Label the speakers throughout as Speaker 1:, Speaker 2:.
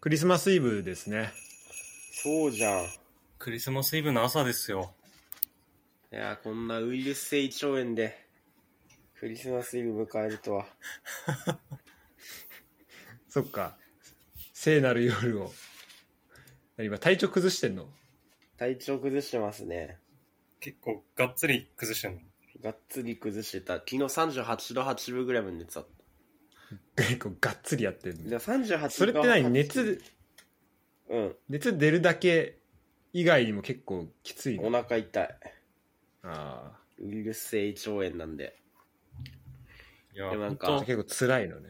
Speaker 1: クリスマスイブですね。
Speaker 2: そうじゃん。い
Speaker 3: クリスマスイブの朝ですよ。
Speaker 2: や、こんなウイルス性胃腸炎で、クリスマスイブ迎えるとは。
Speaker 1: そっか。聖なる夜を。今、体調崩してんの
Speaker 2: 体調崩してますね。
Speaker 3: 結構がっつり崩してんの。
Speaker 2: がっつり崩してた。昨日38度8分ぐらいまで寝てた。
Speaker 1: 結構がっつりやってる
Speaker 2: で38度
Speaker 1: それって何熱、
Speaker 2: うん。
Speaker 1: 熱出るだけ以外にも結構きつい
Speaker 2: お
Speaker 1: の
Speaker 2: 腹痛い。
Speaker 1: あ
Speaker 2: ウイルス性胃腸炎なんで。
Speaker 3: いや、
Speaker 2: でもな
Speaker 3: ほ
Speaker 2: ん
Speaker 3: ん
Speaker 2: か
Speaker 1: あ。
Speaker 3: と、
Speaker 1: 結構辛いのね。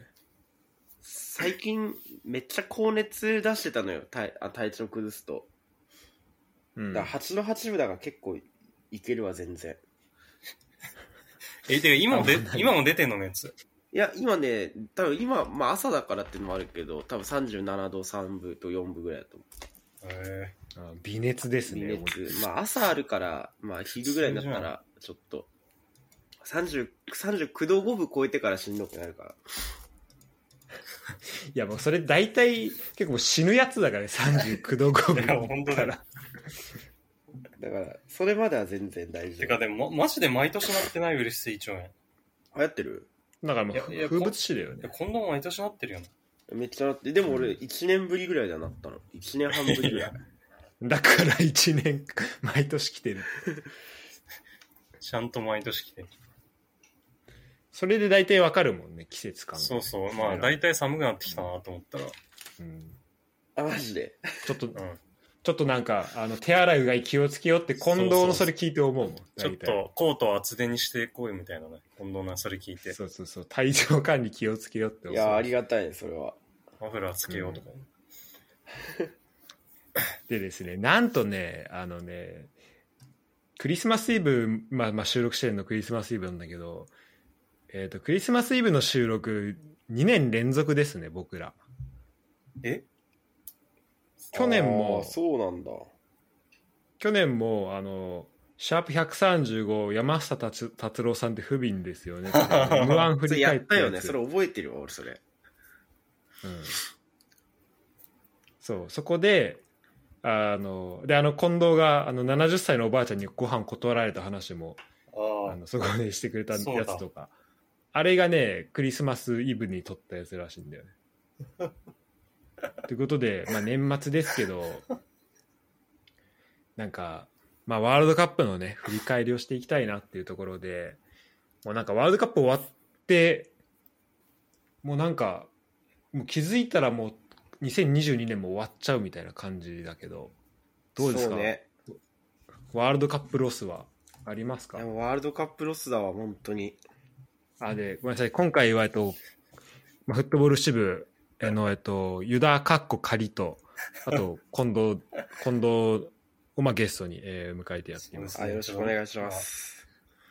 Speaker 2: 最近、めっちゃ高熱出してたのよ。体あ体調崩すと。
Speaker 1: うん
Speaker 2: だから8度8分だから結構いけるわ、全然。
Speaker 3: え、てか今も
Speaker 1: あ
Speaker 3: で
Speaker 1: もう、ない
Speaker 3: 今も出てんののやつ。
Speaker 2: いや、今ね、多分今、まあ朝だからっていうのもあるけど、多分37度3分と4分ぐらいだと思う。
Speaker 3: え
Speaker 1: あー微熱ですね。
Speaker 2: 微熱。まあ朝あるから、まあ昼ぐらいになったら、ちょっと、30 39度5分超えてからしんどくなるから。
Speaker 1: いやもうそれ大体結構もう死ぬやつだからね、39度5
Speaker 3: いや本
Speaker 1: 分
Speaker 3: 当だよ
Speaker 1: ら。
Speaker 2: だから、それまでは全然大
Speaker 3: ー
Speaker 2: 丈
Speaker 3: て
Speaker 2: 夫。
Speaker 3: かでも、まマジで毎年なってないウイルス性胃腸炎。い
Speaker 2: 流行ってる
Speaker 1: だからもうい
Speaker 3: やいや
Speaker 1: 風物詩だよね
Speaker 3: や。今度も毎年なってるよな。
Speaker 2: めっちゃなって、でも俺1年ぶりぐらいだなったの。1年半ぶり ぐらい。
Speaker 1: だから1年、毎年来てる。
Speaker 3: ちゃんと毎年来てる。
Speaker 1: それで大体わかるもんね、季節感が。
Speaker 3: そうそう。まあ、大体寒くなってきたなと思ったら。
Speaker 1: うん
Speaker 2: あ、マジで。
Speaker 1: ちょっと、
Speaker 3: うん。
Speaker 1: ちょっとなんか、あの、手洗いうがい気をつけようって近藤のそれ聞いて思うもん。
Speaker 3: ちょっ
Speaker 1: 大体
Speaker 3: と、コートを厚手にしてこいみたいなね。今度な、それ聞いて。
Speaker 1: そうそうそう。体調管理気をつけようって
Speaker 2: い
Speaker 1: 思う。
Speaker 2: や、ありがたいね、それは。
Speaker 3: マフラーつけようとか。
Speaker 1: でですね、なんとね、あのね、クリスマスイブ、まあ、まあ収録してるのクリスマスイブなんだけど、えっ、と、クリスマスイブの収録、2年連続ですね、僕ら。
Speaker 3: え
Speaker 1: 去年も
Speaker 2: あーそうなんだ。
Speaker 1: 去年も、あの、シャープ135、山下達達郎さんって不憫ですよね。M1 振
Speaker 2: それ
Speaker 1: り
Speaker 2: や
Speaker 1: 返
Speaker 2: っ
Speaker 1: って
Speaker 2: たよね。それ覚えてるわ、俺それ。
Speaker 1: うんそうそこであのであの近藤があの70歳のおばあちゃんにご飯断られた話もあ
Speaker 3: あ
Speaker 1: のそこでしてくれた
Speaker 3: そうだ
Speaker 1: やつとかあれがねクリスマスイブに撮ったやつらしいんだよね。ということで、まあ、年末ですけどなんか、まあ、ワールドカップのね振り返りをしていきたいなっていうところでもうなんかワールドカップ終わってもうなんかもう気づいたらもう2022年も終わっちゃうみたいな感じだけどどうですか、
Speaker 2: そうね。
Speaker 1: ワールドカップロスはありますか
Speaker 2: でもワールドカップロスだわ、本当に。
Speaker 1: あ、で、ごめんなさい。今回は、えっと、まあ、フットボール支部えの、えっと、ユダカッコ仮 と、あと、近藤、近藤を、まあ、ゲストに、えー迎えてやっています。
Speaker 2: あ、よろしくお願いします。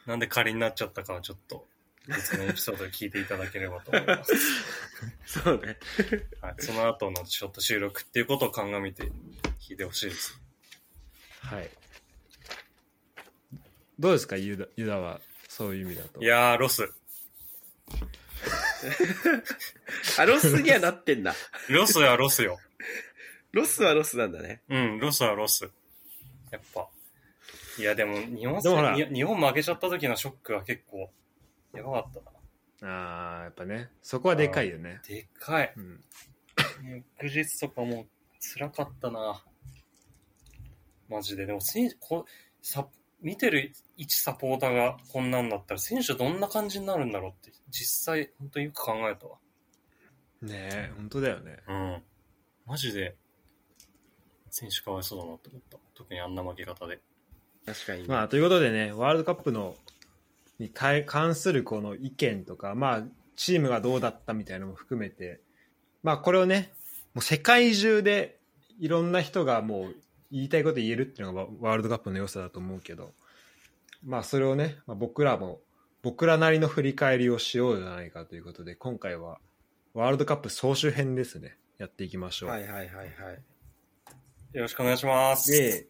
Speaker 3: あ。なんで仮になっちゃったかはちょっと、別のエピソードを聞いていただければと思い ます。
Speaker 2: そうね。
Speaker 3: はい、その後のちょっと収録っていうことを鑑みて聞いてほしいです。
Speaker 1: はい。どうですか、ユダ、ユダは、そういう意味だと。
Speaker 3: い、やー、ロス。
Speaker 2: あ、ロスにはなってんだ。
Speaker 3: ロスはロスよ。
Speaker 2: ロスはロスなんだね。
Speaker 3: うん、ロスはロス。やっぱ。いや、でも、日本
Speaker 1: でもほら
Speaker 3: 戦、に日本負けちゃった時のショックは結構、やばかったな。
Speaker 1: あーやっぱね、そこはでかいよね。
Speaker 3: でかい。
Speaker 1: うん。
Speaker 3: 翌日とかも、辛かったな。マジで。でも、選手、こさ見てる一サポーターがこんなんだったら、選手どんな感じになるんだろうって、実際、本当によく考えたわ。
Speaker 1: ねえ、本当だよね。
Speaker 3: うん。マジで、選手かわいそうだなと思った。特にあんな負け方で。
Speaker 2: 確かに、
Speaker 1: まあ、ということでね、ワールドカップのに対関するこの意見とか、まあ、チームがどうだったみたいなのも含めて、まあ、これをね、もう世界中でいろんな人がもう言いたいこと言えるっていうのがワワールドカップの良さだと思うけど、まあ、それをね、まあ、僕らも、僕らなりの振り返りをしようじゃないかということで、今回はワールドカップ総集編ですね。やっていきましょう。
Speaker 2: はいはいはいはい。
Speaker 3: よろしくお願いします。
Speaker 1: で、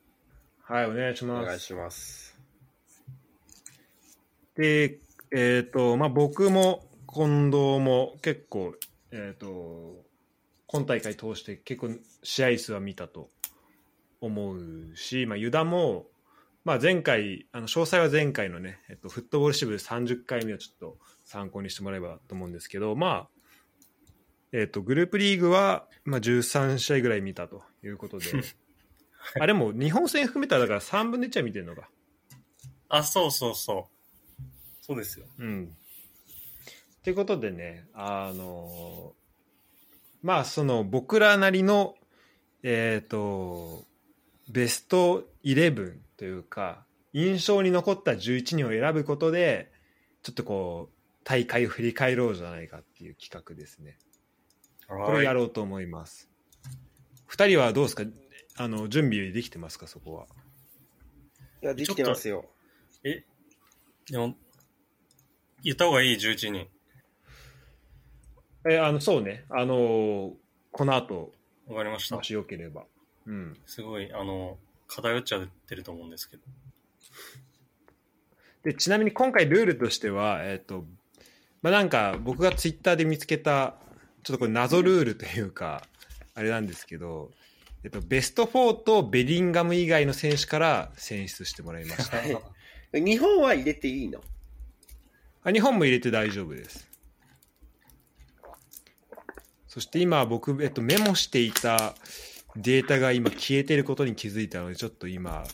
Speaker 1: はい、お願いし
Speaker 2: お
Speaker 1: ます
Speaker 2: 願い。します。
Speaker 1: で、えっ、と、まあ、僕も近藤も結構、えっ、と、今大会通して結構試合数は見たと思うし、まあ、湯田も、まあ、前回あの詳細は前回のね、えっと、フットボール支部30回目をちょっと参考にしてもらえればと思うんですけど、まあえっとグループリーグは、まあ、13試合ぐらい見たということであでも日本戦含めたらだから3分の1は見てるのか。
Speaker 3: あ、そうそうそう。そうですよ。
Speaker 1: うん。ということでね、あのまあその僕らなりの、えっ、と、ベスト11というか、印象に残った11人を選ぶことで、ちょっとこう、大会を振り返ろうじゃないかっていう企画ですね。これをやろうと思います。二人はどうですかあの、準備できてますかそこは。
Speaker 2: いや、できてますよ。
Speaker 3: えでも、言った方がいい、11人。
Speaker 1: え、あの、そうね。あのこの後、
Speaker 3: わかりました
Speaker 1: も。しよければ。うん。
Speaker 3: すごい、あの、偏っちゃってると思うんですけど。
Speaker 1: でちなみに今回ルールとしては、えっとまあ、なんか僕がツイッターで見つけたちょっとこれ謎ルールというかあれなんですけど、えっと、ベスト4とベリンガム以外の選手から選出してもらいました
Speaker 2: い日本は入れていいの
Speaker 1: あ日本も入れて大丈夫ですそして今僕、えっと、メモしていたデータが今消えてることに気づいたのでちょっと今、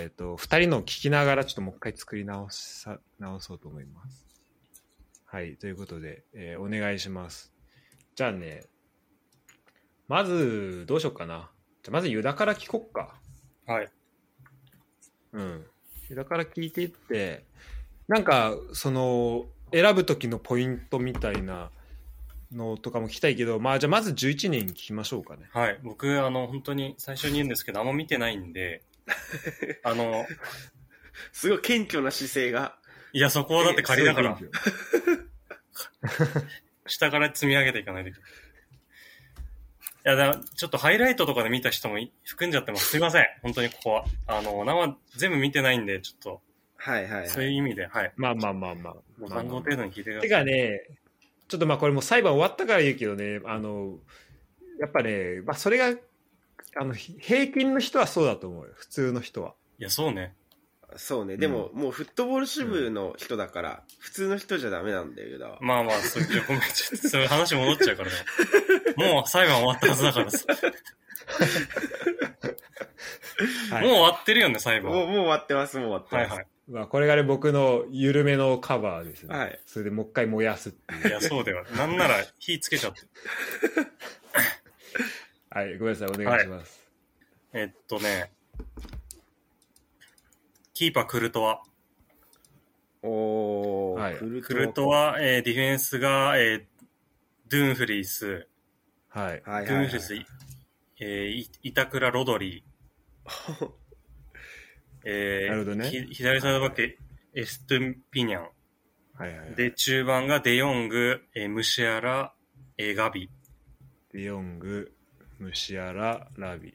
Speaker 1: えっと2人のを聞きながらちょっともう一回作り直さ直そうと思いますはい、ということで、えーお願いします。じゃあね、まず、どうしようかな。じゃあまず、ユダから聞こっか。
Speaker 3: はい。
Speaker 1: うん。ユダから聞いていって、なんか、その、選ぶ時のポイントみたいなのとかも聞きたいけど、まあ、じゃあまず11人聞きましょうかね。
Speaker 3: はい。僕、あの、本当に最初に言うんですけど、あんま見てないん で、あの、
Speaker 2: すごい謙虚な姿勢が。
Speaker 3: いや、そこはだって仮だから
Speaker 1: す、ごい
Speaker 3: 下から積み上げていかないといけない。いや、だちょっとハイライトとかで見た人もい含んじゃってます。すいません。本当にここは。あの、生全部見てないんで、ちょっと、
Speaker 2: はいはい、
Speaker 3: そ
Speaker 2: は
Speaker 3: ういう
Speaker 2: い。
Speaker 3: 意味で、はい。
Speaker 1: まあまあまあまあ。
Speaker 3: ご参考程度に聞いてくださ
Speaker 1: て
Speaker 3: い。
Speaker 1: かね、ちょっとまあこれもう裁判終わったから言うけどね、あの、やっぱね、まあそれが、あの、ひ平均の人はそうだと思うよ。普通の人は。
Speaker 3: いや、そうね。
Speaker 2: そうね。でも、もうフットボール支部の人だから、普通の人じゃダメなんだよ、ユダは。
Speaker 3: まあまあ、そういう、ごめん、ちょっと、そういう話戻っちゃうからね。もう裁判終わったはずだからさ。
Speaker 1: はい
Speaker 3: もう終わってるよね、裁判。
Speaker 2: もう、
Speaker 3: は
Speaker 2: もう終わってます、もう終わって
Speaker 3: い
Speaker 2: ます。
Speaker 3: はい。
Speaker 1: まあこれがね、僕の緩めのカバーですね。
Speaker 2: はい
Speaker 1: それでもう一回燃やすっていう。
Speaker 3: いや、そうでは。なんなら火つけちゃって。
Speaker 1: はい、ごめんなさい、お願いします。
Speaker 3: えっとね、キーパークルトワ。
Speaker 2: おー、
Speaker 1: はい
Speaker 2: クルト
Speaker 3: クルトワ、えーディフェンスが、えードゥンフリース、
Speaker 1: はい。
Speaker 2: は
Speaker 3: ド
Speaker 2: い
Speaker 3: ゥ
Speaker 2: はい、
Speaker 3: ン
Speaker 2: は
Speaker 3: フリー
Speaker 2: い。
Speaker 3: ス、いえーい板倉ロドリー、えー
Speaker 1: なるほどね
Speaker 3: ひ左サイドバック、エストゥンピニャン。
Speaker 1: はいはい。で、
Speaker 3: で、中盤がデヨング、えームシアラ、えーガビ。
Speaker 1: デヨング、ムシアラ、ラビ、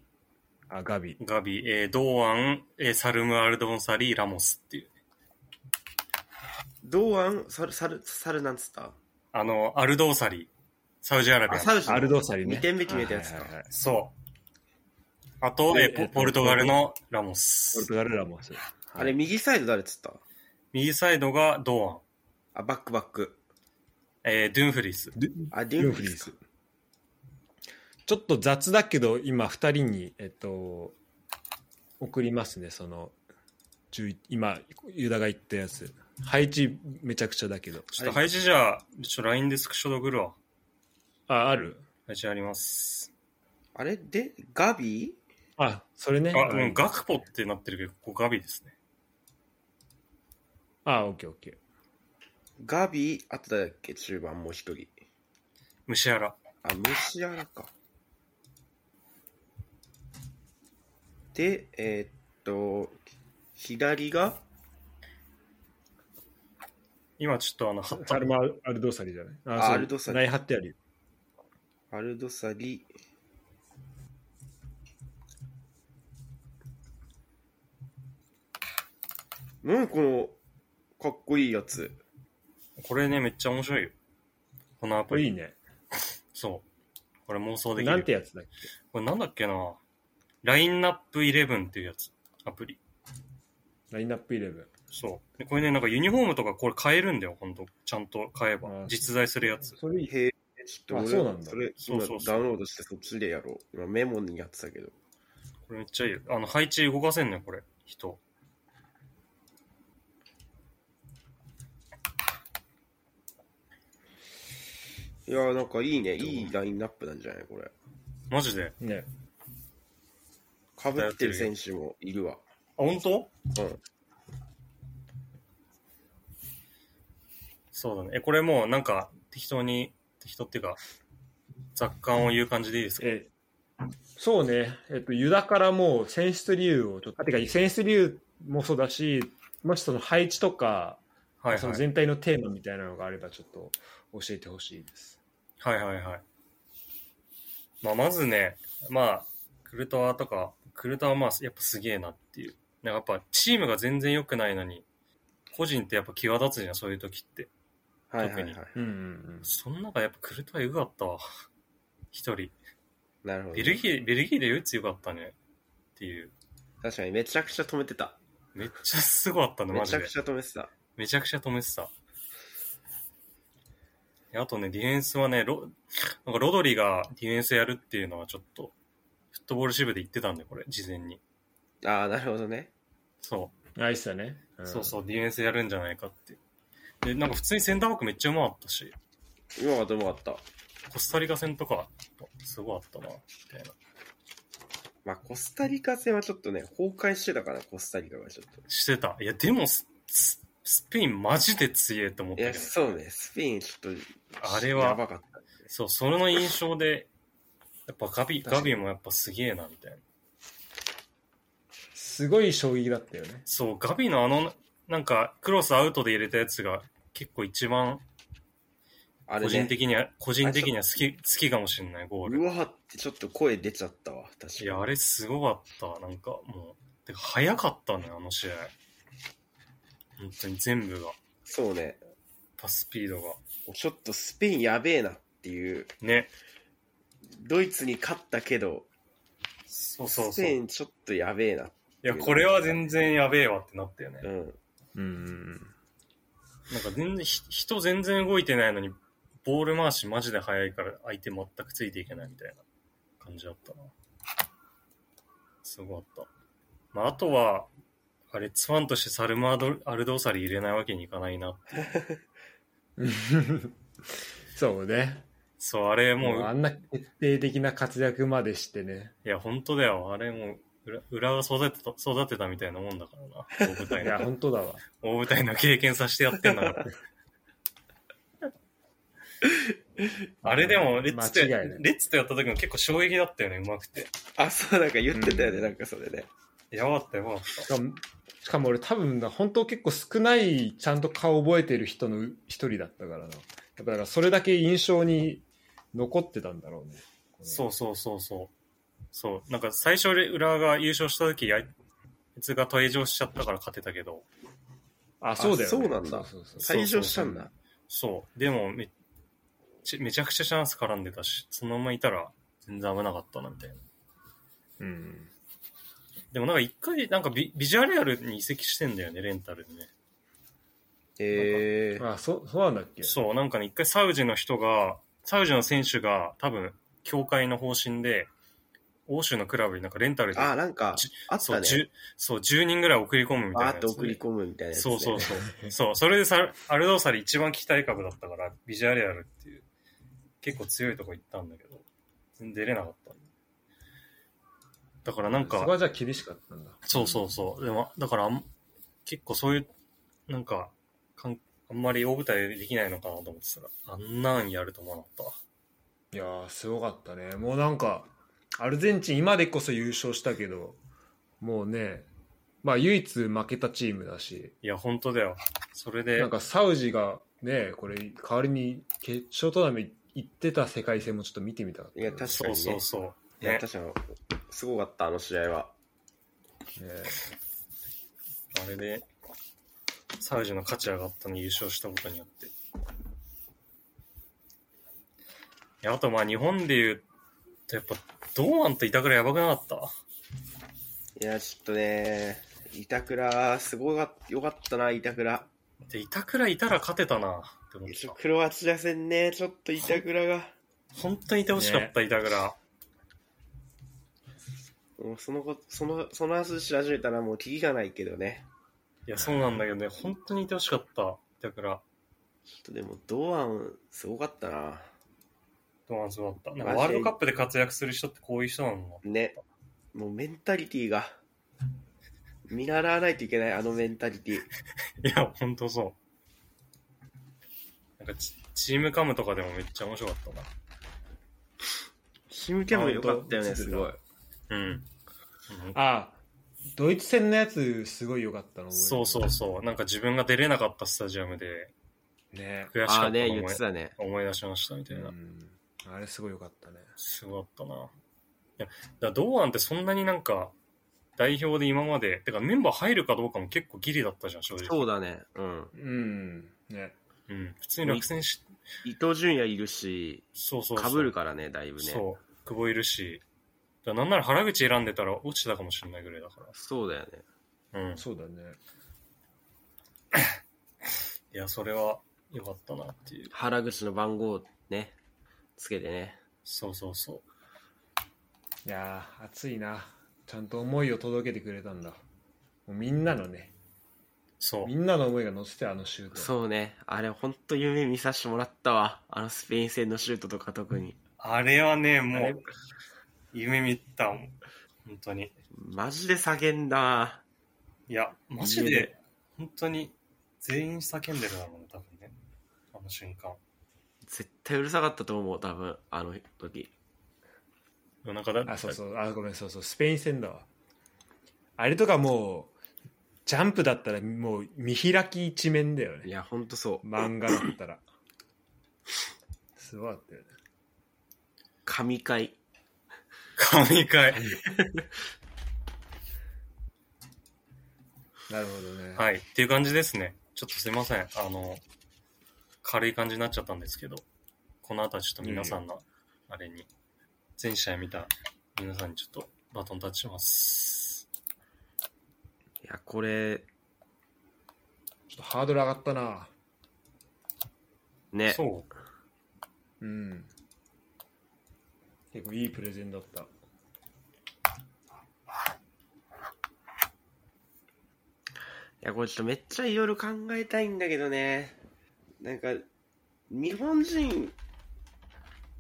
Speaker 1: あ、ガビ。
Speaker 3: ガビ、えー堂安、えーサルム・アルドンサリー、ラモスっていう。
Speaker 2: 堂安、サル、サル、サルなんつった
Speaker 3: あの、アルドーサリー、サウジアラビ
Speaker 2: あ、
Speaker 3: ア。
Speaker 2: サウジの。
Speaker 1: アルドーサリね。
Speaker 2: 二点目決めたやつか
Speaker 1: はいはいはいはい
Speaker 3: そう。あと、
Speaker 1: で
Speaker 3: え
Speaker 1: えっ
Speaker 3: ー
Speaker 1: と
Speaker 3: ポポルトガルのラモ
Speaker 1: ポル
Speaker 3: ス。
Speaker 1: トガルラモス。
Speaker 2: あれ、右サイド誰つった
Speaker 3: 右サイドが堂
Speaker 2: あ、バックバック。
Speaker 3: 安、えードゥンフリース。
Speaker 1: で
Speaker 2: あ、デュンフリース。
Speaker 1: ちょっと雑だけど今2人に、えっと、送りますねその11今ユダが言ったやつ配置めちゃくちゃだけど
Speaker 3: ちょっと配置じゃあ、ちょっと LINE でスクショで送るわ。
Speaker 1: あある
Speaker 3: 配置あります。
Speaker 2: あれで、ガビ
Speaker 1: あそれね
Speaker 3: あ、
Speaker 1: あ
Speaker 3: うん、ガクポってなってるけど、ここガビですね。
Speaker 1: あオッケーオッケ
Speaker 2: ガビ、あと誰だっけ中盤もう一人。
Speaker 3: ムシアラ。
Speaker 2: あ、ムシアラか。で、えーっと、左が、
Speaker 3: 今ちょっとあの、貼っ
Speaker 1: ー
Speaker 3: た
Speaker 1: サルマアルドーサリじゃない
Speaker 2: あ
Speaker 1: そう
Speaker 2: アルドーサリ
Speaker 1: ライン張ってあるよ
Speaker 2: アルドサリ。なんこの、かっこいいやつ。
Speaker 3: これね、めっちゃ面白いよ。このアプ
Speaker 1: これ
Speaker 3: リ。
Speaker 1: いいね
Speaker 3: そう。これ妄想できる。
Speaker 1: なんてやつだっけ
Speaker 3: これなんだっけなラインナップ11っていうやつ。アプリ。
Speaker 1: ラインナップイレブン。
Speaker 3: そう。で、これね、なんかユニフォームとかこれ買えるんだよ、ほんと。ちゃんと買えば
Speaker 1: あ。
Speaker 3: 実在するやつ。
Speaker 1: それいい。
Speaker 2: へえ、ちょっと俺
Speaker 1: あそうなんだ
Speaker 2: それ
Speaker 3: そうそうそう
Speaker 2: 今ダウンロードしてそっちでやろう。今メモにやってたけど。
Speaker 3: これめっちゃいいよ。あの、配置動かせんねん、これ。人。
Speaker 2: いやーなんかいいね、いいラインナップなんじゃないこれ。
Speaker 3: マジで。
Speaker 1: ね。
Speaker 2: かぶってる選手もいるわ。
Speaker 3: あ、本当
Speaker 2: うん。
Speaker 3: そうだね。え、これもうなんか適当に、適当っていうか、雑感を言う感じでいいですか
Speaker 1: えそうね、えっと、ユダからもう選出理由をちょっと、あてか選出理由もそうだし、もしその配置とか、
Speaker 3: はい
Speaker 1: そ
Speaker 3: は
Speaker 1: の
Speaker 3: い。
Speaker 1: 全体のテーマみたいなのがあれば、ちょっと教えてほしいです。
Speaker 3: はいはいはい。まあ、まずね、まあ、クルトワとか、クルトワはまあ、やっぱすげえなっていう。なんかやっぱチームが全然良くないのに、個人ってやっぱ際立つじゃん、そういう時って。
Speaker 2: はいはいは
Speaker 3: 特
Speaker 2: い
Speaker 3: に。
Speaker 1: うんうんうん、
Speaker 3: その中やっぱクルトワ良かったわ。一人。
Speaker 2: なるほどね、
Speaker 3: ベルギー、ベルギーで唯一良かったね。っていう。
Speaker 2: 確かにめちゃくちゃ止めてた。
Speaker 3: めっちゃすごかったの、
Speaker 2: め
Speaker 3: マ
Speaker 2: ち
Speaker 3: ジ
Speaker 2: ゃ
Speaker 3: で
Speaker 2: く。ちゃ止めてた。
Speaker 3: めちゃくちゃ止めてた。であとね、ディフェンスはね、ロなんかロドリがディフェンスやるっていうのはちょっと、フットボール支部で言ってたんで、これ、事前に。
Speaker 2: ああ、なるほどね。
Speaker 3: そ
Speaker 1: ナイスだね。
Speaker 3: う、そう
Speaker 1: う
Speaker 3: そう、ディフェンスやるんじゃないかって。で、なんか普通にセンターバックめっちゃうまかったし、
Speaker 2: 今はどうもあった。
Speaker 3: コスタリカ戦とか、すごかったな、みたいな。
Speaker 2: まあ、コスタリカ戦はちょっとね、崩壊してたから、コスタリカがちょっと。
Speaker 3: してた。いや、でもス、ススペインマジで強えと思っ
Speaker 2: い
Speaker 3: た
Speaker 2: や、
Speaker 3: けど、
Speaker 2: そうね、スペインちょっと、
Speaker 3: あれ
Speaker 2: や
Speaker 3: は、
Speaker 2: ばかった。
Speaker 3: そう、それの印象で、やっぱガビ、
Speaker 2: 確か
Speaker 3: ガ
Speaker 2: に
Speaker 3: ビもやっぱすげえな、みたいな。
Speaker 1: すごい衝撃だったよね。
Speaker 3: そう、ガビのあの、なんか、クロスアウトで入れたやつが、結構一番、
Speaker 2: あれ、ね、
Speaker 3: 個人的には、個人的には
Speaker 2: あ
Speaker 3: 好き、好きかもしれない、ゴー
Speaker 2: う
Speaker 3: ル。
Speaker 2: わーってちょっと声出ちゃったわ、確かに。
Speaker 3: いや、あれすごかった、なんか、もう。てか、早かったね、あの試合。本当に全部が、
Speaker 2: そうね、
Speaker 3: パススピードが。
Speaker 2: ちょっとスペインやべえなっていう、
Speaker 3: ね。
Speaker 2: ドイツに勝ったけど、
Speaker 3: そうそう
Speaker 2: ス
Speaker 3: そう。
Speaker 2: ペイ
Speaker 3: い
Speaker 2: ンちょっとやべえな。
Speaker 3: や、これは全然やべえわってなったよね
Speaker 2: う。ん。
Speaker 1: うんうん
Speaker 3: なんか全然、ひ人全然動いてないのに、ボール回しマジで速いから相手全くついていけないみたいな感じだったな。すごかった。まあ、あとは、あれ、ツワンとしてサルマードアルドーサリ入れないわけにいかないな。
Speaker 1: うん。 そうね。
Speaker 3: そう、あれ
Speaker 1: もう
Speaker 3: も
Speaker 1: あ
Speaker 3: う、
Speaker 1: んな決定的な活躍までしてね。
Speaker 3: いや、本当だよ。あれもう、裏裏が育てた、育てたみたいなもん だからな。大舞
Speaker 1: い
Speaker 3: 台
Speaker 1: や、
Speaker 3: の、
Speaker 1: 本当だわ。
Speaker 3: 大舞台の経験させてやってんだから。 あれでも、レッツと、
Speaker 1: 間違いない
Speaker 3: レッツとやった時も結構衝撃だったよね、うまくて。
Speaker 2: あ、そう、なんか言ってたよね、
Speaker 1: うん
Speaker 2: なんかそれね。
Speaker 3: やばかったやばかった。
Speaker 1: しかも、しかも俺多分な、本当結構少ない、ちゃんと顔覚えてる人の一人だったからな。やっぱだからそれだけ印象に残ってたんだろうね。
Speaker 3: そうそうそうそう。そう。なんか最初で浦和が優勝した時、あいつが退場しちゃったから勝てたけど、
Speaker 1: あ、そうだよ、ね。
Speaker 2: あそうなんだ
Speaker 1: そうそうそう
Speaker 2: 退場したんだ。
Speaker 3: そう。でもめち、めちゃくちゃチャンス絡んでたし、そのままいたら全然危なかったな、みたいな。
Speaker 1: うん。
Speaker 3: でもなんか一回、なんかビビジュアレアルに移籍してんだよね、レンタルでね。
Speaker 2: えー、
Speaker 1: あ、そ、そうなんだっけ
Speaker 3: そう、なんかね、一回サウジの人が、サウジの選手が多分、協会の方針で、欧州のクラブになんかレンタルで、
Speaker 2: あ、なんか
Speaker 3: じ、
Speaker 2: あっ
Speaker 3: そう、
Speaker 2: たね。
Speaker 3: 10そう、10人ぐらい送り込むみたいな
Speaker 2: バ
Speaker 3: や
Speaker 2: ー
Speaker 3: つ
Speaker 2: ッ
Speaker 3: で。
Speaker 2: と送り込むみたいなやつ、ね。
Speaker 3: そうそうそう。そう、それでさ、アルドーサリ一番期待株だったから、ビジュアレアルっていう、結構強いとこ行ったんだけど、全然出れなかった。だからなん
Speaker 1: そこは
Speaker 3: か、
Speaker 1: じゃあ厳しかったんだ。
Speaker 3: そうそうそう。でも、だからあん、結構そういう、なんか、かんあんまり大舞台でできないのかなと思ってたら、あんなんやると思わなかったわ。
Speaker 1: いやー、すごかったね。もうなんか、アルゼンチン今でこそ優勝したけど、もうね、まあ唯一負けたチームだし、
Speaker 3: いや、本当だよ。それで
Speaker 1: なん、かサウジがね、これ代わりに決勝トーナメント行ってた世界戦もちょっと見てみたかったな。
Speaker 2: いや確か
Speaker 3: そうそうそう。
Speaker 2: いや、
Speaker 3: ね、
Speaker 2: 確かに、すごかった、あの試合は。
Speaker 1: ね
Speaker 3: あれで、サウジの価値上がったのに優勝したことによって。いやあとまあ日本で言うとやっぱ、堂安と板倉やばくなかった
Speaker 2: いや、ちょっとね、板倉、すごかよかったな、板倉。
Speaker 3: で、板倉いたら勝てたなって思っ
Speaker 2: ちょ
Speaker 3: た。
Speaker 2: クロアチア戦ね、ちょっと板倉が、
Speaker 3: 本当にいてほしかった、板倉。
Speaker 2: もうそのこその、その話し始めたらもうキリがないけどね。
Speaker 3: いや、そうなんだけどね、本当にいてほしかった、板倉。
Speaker 2: ちょっとでも、堂安、すごかったな。
Speaker 3: 堂安そうだった。なん
Speaker 2: マジ
Speaker 3: かワールドカップで活躍する人ってこういう人なの
Speaker 2: ね。もうメンタリティが、見習わないといけない、あのメンタリティ。
Speaker 3: いや、本当そう。なんかチ、チームカムとかでもめっちゃ面白かっ
Speaker 2: シムキャンも良かったよ
Speaker 1: あ
Speaker 2: ね、
Speaker 1: 本当
Speaker 2: すごい。
Speaker 3: たな。うん。
Speaker 1: ああ、ドイツ戦のやつ、すごい良かったの覚えてる
Speaker 3: そうそうそう。なんか自分が出れなかったスタジアムで
Speaker 1: ね。
Speaker 3: 悔しかった
Speaker 2: あ
Speaker 3: の
Speaker 2: あ
Speaker 3: を
Speaker 2: ね、
Speaker 3: 思い,、
Speaker 2: 言ってたね。
Speaker 3: 思い出しましたみた
Speaker 1: う
Speaker 3: いな。
Speaker 1: ん。あれすごい良かったね。
Speaker 3: すごかったな。いや、だから堂安ってそんなになんか、代表で今まで、てかメンバー入るかどうかも結構ギリだったじゃん、正直。
Speaker 2: そうだね。うん。
Speaker 1: うん。ね。
Speaker 3: うん。普通に落選し、
Speaker 2: 伊東純也いるし、
Speaker 3: そうそうそ
Speaker 2: か
Speaker 3: う。
Speaker 2: ぶるからね、だいぶね。
Speaker 3: そう。久保いるし。だからなんなら原口選んでたら落ちてたかもしれないぐらいだか
Speaker 2: そうだよね。
Speaker 3: ら。うん。
Speaker 1: そうだね。
Speaker 3: いや、それは良かったなっていう。
Speaker 2: 原口の番号ね、つけてね。
Speaker 3: そうそうそう。
Speaker 1: いやー、熱いな。ちゃんと思いを届けてくれたんだ。もうみんなのね、
Speaker 3: そう
Speaker 1: み。んなの思いが乗せてあのシュート。
Speaker 2: そうね。あれ、ほんと夢見させてもらったわ。あのスペイン戦のシュートとか特に。
Speaker 3: あれはね、
Speaker 1: あ
Speaker 3: も
Speaker 1: れ
Speaker 3: う、夢見たもん。本当に。
Speaker 2: マジで叫んだわ。
Speaker 3: いや、マジ
Speaker 2: 夢
Speaker 3: で、本当に、全員叫んでるだろうね、多分ね。あの瞬間。
Speaker 2: 絶対うるさかったと思う、多分、あの時。
Speaker 3: 夜中だ
Speaker 1: あ、そうそう、あ、ごめん、そうそう、スペイン戦だわ。あれとかもう、ジャンプだったらもう見開き一面だよ
Speaker 2: い
Speaker 1: ね。
Speaker 2: や、ほんとそう。
Speaker 1: 漫画だったら。すごかったよね。
Speaker 2: 神回。
Speaker 3: 神回。
Speaker 1: なるほどね。
Speaker 3: はい。っていう感じですね。ちょっとすいません。あの、軽い感じになっちゃったんですけど、この後はちょっと皆さんの、あれに、全試合見た皆さんにちょっとバトンタッチします。
Speaker 2: いや、これ、
Speaker 1: ちょっとハードル上がったな。
Speaker 2: ね。
Speaker 3: そう。
Speaker 1: うん。結構いいプレゼンだった。
Speaker 2: いや、これちょっとめっちゃいろいろ考えたいんだけどね。なんか、日本人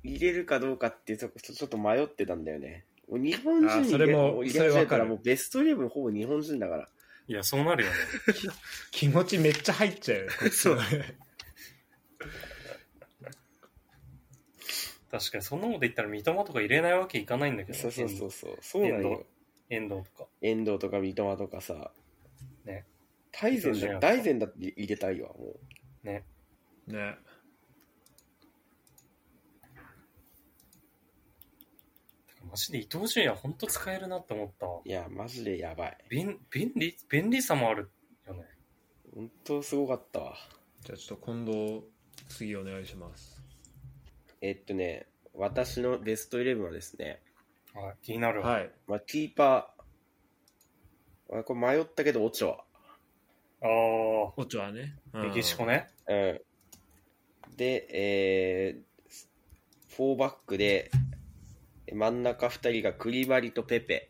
Speaker 2: 入れるかどうかっていうとこちょちょっと迷ってたんだよね。もう日本人
Speaker 1: あ
Speaker 2: 入
Speaker 1: それも
Speaker 2: う入
Speaker 1: それ
Speaker 2: れ
Speaker 1: わか
Speaker 2: ちゃえ
Speaker 1: る
Speaker 2: たらもうベストイレブンほぼ日本人だから。
Speaker 3: いや、そうなるよね。
Speaker 1: 気持ちめっちゃ入っちゃ うよ。こっちのね
Speaker 3: 確かに、そんなこと言ったら三笘とか入れないわけいかないんだけど、
Speaker 2: そうそうそうそう。そうなんよ。
Speaker 3: 遠藤とか。
Speaker 2: 遠藤とか三笘とかさ。
Speaker 3: ね。
Speaker 2: 大
Speaker 3: 伊
Speaker 2: 前
Speaker 3: 藤純
Speaker 2: だ、
Speaker 3: 也
Speaker 2: 大前だって入れたいわ、も
Speaker 3: ね。
Speaker 1: ね。
Speaker 3: てかマジで伊藤純也ほんと使えるなって思ったわ
Speaker 2: う。。いや、マジでやばい。
Speaker 3: 便便利、便利さもあるよね。
Speaker 2: 本当すごかったわ。
Speaker 1: じゃあちょっと今度、次お願いします。
Speaker 2: えっとね、私のベストイレブンはですね、
Speaker 3: はい、気になるわ。
Speaker 1: はい。
Speaker 2: まあ、キーパー、あこれ迷ったけど、オチョ
Speaker 3: あ
Speaker 1: オチョはね。
Speaker 3: あ、メキシコ
Speaker 1: ね。
Speaker 3: ね。
Speaker 2: ア。うん。で、えー、フォーバックで、真ん中二人がクリバリとペペ。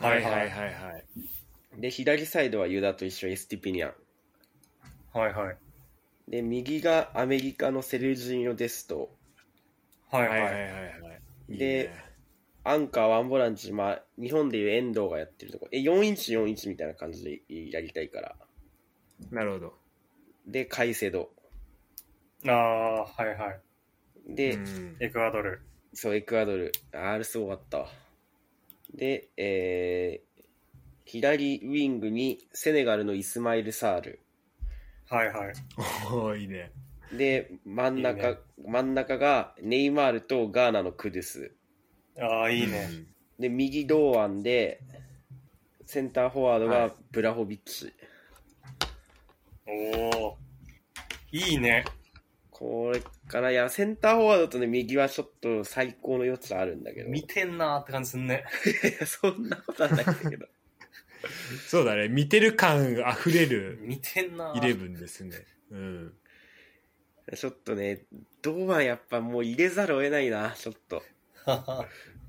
Speaker 1: はいはいはいはい。
Speaker 2: で、左サイドはユダと一緒、エスティピニャン。
Speaker 3: はいはい。
Speaker 2: で、右がアメリカのセルジーノ・デスト。
Speaker 3: はい
Speaker 1: はいは
Speaker 3: はいい。
Speaker 1: はいはい。いいね
Speaker 2: でアンカー、ワンボランチ、まあ、日本でいう遠藤がやってるとこ。え、4インチ、4インチみたいな感じでやりたいから。
Speaker 1: なるほど。
Speaker 2: で、カイセド。
Speaker 3: ああ、はいはい。
Speaker 2: で、
Speaker 1: うん
Speaker 3: エクアドル。
Speaker 2: そう、エクアドル。あれすごかったわ。で、えー、左ウィングにセネガルのイスマイル・サール。
Speaker 3: はいはい。
Speaker 1: おーいいね。
Speaker 2: で、真ん中、
Speaker 3: いいね
Speaker 2: 真ん中がネイマールとガーナのクドゥス。
Speaker 3: ああ、いいね。
Speaker 2: で、右堂安で、センターフォワード
Speaker 1: は
Speaker 2: が
Speaker 1: い
Speaker 2: ブラホビッチ。
Speaker 3: おお。いいね。
Speaker 2: これから、いや、センターフォワードとね、右はちょっと最高の余地あるんだけど。
Speaker 3: 見てんなーって感じすんね。
Speaker 2: いや そんなことはないんだけど。
Speaker 1: そうだね。見てる感あふれる
Speaker 3: 見てんなー
Speaker 1: イ レブンですね。うん。
Speaker 2: ちょっとね、堂安やっぱもう入れざるを得ないな、ちょっと。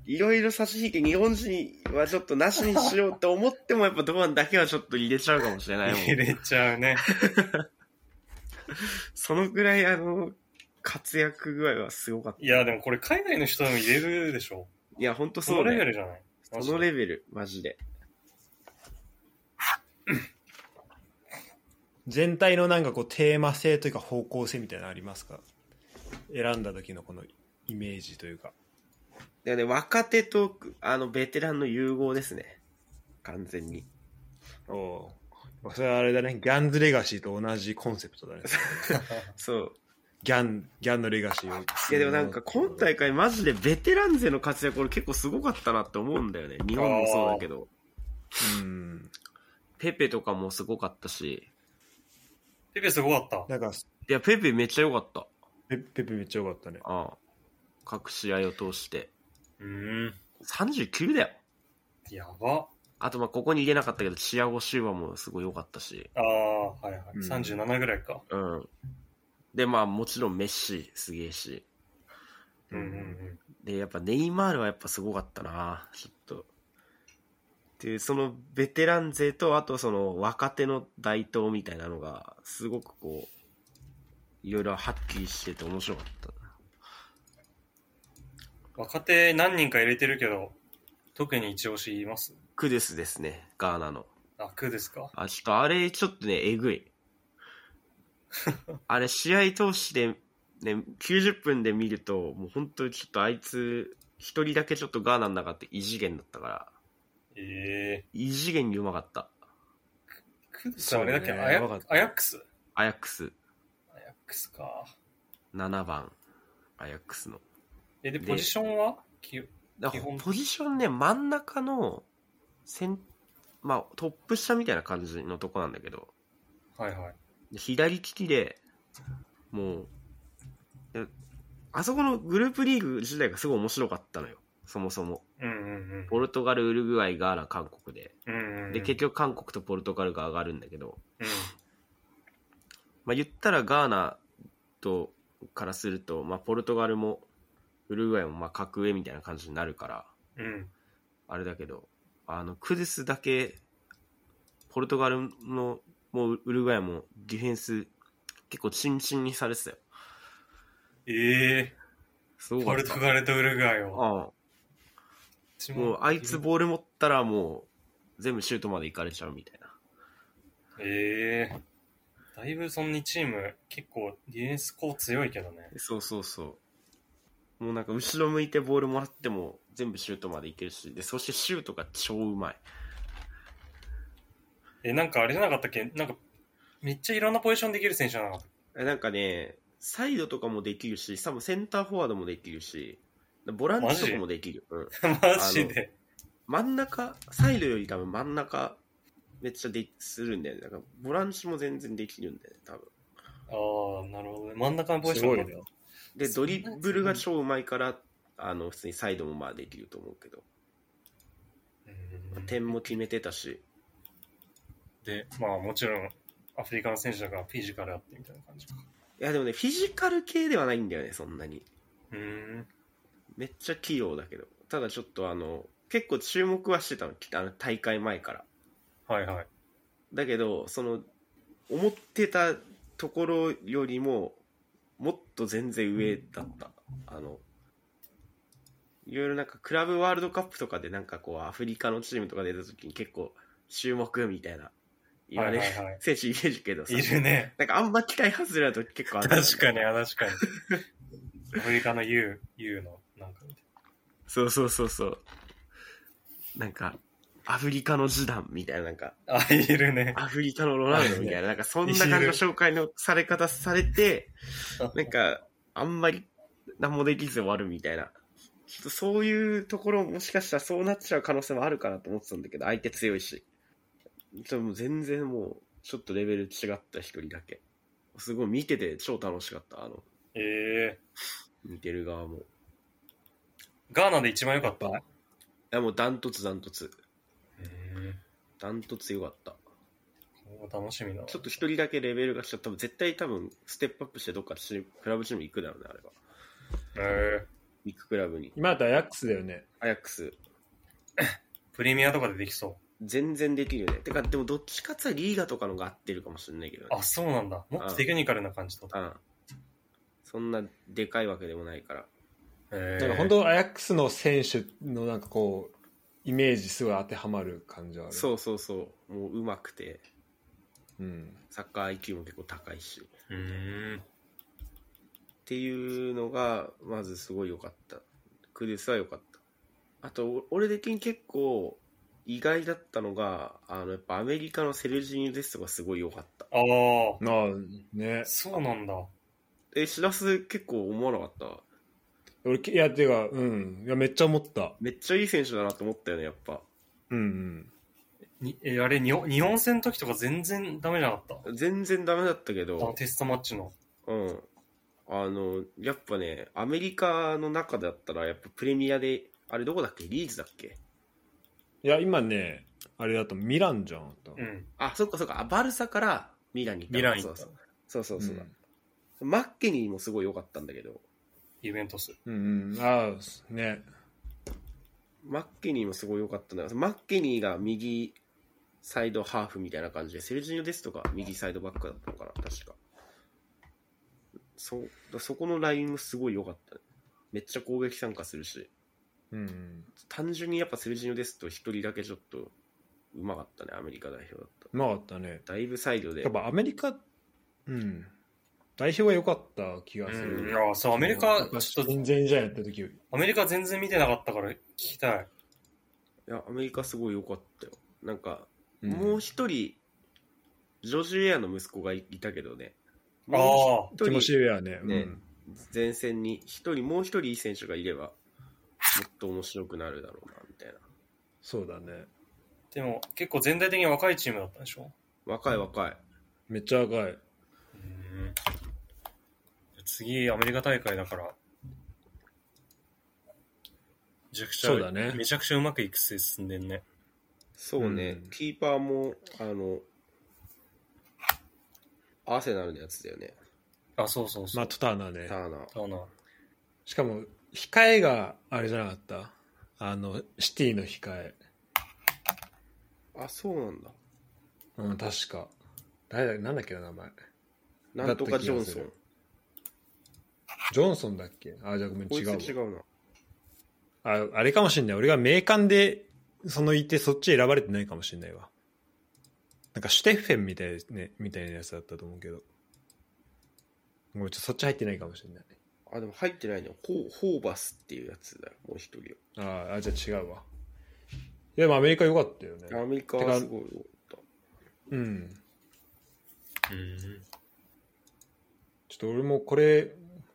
Speaker 2: いろいろ差し引き、日本人はちょっとなしにしようって思っても、やっぱ堂安だけはちょっと入れちゃうかもしれないもん。
Speaker 3: 入れちゃうね。
Speaker 2: そのぐらい、あの、活躍具合はすごかった。
Speaker 3: いや、でもこれ海外の人でも入れるでしょ。
Speaker 2: いや、ほんと
Speaker 3: そ
Speaker 2: そ
Speaker 3: の
Speaker 2: う
Speaker 3: レベ
Speaker 2: ね。
Speaker 3: ルじゃない。
Speaker 2: そのレベル、マジで。
Speaker 1: 全体のなんかこうテーマ性というか方向性みたいなのありますか選んだ時のこのイメージというか。
Speaker 2: だからね、若手と、あの、ベテランの融合ですね。完全に。
Speaker 1: おおう。それはあれだね。ギャンズレガシーと同じコンセプトだね。
Speaker 2: そう。
Speaker 1: ギャン、ギャンのレガシーを。
Speaker 2: いやでもなんか今大会マジでベテラン勢の活躍俺結構すごかったなって思うんだよね。日本もそうだけど。
Speaker 1: うん。
Speaker 2: ペペとかもすごかったし。
Speaker 3: ペペすごかった。
Speaker 1: なんか、
Speaker 2: いや、ペペめっちゃ良かった。
Speaker 1: ペペペめっちゃ良かったね。
Speaker 2: ああ。各試合を通して。
Speaker 3: うん。
Speaker 2: 39だよ。
Speaker 3: やば。
Speaker 2: あとまあここに入れなかったけど、チアゴ・シューバもすごい良かったし。
Speaker 3: ああ、はいはい。
Speaker 1: うん
Speaker 3: 37ぐらいか。
Speaker 2: うん。でまあもちろんメッシすげえし。
Speaker 3: うんうんうん。
Speaker 2: で、やっぱネイマールはやっぱすごかったな、ちょっと。っていう、そのベテラン勢と、あとその若手の台頭みたいなのが、すごくこう、いろいろはっきりしてて面白かった。
Speaker 3: 若手何人か入れてるけど、特に一押しいます
Speaker 2: クデスですね、ガーナの。
Speaker 3: あ、クーですか
Speaker 2: あ、ちょっとあれ、ちょっとね、えぐ い。あれ、試合通して、ね、90分で見ると、もう本当にちょっとあいつ、一人だけちょっとガーナの中って異次元だったから、
Speaker 3: ええ
Speaker 2: 異次元にうまかった。
Speaker 3: クーですあれだっけ、
Speaker 1: そうね
Speaker 3: アヤ
Speaker 1: わかった
Speaker 3: アヤックス
Speaker 2: アヤックス、
Speaker 3: アヤックスか。
Speaker 2: 7番、アヤックスの。
Speaker 3: え、で、
Speaker 2: で
Speaker 3: ポジションはき
Speaker 2: だ
Speaker 3: 基本
Speaker 2: ポジションね、真ん中の、せん、まあ、トップ下みたいな感じのとこなんだけど、
Speaker 3: はいはい。
Speaker 2: で左利きで、もう、であそこのグループリーグ自体がすごい面白かったのよ。そもそも。
Speaker 3: うんうん
Speaker 2: ポルトガル、ウルグアイ、ガーナ、韓国で。
Speaker 3: うん。うんうん、
Speaker 2: で、結局韓国とポルトガルが上がるんだけど、
Speaker 3: うん、
Speaker 2: まあ言ったらガーナと、からすると、まあポルトガルも、ウルグアイもまあ格上みたいな感じになるから、
Speaker 3: うん。
Speaker 2: あれだけど、あの、クデスだけ、ポルトガルの、もうウルグアイもディフェンス、結構チンチンにされてたよ。
Speaker 3: ええ
Speaker 2: すご
Speaker 3: ポ
Speaker 2: か
Speaker 3: ル
Speaker 2: っ
Speaker 3: ト
Speaker 2: た。
Speaker 3: ガルとウルグアイを。
Speaker 2: ああもう、あいつボール持ったらもう、全部シュートまで行かれちゃうみたいな。
Speaker 3: ええだいぶその2チーム、結構ディフェンスコー強いけどね。
Speaker 2: そうそうそう。もうなんか後ろ向いてボールもらっても全部シュートまで行けるし、で、そしてシュートが超うまい。
Speaker 3: え、なんかあれじゃなかったっけなんか、めっちゃいろんなポジションできる選手じゃなかった
Speaker 2: えなんかね、サイドとかもできるし、多分センターフォワードもできるし、ボランチとかもできる。うん。
Speaker 3: マジで。
Speaker 2: 真ん中、サイドより多分真ん中、めっちゃでするんだよね。だから、ボランチも全然できるんだよね、多分。
Speaker 3: ああ、なるほどね。真ん中のポジ
Speaker 1: す
Speaker 3: ショ
Speaker 1: ご
Speaker 3: ン
Speaker 1: い
Speaker 3: だっ
Speaker 1: ね。
Speaker 2: で、ド
Speaker 3: そんな
Speaker 2: リブルが超うまいから、あの、普通にサイドもまあできると思うけど、
Speaker 3: たうんうん
Speaker 2: 点も決めてたし、
Speaker 3: で、まあもちろん、アフリカの選手だからフィジカルあってみたいな感じか。
Speaker 2: いや、でもね、フィジカル系ではないんだよね、そんなに。
Speaker 3: うーん。
Speaker 2: めっちゃ器用だけど。ただちょっとあの、結構注目はしてたの、きあの大会前から。
Speaker 3: はいはい。
Speaker 2: だけど、その、思ってたところよりも、もっと全然上だった。あの、いろいろなんかクラブワールドカップとかでなんかこうアフリカのチームとか出た時に結構注目みたいな言われる
Speaker 3: はいはいはい
Speaker 2: 選手いるけどさ。
Speaker 3: いるね。
Speaker 2: なんかあんま期待外れだと結構ある。
Speaker 3: 確かに、確 かに。アフリカの U、U の、なんか、
Speaker 2: そうそうそうそう。なんか、アフリカのジダンみたいななんか、
Speaker 3: あ、いるね。
Speaker 2: アフリカのロナウドみたいな、なんかそんな感じの紹介のされ方されて、なんか、あんまり何もできず終わるみたいな。ちょっとそういうところもしかしたらそうなっちゃう可能性もあるかなと思ってたんだけど、相手強いし。でも全然もう、ちょっとレベル違った一人だけ。すごい見てて超楽しかった、あの、
Speaker 3: ええ
Speaker 2: 見てる側も。い
Speaker 3: ガーナで一番良かった。
Speaker 1: やっ
Speaker 2: や、もうダントツダントツ。
Speaker 3: え
Speaker 2: ダントツよかった。
Speaker 3: え楽しみだな。
Speaker 2: ちょっと一人だけレベルがし多分絶対多分ステップアップしてどっかしクラブチーム行くだろうね、あれは。
Speaker 3: ええ
Speaker 2: ビッグクラブに。
Speaker 1: 今だとアヤックスだよね。
Speaker 2: アヤックス。
Speaker 3: プレミアとかでできそ
Speaker 2: 全然できるよね。てか、でもどっちかって言ったらリーガとかのが合ってるかもしれないけど
Speaker 3: う。
Speaker 2: ね。
Speaker 3: あ、そうなんだ。もっとテクニカルな感じだった。
Speaker 2: うん。そんなでかいわけでもないから。
Speaker 3: ええ
Speaker 1: なんか本当アヤックスの選手のなんかこう、イメージすごい当てはまる感じはある。
Speaker 2: そうそうそう。もう上手くて、
Speaker 1: う。うん。
Speaker 2: サッカー IQ も結構高いし。っ
Speaker 3: うーん。
Speaker 2: ていうのが、まずすごい良かった。クデスは良かった。あと、お俺的に結構意外だったのが、あの、やっぱアメリカのセルジーニュ・デストがすごい良かった。
Speaker 3: ああ、
Speaker 1: ああ、ね。
Speaker 3: そうなんだ。
Speaker 2: え、しらす結構思わなかった。
Speaker 1: 俺、いや、てか、うん。いや、めっちゃ思った。
Speaker 2: めっちゃいい選手だなと思ったよね、やっぱ。
Speaker 1: うんうん。
Speaker 3: にえあれ日本、日本戦の時とか全然ダメじゃなかっ
Speaker 2: 全然ダメだったけ
Speaker 3: た。あの
Speaker 2: ど、
Speaker 3: テストマッチの。
Speaker 2: うん。あの、やっぱね、アメリカの中だったら、やっぱプレミアで、あれどこだっけリーズだっけ
Speaker 1: いや、今ね、あれだとミランじゃん。多
Speaker 3: う
Speaker 1: 分
Speaker 3: ん。
Speaker 2: あ、そっかそっか、あバルサからミランに行った
Speaker 3: ミ
Speaker 2: の
Speaker 3: ラン
Speaker 2: そ
Speaker 3: 行
Speaker 2: う
Speaker 3: った
Speaker 2: そう。そうそうそうだ
Speaker 1: う、ん
Speaker 2: マッケニーもすごい良かったんだけど、
Speaker 3: イベントス。
Speaker 1: うんうん。ああ、ね。
Speaker 2: マッケニーもすごい良かったんだけど、マッケニーが右サイドハーフみたいな感じで、セルジーニョですとか右サイドバックだったのかな、確か。そう、だそこのラインもすごい良かった、ね。めっちゃ攻撃参加するし、
Speaker 1: うんうん。
Speaker 2: 単純にやっぱセルジーニョですと一人だけちょっとうまかったね、アメリカ代表だっ
Speaker 1: うまかったね。
Speaker 2: た。だいぶサイドで
Speaker 1: やっ、ぱアメリカ、うん。代表が良かった気がする。
Speaker 3: うん。いや、そう、アメリカ、ちょっと、
Speaker 1: 全然じゃんやった時より。
Speaker 3: アメリカ全然見てなかったから聞きたい。
Speaker 2: いや、アメリカすごい良かったよ。なんか、
Speaker 1: うん
Speaker 2: もう一人、ジョジュ・エアの息子がいいたけどね。
Speaker 3: あ
Speaker 2: も
Speaker 3: あ、
Speaker 2: う
Speaker 1: ティ
Speaker 2: 一
Speaker 1: モシー
Speaker 2: 人、
Speaker 1: ウェアね。
Speaker 2: ね前線に一人、もう一人いい選手がいれば、もっと面白くなるだろうな、みたいな。
Speaker 1: そうだね。
Speaker 3: でも結構全体的に若いチームだったでしょ
Speaker 2: 若い若い。
Speaker 1: めっちゃ赤い。
Speaker 3: うん次アメリカ大会だからめちゃくちゃ
Speaker 1: そうだね
Speaker 3: めちゃくちゃうまくいくせ進んでんね
Speaker 2: そうね、
Speaker 1: うん
Speaker 2: キーパーも、あの、アーセナルのやつだよね。
Speaker 3: あそうそうそう、
Speaker 1: マット・ターナーね
Speaker 2: タ。ーナー。
Speaker 3: あの
Speaker 1: しかも、控えがあれじゃなかったあの、シティの控え。
Speaker 2: あ、そうなんだ。
Speaker 1: うん、確か。誰だなんだっけな、名前。
Speaker 2: なんとかジョ
Speaker 1: だった気が
Speaker 2: ンソ
Speaker 1: す
Speaker 2: ン
Speaker 1: る。ジョンソンだっけあ、じゃあごめん、
Speaker 2: こ
Speaker 1: 違
Speaker 2: いう
Speaker 1: わ
Speaker 2: つ違うな。
Speaker 1: あ。あれかもしんない。俺が名鑑で、そのいて、そっち選ばれてないかもしんないわ。なんか、シュテッフェンみたいですね、みたいなやつだったと思うけど。もうちょっとそっち入ってないかもしんない。
Speaker 2: あ、でも入ってないね。ホーホーバスっていうやつだよ、もう一人は。
Speaker 1: あーあ、じゃあ違うわ。いや、でもアメリカ良かったよね。
Speaker 2: アメリカはすごい多かっ
Speaker 1: うん。
Speaker 3: うん
Speaker 1: ちょっと俺もこれ、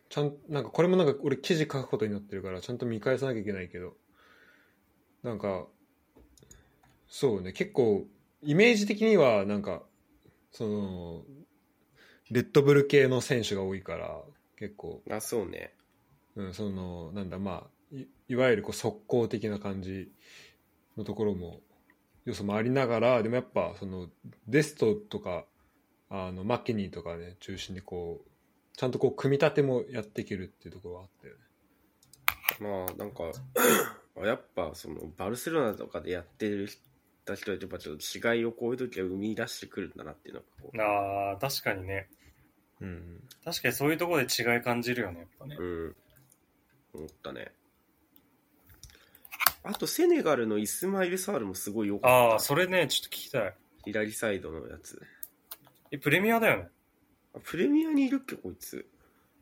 Speaker 1: ちゃん、なんかこれもなんか俺記事書くことになってるから、ちゃんと見返さなきゃいけないけど、なんか、そうね、結構、イメージ的には、なんか、その、レッドブル系の選手が多いから、結構、
Speaker 2: た。あ、そうね。
Speaker 1: うん、その、なんだ、まあ、いいわゆるこう速攻的な感じのところも、要素もありながら、でもやっぱ、その、デストとか、あの、マッケニーとかね、中心でこう、ちゃんとこう、組み立てもやっていけるっていうところはあったよね。
Speaker 2: まあ、なんか、 やっぱ、その、バルセロナとかでやってる人たちとやっぱちょっと違いをこういう時は生み出してくるんだなっていうのがこ
Speaker 3: あー確かにね
Speaker 1: うん。
Speaker 3: 確かにそういうところで違い感じるよねやっぱね
Speaker 2: う、うん、思ったね。あと、セネガルのイスマイル・サールもすごいよ
Speaker 3: あ
Speaker 2: か
Speaker 3: あ
Speaker 2: った。
Speaker 3: それねちょっと聞きたい
Speaker 2: 左サイドのやつ。
Speaker 3: えプレミアだよね
Speaker 2: あプレミアにいるっけ、こいつ。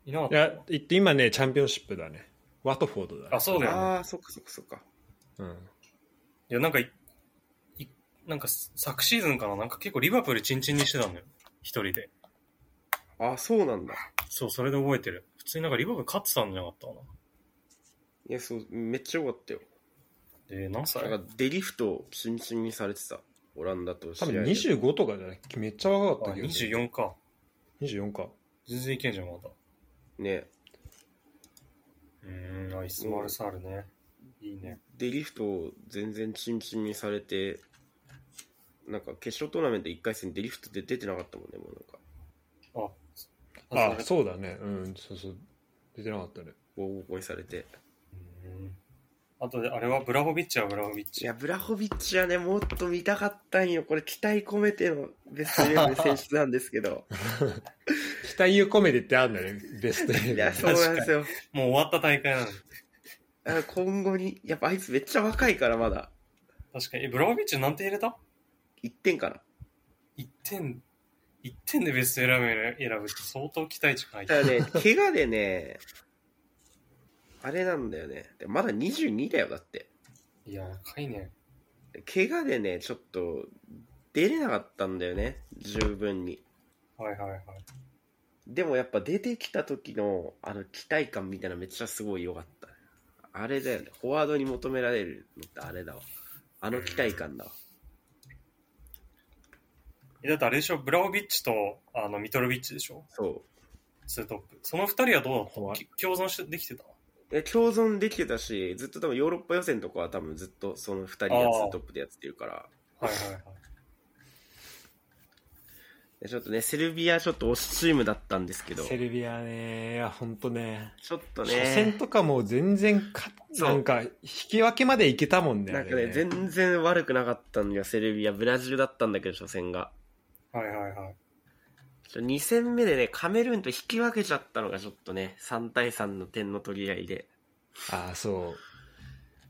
Speaker 3: いなかっ
Speaker 1: い
Speaker 3: た
Speaker 1: や、言って今ね、チャンピオンシップだね。ワトフォードだ、ね。
Speaker 3: あそうだよね
Speaker 2: ああ、そっかそっかそっか。
Speaker 1: うん。
Speaker 3: いやなんかいいなんか昨シーズンかななんか結構リバプールチンチンにしてたんだよ一人で
Speaker 2: ああ、そうなんだ。
Speaker 3: そうそれで覚えてる普通になんかリバプール勝ってたんじゃなかったかない
Speaker 2: や、そう、めっちゃよかったよ。
Speaker 3: えー、何歳
Speaker 2: なんか、デリフト、チンチンにされてた。オランダと試
Speaker 1: 多
Speaker 2: 合で
Speaker 1: 分25とかじゃないめっちゃ若か
Speaker 3: あ
Speaker 1: ったけど、
Speaker 3: 24か。
Speaker 1: 24か。
Speaker 3: 全然いけんじゃん、まだ。
Speaker 2: ね。
Speaker 3: うん、ナイス、マルサールね。いいね。
Speaker 2: で、リフトを全然チンチンにされて、なんか決勝トーナメント1回戦でリフトで出てなかったもんね、もうなん
Speaker 1: あ
Speaker 2: か。
Speaker 3: あ、外れた
Speaker 1: そうだねうんそうそう出てなかったね
Speaker 2: ボコボコにされて。
Speaker 3: うんあとで、あれはブラホビッチはブラホビッ
Speaker 2: い
Speaker 3: チ。
Speaker 2: や、ブラホビッチはね、もっと見たかったんよ。これ期待込めてのベストイレブン選出なんですけど。
Speaker 1: 期待を込めてってあるんだ ねベストイレ
Speaker 2: いや、
Speaker 1: ブ
Speaker 2: そうなんですよ。
Speaker 3: もう終わった大会なのに。
Speaker 2: あ今後に、やっぱあいつめっちゃ若いからまだ、
Speaker 3: 確かに。え、ブラホビッチなんて入れた
Speaker 2: 1点かな。
Speaker 3: ?1 点、1点でベスト選ぶ選ぶって相当期待値が入って
Speaker 2: た
Speaker 3: る
Speaker 2: だ ね、怪我でね、あれなんだよね。でまだ22だよ、だって。
Speaker 3: いや、若いね。
Speaker 2: 怪我でね、ちょっと、出れなかったんだよね、十分に。
Speaker 3: はいはいはい。
Speaker 2: でもやっぱ出てきた時の、あの、期待感みたいなのめっちゃすごい良かった。あれだよね、フォワードに求められるのってあれだわ。あの期待感だわ。
Speaker 3: え、だってあれでしょ、ブラホビッチとあのミトロビッチでしょ、
Speaker 2: そう。
Speaker 3: ツートップ。その2人はどうだった
Speaker 1: 怖い
Speaker 3: き共存してできてた
Speaker 2: え共存できてたし、ずっと多分ヨーロッパ予選とかは多分ずっとその2人でや
Speaker 3: あー
Speaker 2: つトップでやってるから、
Speaker 3: はいはいはい。
Speaker 2: でちょっとね、セルビアちょっと推しチームだったんですけど、
Speaker 1: セ
Speaker 2: ち
Speaker 1: ルビアねいや本当ね
Speaker 2: ょっと
Speaker 1: 初戦
Speaker 2: ね、
Speaker 1: とかも全然か
Speaker 2: そう
Speaker 1: なんか引き分けまでいけたもんね
Speaker 2: なんか
Speaker 1: あれ
Speaker 2: ね、全然悪くなかったんだよ、セルビア、ブラジルだったんだけど、初戦が。
Speaker 3: はいはいはい。
Speaker 2: ちょ2戦目でね、カメルーンと引き分けちゃったのがちょっとね、3対3の点の取り合いで、
Speaker 1: ああそ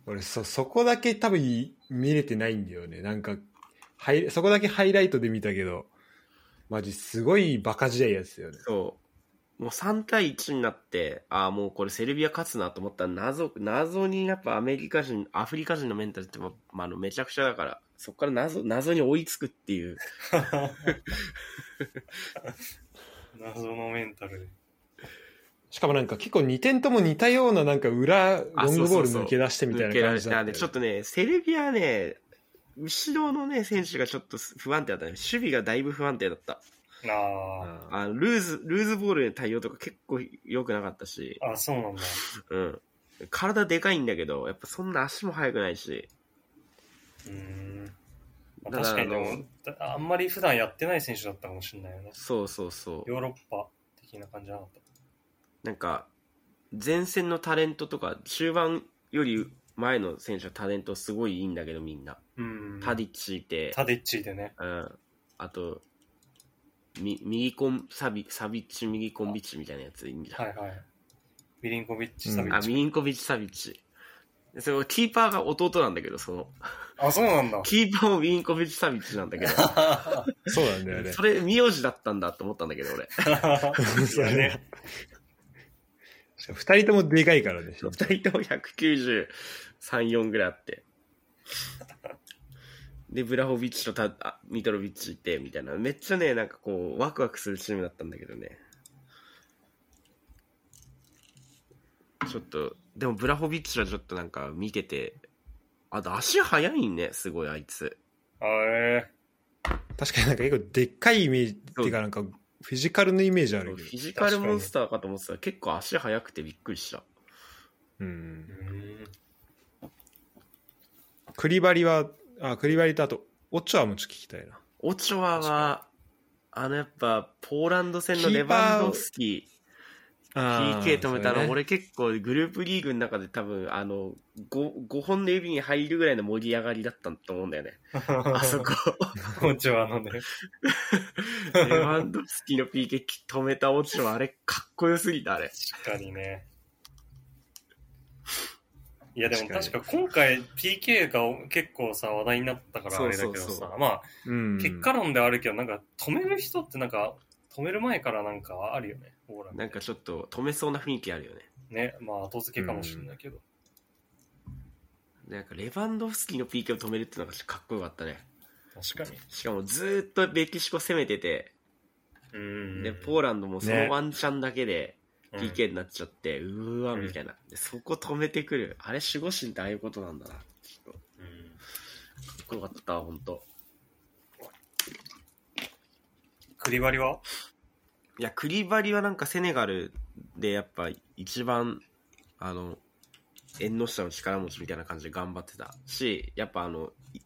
Speaker 1: う俺そそこだけ多分い見れてないんだよねなんかはいそこだけハイライトで見たけどマジすごいバカ試合やつよね
Speaker 2: そう、もう3対1になって、ああ、もうこれセルビア勝つなと思ったら、謎、謎にやっぱアメリカ人、アフリカ人のメンタルって、ままあ、あのめちゃくちゃだから、そこから謎、謎に追いつくっていう。
Speaker 3: 謎のメンタルで。
Speaker 1: しかもなんか結構2点とも似たようななんか裏ロングボール
Speaker 2: そうそうそう
Speaker 1: 抜け出してみたい
Speaker 2: 抜け
Speaker 1: な
Speaker 2: ら
Speaker 1: 感
Speaker 2: れ
Speaker 1: じだ
Speaker 2: た
Speaker 1: った
Speaker 2: ね
Speaker 1: よね
Speaker 2: ちょっとね、セルビアね、後ろのね、選手がちょっと不安定だったね。守備がだいぶ不安定だった。
Speaker 3: あ
Speaker 2: あルーズ、ルーズボールへの対応とか結構良くなかったし、
Speaker 3: あ、あ、そうなんだ。
Speaker 2: うん。体でかいんだけど、やっぱそんな足も速くないし、
Speaker 3: うーん。ま
Speaker 2: だ
Speaker 3: あ
Speaker 2: から
Speaker 3: 確かにで
Speaker 2: あ
Speaker 3: も
Speaker 2: の、
Speaker 3: だあんまり普段やってない選手だったかもしれないよね。
Speaker 2: そうそうそう。
Speaker 3: ヨーロッパ的な感じじゃなかっ
Speaker 2: なんか、前線のタレントとか、終盤より前の選手はタレントすごいいいんだけど、みんな。
Speaker 3: た。うん。
Speaker 2: タディッチいて、
Speaker 3: タディッチでね。
Speaker 2: うん。あと、み右コン、サビ、サビッチ、右コンビッチみたいなやついいんじゃん
Speaker 3: はいはい。ビリンコビッチ、
Speaker 1: うん
Speaker 3: サビッ
Speaker 2: あ、
Speaker 3: チ。
Speaker 2: ミリンコビッチ・サビッチ。そのキーパーが弟なんだけど、その、
Speaker 3: あ、そうな んだ。
Speaker 2: キーパーもミリンコビッチ・サビッチなん だけ
Speaker 1: そうなんだよ
Speaker 2: ど、
Speaker 1: ね
Speaker 2: それ、名字だったんだと思ったんだけど、俺。
Speaker 3: いやね。
Speaker 1: 2人ともでかいからね
Speaker 2: 二人とも193、4ぐらいあって。で、ブラホビッチとタあミトロビッチいて、みたいな。めっちゃね、なんかこう、ワクワクするチームだったんだけどね。ちょっと、でもブラホビッチはちょっとなんか見てて、あと足速いね、すごい、あいつ。
Speaker 3: あえ
Speaker 1: 確かになんか結構でっかいイメージっていうかなんかフィジカルのイメージあ
Speaker 2: フ
Speaker 1: るけど
Speaker 2: ィジカルモンスターかと思ってたら結構足速くてびっくりした。
Speaker 1: うん
Speaker 3: ー。うーん。
Speaker 1: クリバリはあクリバリとあとオチョアもちょっと聞きたいな
Speaker 2: オチョアは、あのやっぱポーランド戦のレバンドフスキー、PK 止めたの、俺結構グループリーグの中で多分あの 5, 5本の指に入るぐらいの盛り上がりだったと思うんだよね。 あそこ、
Speaker 3: こんちは、あのね。
Speaker 2: レバンドフスキーの PK 止めたオチョア、あれかっこよすぎた、あれ。
Speaker 3: 確かにね。いやでも
Speaker 1: 確
Speaker 3: 確
Speaker 1: か
Speaker 3: か今回 PK が結構さ話題になったからあれだけどさ
Speaker 2: そうそうそ
Speaker 3: まあ
Speaker 1: うん
Speaker 3: 結果論ではあるけどなんか止める人ってなんか止める前からなんかあるよねオーラ
Speaker 2: なんかちょっと止めそうな雰囲気あるよね。
Speaker 3: ねまあ後付けかもしれないけど、
Speaker 2: なんかレバンドフスキーの PK を止めるってのがかっこよかったね。
Speaker 3: 確かに
Speaker 2: しかもずーっとメキシコ攻めてて、
Speaker 3: うん
Speaker 2: で、ポーランドもそ
Speaker 1: ね
Speaker 2: のワンチャンだけで
Speaker 3: うん
Speaker 2: PK になっちゃって、うーわ、
Speaker 3: うん
Speaker 2: みたいな。で、そこ止めてくる。あれ、守護神ってああいうことなんだな。か
Speaker 3: うん
Speaker 2: っこよかったわ、ほんと。
Speaker 3: クリバリはい
Speaker 2: や、クリバリはなんかセネガルでやっぱ一番あの縁の下の力持ちみたいな感じで頑張ってたしやっぱあのい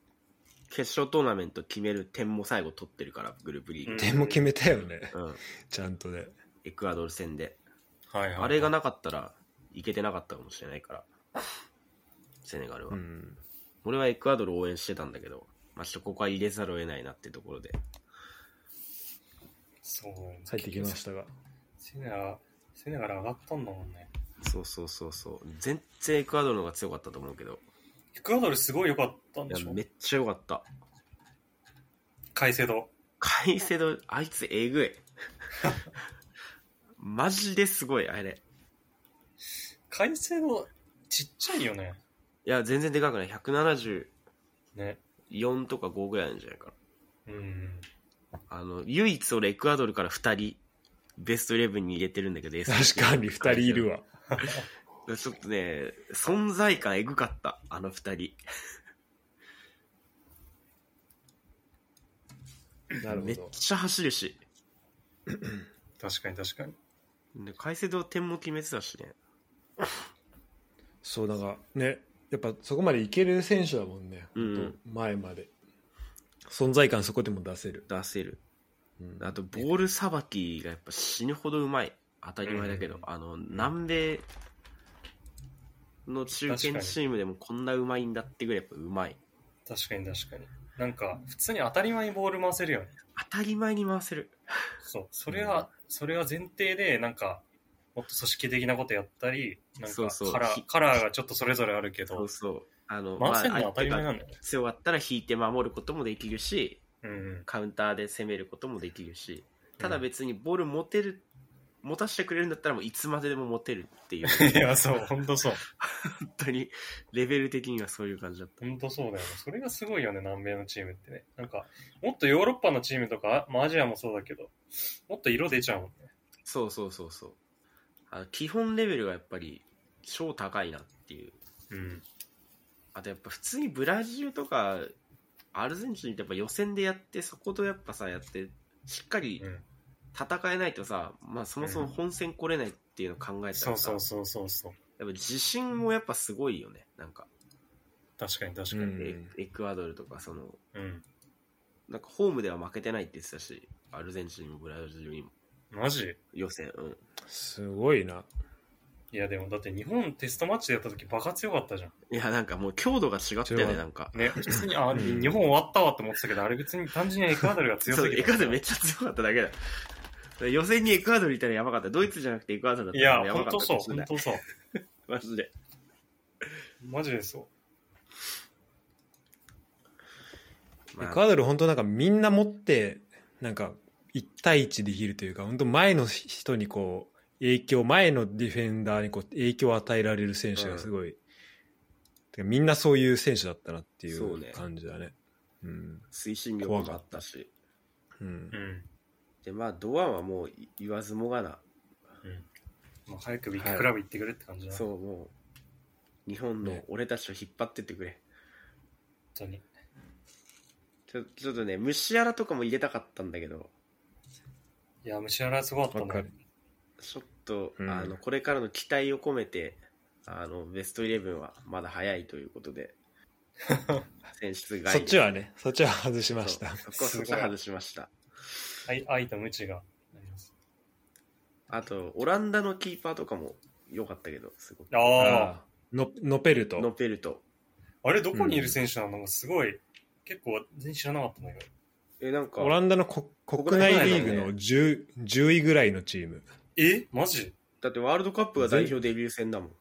Speaker 2: 決勝トーナメント決める点も最後取ってるからグループリーグ、
Speaker 1: 点も決めたよね。
Speaker 2: うん
Speaker 1: ちゃんとね。
Speaker 2: エクアドル戦で
Speaker 3: はいはいはい
Speaker 2: あれがなかったらいけてなかったかもしれないからセネガルは、
Speaker 1: うん。
Speaker 2: 俺はエクアドル応援してたんだけど、まあ、ちょっとここは入れざるを得ないなってところで
Speaker 3: そうなんです
Speaker 1: 入ってきましたが。
Speaker 3: セネガルセネガル上がったんだもんね
Speaker 2: そうそうそうそう全然エクアドルの方が強かったと思うけど
Speaker 3: エクアドルすごい良かったん
Speaker 2: い
Speaker 3: で
Speaker 2: や
Speaker 3: しょ
Speaker 2: めっちゃ良かった
Speaker 3: 改正度
Speaker 2: カイセドあいつえぐい マジですごいあれ
Speaker 3: 改正度ちっちゃいよね
Speaker 2: いや全然でかくない174
Speaker 3: ね
Speaker 2: とか5ぐらいなんじゃないか
Speaker 3: うん
Speaker 2: なあの唯一俺エクアドルから2人ベストイレブンに入れてるんだけど
Speaker 1: 確かに2人いるわ。
Speaker 2: わちょっとね存在感えぐかったあの2人
Speaker 1: なるほ
Speaker 2: めっ
Speaker 1: ど。
Speaker 2: ちゃ走るし
Speaker 3: 確かに確かに
Speaker 2: でカイセド点も決めてたしね
Speaker 1: そう、だからね、やっぱそこまでいける選手だもんね。
Speaker 2: うん
Speaker 1: ほと前まで。存在感そこでも出せる。
Speaker 2: 出せる
Speaker 1: うん
Speaker 2: あとボールさばきがやっぱ死ぬほどうまい当たり前だけど、
Speaker 3: うん
Speaker 2: あの南米の中堅チームでもこんなうまいんだってぐらいやっぱうまい
Speaker 3: 確かに確かになんか普通に当たり前にボール回せるよね
Speaker 2: 当たり前に回せる
Speaker 3: そうそれは、それは前提でなんかもっと組織的なことやったりなんか
Speaker 2: そうそう
Speaker 3: カラ
Speaker 2: ひ
Speaker 3: ーカラーがちょっとそれぞれあるけ
Speaker 2: そう
Speaker 3: ど
Speaker 2: そうあの
Speaker 3: 回せるの
Speaker 2: まあ
Speaker 3: 当たり前な
Speaker 2: 相
Speaker 3: んだ
Speaker 2: 手
Speaker 3: よね
Speaker 2: が強かったら引いて守ることもできるし
Speaker 3: うんうん
Speaker 2: カウンターで攻めることもできるしただ別にボール持てる持たせてくれるんだったらもういつまででも持てるって いう
Speaker 3: いやそう本当そう
Speaker 2: 本当にレベル的にはそういう感じだった
Speaker 3: 本当そうだよね。それがすごいよね、南米のチームってね。なんか、もっとヨーロッパのチームとか、まあ、アジアもそうだけど、もっと色出ちゃうもんね。
Speaker 2: そうそうそうそうあの基本レベルがやっぱり超高いなっていう
Speaker 3: うん。
Speaker 2: あとやっぱ普通にブラジルとかアルゼンチンってやっぱ予選でやってそことやっぱさやってしっかり
Speaker 3: うん、
Speaker 2: 戦えないとさ、まあそもそも本戦来れないっていうのを考えた
Speaker 3: そ
Speaker 2: ら
Speaker 3: う
Speaker 2: さ、
Speaker 3: そうそうそうそう。
Speaker 2: やっぱ自信もやっぱすごいよねなんか、
Speaker 3: 確かに確か
Speaker 1: う
Speaker 3: に。
Speaker 1: ん
Speaker 2: エエクアドルとかその
Speaker 3: うん。
Speaker 2: なんかホームでは負けてないって言ってたしアルゼンチンにもブラジルにも
Speaker 3: マジ
Speaker 2: 予選うん
Speaker 1: すごいな。
Speaker 3: いや、でもだって日本テストマッチでやった時バカ強かったじゃん。
Speaker 2: いやなんかもう強度が違ったよ
Speaker 1: 違
Speaker 2: ね
Speaker 1: う
Speaker 2: なんか
Speaker 3: ね、普通に、あ、
Speaker 1: ん
Speaker 3: 日本終わったわって思ってたけど、あれ別に単純にエクアドルが強
Speaker 2: そう
Speaker 3: すぎた
Speaker 2: エクアドルめっちゃ強かっただけだ。だから予選にエクアドルいたらやばかった。ドイツじゃなくてエクアドルだ
Speaker 3: い
Speaker 2: った
Speaker 3: や
Speaker 2: ら、やば
Speaker 3: 本
Speaker 2: かった
Speaker 3: 当そ
Speaker 2: か
Speaker 3: う、
Speaker 2: もしれな
Speaker 3: 本
Speaker 2: い
Speaker 3: 当そう。
Speaker 2: マジで。
Speaker 3: マジでそう。
Speaker 1: エ
Speaker 2: ま
Speaker 1: クア
Speaker 2: あ、
Speaker 1: ドル本当なんかみんな持ってなんか1対1できるというか本当前の人にこう影響前のディフェンダーにこう影響を与えられる選手がすごい、てかみんなそういう選手だったなってい
Speaker 2: そうね
Speaker 1: う感じだねうん
Speaker 2: 推進力もあったし。
Speaker 1: うん
Speaker 3: うん。
Speaker 2: で、まあ、ドアンはもう言わずもがな。
Speaker 3: まあ、早くビッグクラブ行ってくれって感じだ、
Speaker 2: そ
Speaker 3: 本
Speaker 2: う、もう、日本の
Speaker 1: ね
Speaker 2: 俺たちを引っ張ってってくれ。
Speaker 3: 当に。
Speaker 2: ちょちょっとね、虫やらとかも入れたかったんだけど、
Speaker 3: いや、ムシアラすごか
Speaker 1: わ
Speaker 3: った
Speaker 1: か
Speaker 3: ね
Speaker 1: る。
Speaker 2: ちょっと、
Speaker 1: うん
Speaker 2: あの、これからの期待を込めて、あの、ベストイレブンはまだ早いということ で、選出外です
Speaker 1: そっちはねそっちは外しました
Speaker 2: そうそこはそっちは外しました。
Speaker 3: はい、愛と無知があります。
Speaker 2: あと、オランダのキーパーとかも良かったけど、すごく。
Speaker 3: あ
Speaker 1: あーのノペル
Speaker 2: ノ
Speaker 1: ト
Speaker 2: ペルト。
Speaker 3: あ、あれどこにいる選手なのすごい、結構全然知らなかったんだけど。
Speaker 2: え、なんか、
Speaker 1: オランダのこ国内リーグの 10, 10位ぐらいのチーム
Speaker 3: えマジ
Speaker 2: だってワールドカップが代表デビュー戦だもん。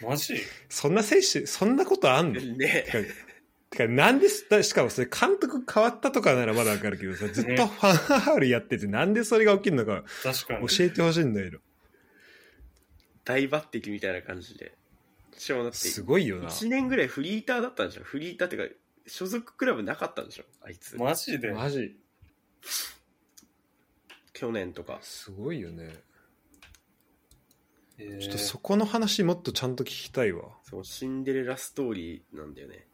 Speaker 3: マジ
Speaker 1: そんな選手そんなことあんの
Speaker 2: ね
Speaker 1: てか、てかなんです、だしかもそれ監督変わったとかならまだわかるけどさ、ずっとファンハールやってて、なんでそれが起きるのか
Speaker 3: 確かに。
Speaker 1: 教えてほしいんだけど。
Speaker 2: 大抜擢みたいな感じで。しかもだって、
Speaker 1: すごいよな。
Speaker 2: 1年ぐらいフリーターだったんでしょフリーターってか、所属クラブなかったんでしょあいつ。
Speaker 3: マジで
Speaker 1: マジ。
Speaker 2: 去年とか。
Speaker 1: すごいよね。
Speaker 3: えー
Speaker 1: ちょっとそこの話もっとちゃんと聞きたいわ。
Speaker 2: そう、シンデレラストーリーなんだよね。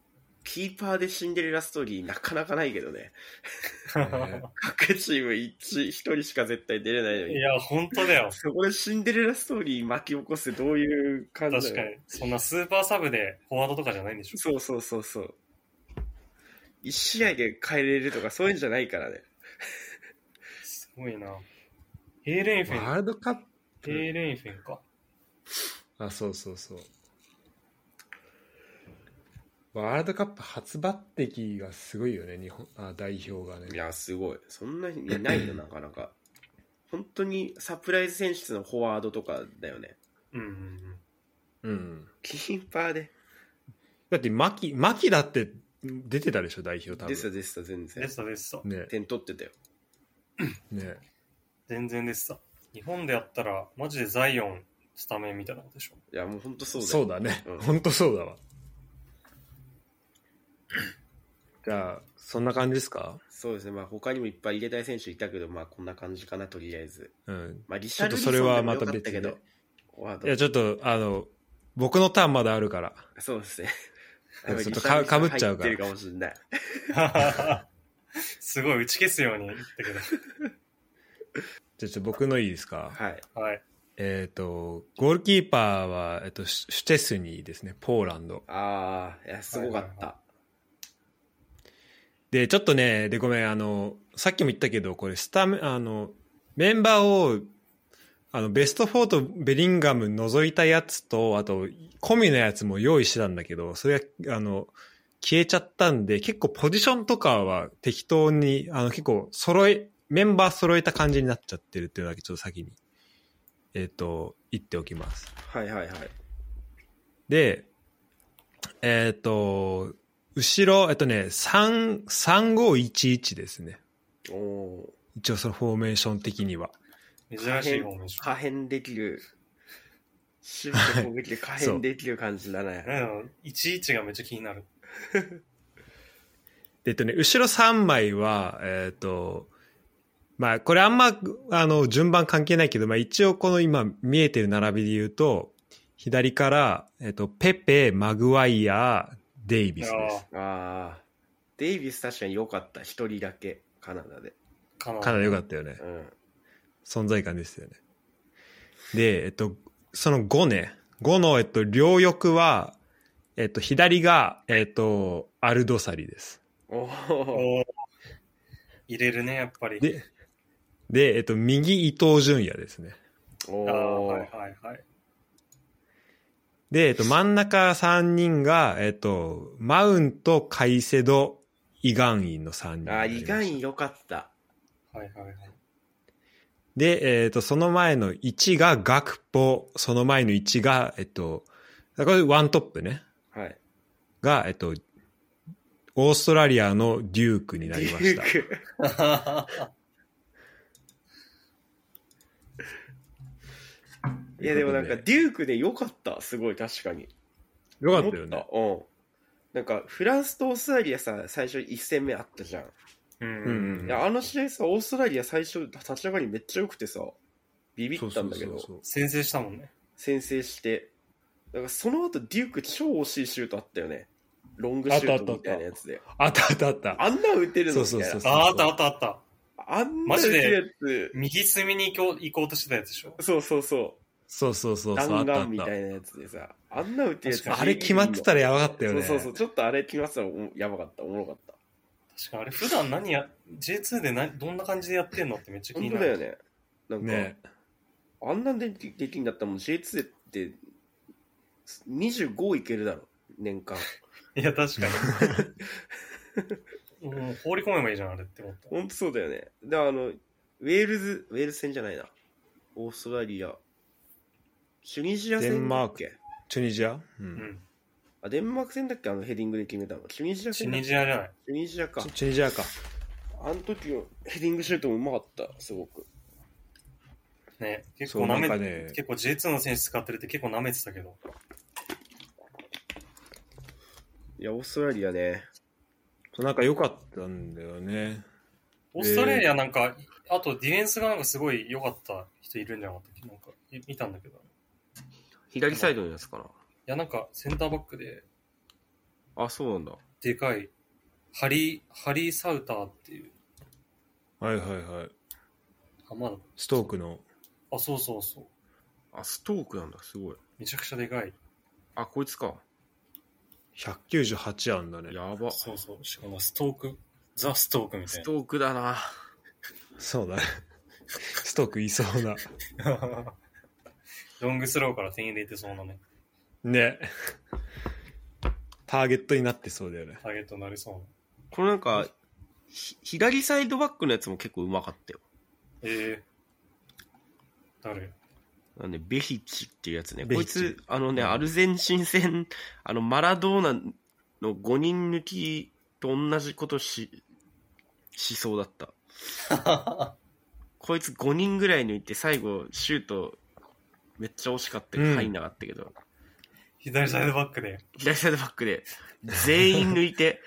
Speaker 2: キーパーでシンデレラストーリーなかなかないけどね。
Speaker 1: ー
Speaker 2: 各チーム一一人しか絶対出れないの
Speaker 3: い
Speaker 2: に。
Speaker 3: や、本当だよ。
Speaker 2: そこでシンデレラストーリー巻き起こすってどういう感じ
Speaker 3: 確か
Speaker 2: だよ
Speaker 3: に。そんなスーパーサブでフォワードとかじゃないんでしょ。
Speaker 2: そうそうそうそう。一試合で変えれるとかそういうんじゃないからね。
Speaker 3: すごいな。ヘーレンフェン
Speaker 1: ワ、ールドカッ
Speaker 3: ヘーレンフェンか。
Speaker 1: プ、あ、そうそうそう。ワールドカップ初抜擢がすごいよね、日本あ代表がね。
Speaker 2: いや、すごい。そんなにいない よ、なかなか。本当にサプライズ選出のフォワードとかだよね。
Speaker 3: うんうんうん。
Speaker 1: うん。
Speaker 2: キーパーで。
Speaker 1: だって、牧、牧だって出てたでしょ、代表多
Speaker 2: でした
Speaker 1: 分。
Speaker 2: でした、全
Speaker 3: で
Speaker 2: 然。
Speaker 3: したでした。
Speaker 1: ね
Speaker 2: 点取ってたよ。
Speaker 1: ね
Speaker 3: 全然でした。日本でやったら、マジでザイオンスタメンみたいなことでしょ。
Speaker 2: いや、もう本当そうだよ。
Speaker 1: そうだね
Speaker 2: うん。
Speaker 1: 本当そうだわ。 じゃあ、そんな感じですか
Speaker 2: そうですね、まあ、他にもいっぱい入れたい選手いたけど、まあ、こんな感じかな、とりあえず。
Speaker 1: うん。
Speaker 2: まあ、リシ
Speaker 1: ちょ
Speaker 2: ャ
Speaker 1: っ
Speaker 2: ル
Speaker 1: と
Speaker 2: リソ
Speaker 1: そ
Speaker 2: ンで
Speaker 1: れ
Speaker 2: も
Speaker 1: は
Speaker 2: よ
Speaker 1: ま
Speaker 2: か
Speaker 1: た
Speaker 2: った
Speaker 1: 別
Speaker 2: けど
Speaker 1: で。。
Speaker 2: フォワード
Speaker 1: いや、ちょっと、あの、僕のターンまだあるから。
Speaker 2: そうですね。
Speaker 1: ちょっとかかぶっちゃうから
Speaker 2: 入ってるかもしれない。
Speaker 3: すごい打ち消すように言ったけど。
Speaker 1: じゃあ、ちょっと僕のいいですか。
Speaker 2: はい。
Speaker 3: はい。
Speaker 1: えっ、と、ゴールキーパーは、えっと、シュシュチェスニーですね、ポーランド。
Speaker 2: ああ、いや、すごかった。
Speaker 1: で、ちょっとね、で、ごめん、あの、さっきも言ったけど、これ、スタメン、あの、メンバーを、あの、ベスト4とベリンガム除いたやつと、あと、コミのやつも用意してたんだけど、それが、あの、消えちゃったんで、結構ポジションとかは適当に、あの、結構揃え、メンバー揃えた感じになっちゃってるっていうのだけちょっと先に、えっ、と、言っておきます。
Speaker 2: はいはいはい。
Speaker 1: で、えっ、と、後ろ、えっとね、3、3511ですね。
Speaker 2: おお
Speaker 1: 一応そのフォーメーション的には。
Speaker 3: 珍しい方面でし
Speaker 2: ー。
Speaker 3: ょ。
Speaker 2: 可変できる。守備と攻撃で可変できる感じだね。
Speaker 3: うん。いちいちがめっちゃ気になる。
Speaker 1: でえっとね、後ろ3枚は、えっ、と、まあ、これあんま、あの、順番関係ないけど、まあ一応この今見えてる並びで言うと、左から、えっ、と、ペペ、マグワイア、デイビスです。
Speaker 2: ああ。デイビス確かに良かった。一人だけ。カナダで。
Speaker 3: かな
Speaker 1: かなり良かったよね
Speaker 2: う。ん。
Speaker 1: 存在感ですよね。で、えっと、その5ね、5の、えっと、両翼は、えっと、左が、えっと、アルドサリです。
Speaker 2: おお。
Speaker 3: おー入れるね、やっぱり。
Speaker 1: で、で、えっと、右伊東純也ですね。
Speaker 2: お
Speaker 3: あー
Speaker 2: おー
Speaker 3: はい。はいはい。
Speaker 1: で、えっと、真ん中3人が、えっと、マウント、カイセド、イガンインの3人に
Speaker 2: あ
Speaker 1: な
Speaker 2: あ、
Speaker 1: りま
Speaker 2: 意
Speaker 1: した。
Speaker 2: 外に良かった。
Speaker 3: はいはいはい。
Speaker 1: で、えっ、と、その前の1が学ポ、その前の1が、えっと、これワントップね。
Speaker 2: はい。
Speaker 1: が、えっと、オーストラリアのデュークになりました。
Speaker 2: デュークいやでもなんかデュークで良かった。すごい、確かに。
Speaker 1: よかったよね。
Speaker 2: 思った。うん。なんか、フランスとオーストラリアさ、最初1戦目あったじゃん。
Speaker 3: うん
Speaker 1: うんうん
Speaker 2: いや、あの試合さ、オーストラリア最初、立ち上がりめっちゃ良くてさ、ビビったんだけど、
Speaker 1: そう
Speaker 3: 先制したもんね。
Speaker 2: 先制して、だからその後、デューク超惜しいシュートあったよね。ロングシュートみたいなやつで。
Speaker 1: あったあったあった。
Speaker 2: あんな打てるのみた
Speaker 1: そ
Speaker 2: いな。
Speaker 1: うそうそう
Speaker 3: ああったあったあった。
Speaker 2: あんな打てるや
Speaker 3: 右隅に行こう行こうとしてたやつでしょ。
Speaker 2: つ。そうそうそ。
Speaker 1: そうそうそうう
Speaker 2: 弾
Speaker 1: そう。あったあ
Speaker 2: 丸
Speaker 1: っ
Speaker 2: みたいなやつでさ、あんな打てるやつ。
Speaker 1: た。あれ決まってたらやばかったよね。
Speaker 2: そうそうそう。ちょっとあれ決まってたらおもやばかった。おもろかった。
Speaker 3: 確かあれ普段何や、J2 でなどんな感じでやってんのってめっちゃ気
Speaker 2: 本
Speaker 3: に
Speaker 2: 当
Speaker 3: な
Speaker 2: だよ
Speaker 3: る。
Speaker 2: ね。なんか、
Speaker 1: ね。
Speaker 2: あんなできできんだったらもう J2 って25いけるだろ、年間。
Speaker 3: いや、確か に。もう放り込めばいいじゃん、あれって思った。
Speaker 2: ほんとそうだよね。だからあの、ウェールズ、ウェールズ戦じゃないな。オーストラリア。チュニジア戦だっ
Speaker 1: デ
Speaker 2: け
Speaker 1: チュニジアう。
Speaker 3: うんん。
Speaker 2: あ、デンマーク戦だっけあのヘディングで決めたの。チュニジア
Speaker 3: チ
Speaker 2: 戦
Speaker 3: ュ
Speaker 2: だっ
Speaker 3: ニ
Speaker 2: け
Speaker 3: ジアじゃない。
Speaker 2: チュニジアか
Speaker 1: チ。チュニジアか。
Speaker 2: あの時のヘディングシュートもうまかった、すごく。
Speaker 3: ね、結
Speaker 1: そう
Speaker 3: 構
Speaker 1: な
Speaker 3: 舐
Speaker 1: ん
Speaker 3: め
Speaker 1: か
Speaker 3: て、
Speaker 1: ね
Speaker 3: 結構 J2 の選手使ってるって結構舐めてたけど。
Speaker 2: いや、オーストラリアね。
Speaker 1: なんか良かったんだよね。
Speaker 3: オーストラリアなんか、あとディフェンスがなんかすごい良かった人いるんじゃなかったっけなんか、い見たんだけど。い
Speaker 2: 左サイドのやつかな。
Speaker 3: や、なんかセンターバックで、
Speaker 2: あ、そうなんだ。
Speaker 3: でかい、ハリー、ハリー・サウターっていう、
Speaker 1: はいはいはい。
Speaker 3: 浜だ。
Speaker 1: ストークの。
Speaker 3: あ、そうそうそう。
Speaker 2: あ、ストークなんだ、すごい。
Speaker 3: めちゃくちゃでかい。
Speaker 2: あ、こいつか。
Speaker 1: 198案だね。
Speaker 2: やば。
Speaker 3: そうそう。しかもストーク、ザ・ストークみた
Speaker 2: ス
Speaker 3: い
Speaker 2: トークだな。
Speaker 1: そうだね。 ストークいそうな。
Speaker 3: な。ロングスローから点入れてそうなね。
Speaker 1: ね。ターゲットになってそうだよね。
Speaker 3: ターゲットになりそうな。
Speaker 2: このなんか、ひ左サイドバックのやつも結構うまかったよ。
Speaker 3: えー、誰
Speaker 2: なんで、ベヒッチっていうやつね。
Speaker 1: ベ
Speaker 2: こ
Speaker 1: ヒ
Speaker 2: い
Speaker 1: ッチ
Speaker 2: つ、あのね、アルゼンチン戦、あの、マラドーナの5人抜きと同じことし、しそうだった。こいつ5人ぐらい抜いて、最後、シュート、めっちゃ惜しかったけ
Speaker 1: う
Speaker 2: ど、
Speaker 1: ん
Speaker 2: 入んなかったけど、
Speaker 3: 左サイドバックで。
Speaker 2: 左サイドバックで、全員抜 いて、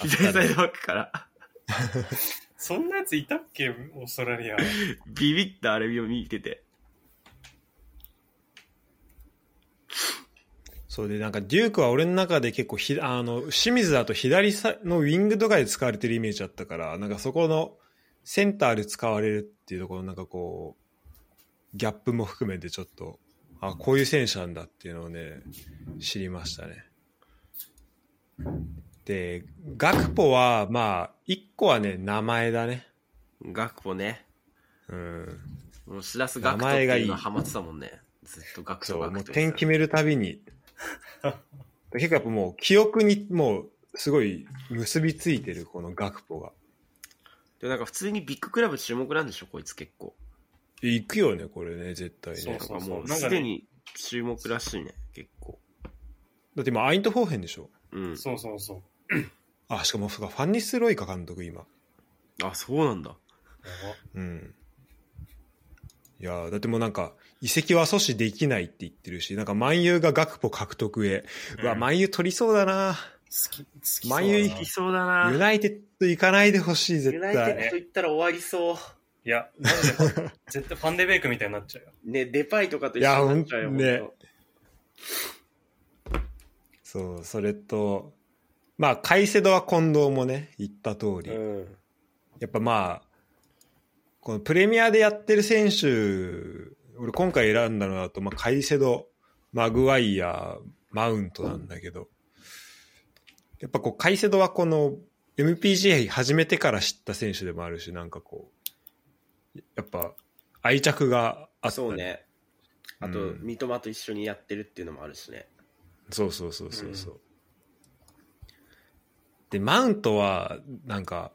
Speaker 2: 左サイドバックから、
Speaker 3: そんなやついたっけオーストラリア。
Speaker 2: ビビったあれを見てて。
Speaker 1: そうで、なんかデュークは俺の中で結構ひ、あの、清水だと左さのウィングとかで使われてるイメージだったから、なんかそこのセンターで使われるっていうところのなんかこう、ギャップも含めてちょっと、あ、こういう選手なんだっていうのをね、知りましたね。で、ガクポは、まあ、一個はね、名前だね。
Speaker 2: ガクポね。
Speaker 1: うん。
Speaker 2: もう、シラスガクトっていうのはハマってたもんね。ずっとガク
Speaker 1: そ
Speaker 2: トガ
Speaker 1: う、
Speaker 2: ク
Speaker 1: も
Speaker 2: ト
Speaker 1: う
Speaker 2: 言って
Speaker 1: 点
Speaker 2: た
Speaker 1: 決めるたび に。結構やっぱもう記憶にもうすごい結びついてるこの学ポが。
Speaker 2: でもなんか普通にビッグクラブ注目なんでしょ、こいつ結構。
Speaker 1: 行くよね、これね、絶対
Speaker 3: そう
Speaker 1: ね
Speaker 2: なん。
Speaker 3: そう
Speaker 2: か
Speaker 3: そう
Speaker 2: もう
Speaker 3: なんかね
Speaker 2: すでに注目らしいね、結構。
Speaker 1: だって今、アイント・フォーヘンでしょ。
Speaker 2: うん。
Speaker 3: そうそうそう。
Speaker 1: あ、しかも、そうか、ファンニス・ロイカ監督、今。
Speaker 2: あ、そうなんだ。
Speaker 3: やば
Speaker 1: うん。いやーだってもうなんか、移籍は阻止できないって言ってるし、なんか、万有が学ポ獲得へ。うわ、
Speaker 3: うん
Speaker 1: 万有取りそうだな
Speaker 3: 好き、好きそうだ
Speaker 1: マ
Speaker 3: な。
Speaker 1: ユイ
Speaker 2: いきそうだな
Speaker 1: ユナイテッド行かないでほしい、絶
Speaker 2: ユナイテ
Speaker 1: 対。
Speaker 2: ッド行ったら終わりそう。
Speaker 3: いや、マジで、絶対ファンデベイクみたいになっちゃうよ。
Speaker 2: ね、デパイとかと一緒になっちゃうよ。
Speaker 1: いや
Speaker 2: ほんと
Speaker 1: そう、それと、まあ、カイセドは近藤もね、言った通り。
Speaker 2: うん。
Speaker 1: やっぱまあ、このプレミアでやってる選手、俺今回選んだのだと、まあ、カイセド、マグワイア、マウントなんだけど、やっぱこう、カイセドはこの MPGA 始めてから知った選手でもあるし、なんかこう、やっぱ愛着があった、
Speaker 2: そう。ね。あと、
Speaker 1: うん
Speaker 2: 三笘と一緒にやってるっていうのもあるしね。
Speaker 1: そうそうそうそうそう。で、マウントは、なんか、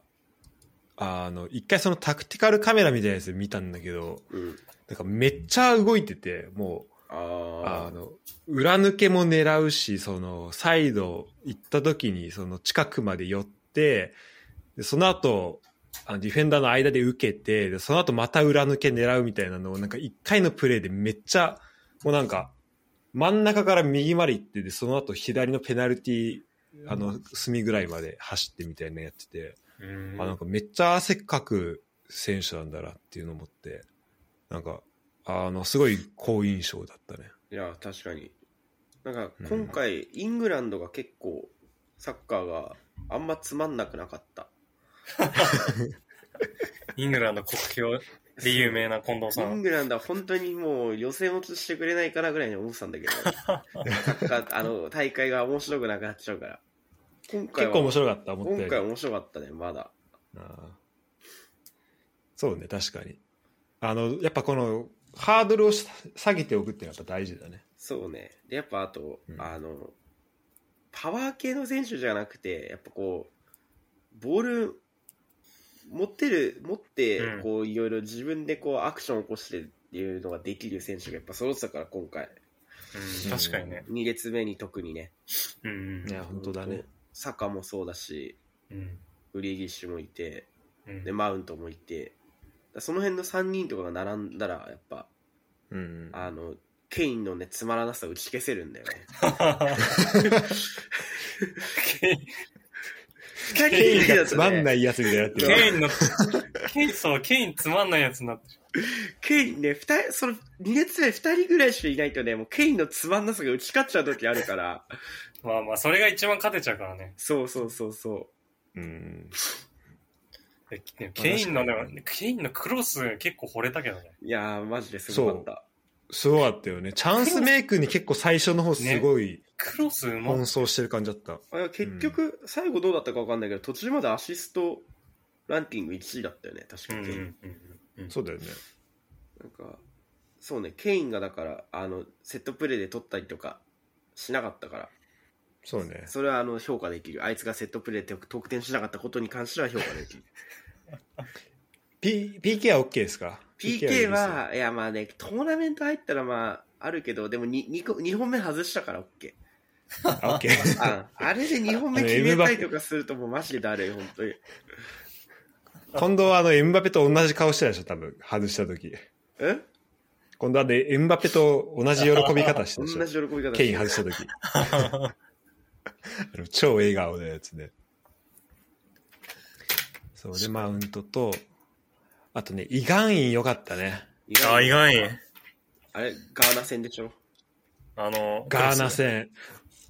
Speaker 1: あの、一回そのタクティカルカメラみたいなやつで見たんだけど、
Speaker 2: うん。
Speaker 1: なんかめっちゃ動いてて、もう、あ
Speaker 2: ああ。
Speaker 1: の、裏抜けも狙うし、その、サイド行った時に、その近くまで寄って、でその後、あのディフェンダーの間で受けて、でその後また裏抜け狙うみたいなのを、なんか一回のプレーでめっちゃ、もうなんか、真ん中から右まで行って、で、その後左のペナルティー、あの、隅ぐらいまで走ってみたいなのやってて、
Speaker 3: うん
Speaker 1: あなんかめっちゃ汗かく選手なんだなっていうのを思って、なんか、あの、すごい好印象だったね。
Speaker 2: いや、確かに。なんか、今回、イングランドが結構、サッカーがあんまつまんなくなかった。
Speaker 3: イングランド国境で有名な近藤さ
Speaker 2: イン
Speaker 3: ん。
Speaker 2: グランドは本当にもう予選落ちしてくれないからぐらいに思ってたんだけど、サッカーあの大会が面白くなくなっちゃうから。今回
Speaker 1: 結
Speaker 2: は
Speaker 1: 構面白かった、思った
Speaker 2: 今
Speaker 1: よ
Speaker 2: 回
Speaker 1: り。
Speaker 2: 面白かったね、まだ。
Speaker 1: あーそうね、確かに。あの、やっぱこの、ハードルをし下げておくっていうのはやっぱ大事だね。
Speaker 2: そうね。で、やっぱあと、
Speaker 1: うん
Speaker 2: あの、パワー系の選手じゃなくて、やっぱこう、ボール、持ってる、持って
Speaker 3: う、ん
Speaker 2: こう、いろいろ自分でこう、アクションを起こしてっていうのができる選手がやっぱ揃ってたから、今回。
Speaker 3: うん、確かにね。
Speaker 2: 2列目に特にね。
Speaker 3: うんうん。
Speaker 1: いや、本当だね。。
Speaker 2: サカもそうだし、
Speaker 3: うん。
Speaker 2: ウリーギッシュもいて、
Speaker 3: うん
Speaker 2: でマウントもいてだその辺の3人とかが並んだらやっぱ
Speaker 1: うん。
Speaker 2: あのケインのねつまらなさを打ち消せるんだよね2人
Speaker 1: ケイン
Speaker 2: だ
Speaker 1: が
Speaker 2: と
Speaker 1: つまんないいやつみたいになっ
Speaker 3: ケ
Speaker 1: てる。
Speaker 3: インの、ケイン、そう、ケインつまんないやつになってる。
Speaker 2: ケインね二人その2列目2人ぐらいしかいないとねもうケインのつまんなさが打ち勝っちゃう時あるから
Speaker 3: まあまあ、それが一番勝てちゃうからね。
Speaker 2: そうそうそうそう。
Speaker 1: うん。
Speaker 3: でケインのね、ケインのクロス結構惚れたけどね。
Speaker 2: いやー、マジですごかった。
Speaker 1: すごかったよね。チャンスメイクに結構最初の方すごい
Speaker 3: クロスうま
Speaker 1: 奔
Speaker 3: っ
Speaker 1: 走してる感じだった。
Speaker 2: あいや結局、最後どうだったかわかんないけど、途中までアシストランキング1位だったよね、確か
Speaker 3: うんうん
Speaker 2: に。
Speaker 3: うんうん。
Speaker 1: そうだよね。
Speaker 2: なんか、そうね、ケインがだから、あの、セットプレーで取ったりとかしなかったから、
Speaker 1: そうね。
Speaker 2: それはあの評価できる。あいつがセットプレーで得点しなかったことに関しては評価 できる。
Speaker 1: P、PK は OK ですか
Speaker 2: PK は、いやまあね、トーナメント入ったらまあ、あるけど、でも 2, 二個二本目外したから OK。
Speaker 1: あ OK。
Speaker 2: ああれで2本目決めたりとかするともうマジでだるい、本当に。
Speaker 1: 今度はあの、エムバペと同じ顔してたでしょ、多分。外した時。
Speaker 2: え
Speaker 1: 今度はで、エムバペと同じ喜び方して
Speaker 2: 同
Speaker 1: たで
Speaker 2: じ
Speaker 1: し
Speaker 2: 喜
Speaker 1: ょ。
Speaker 2: び方して
Speaker 1: ケイン外した時。あの超笑顔のやつで。そうで、マウントと、あとね、イガンイン良かったね。
Speaker 2: 意外
Speaker 3: あ、意
Speaker 2: に
Speaker 3: 外に。
Speaker 2: あれ、ガーナ戦でしょ
Speaker 3: あの、
Speaker 1: ガーナ戦。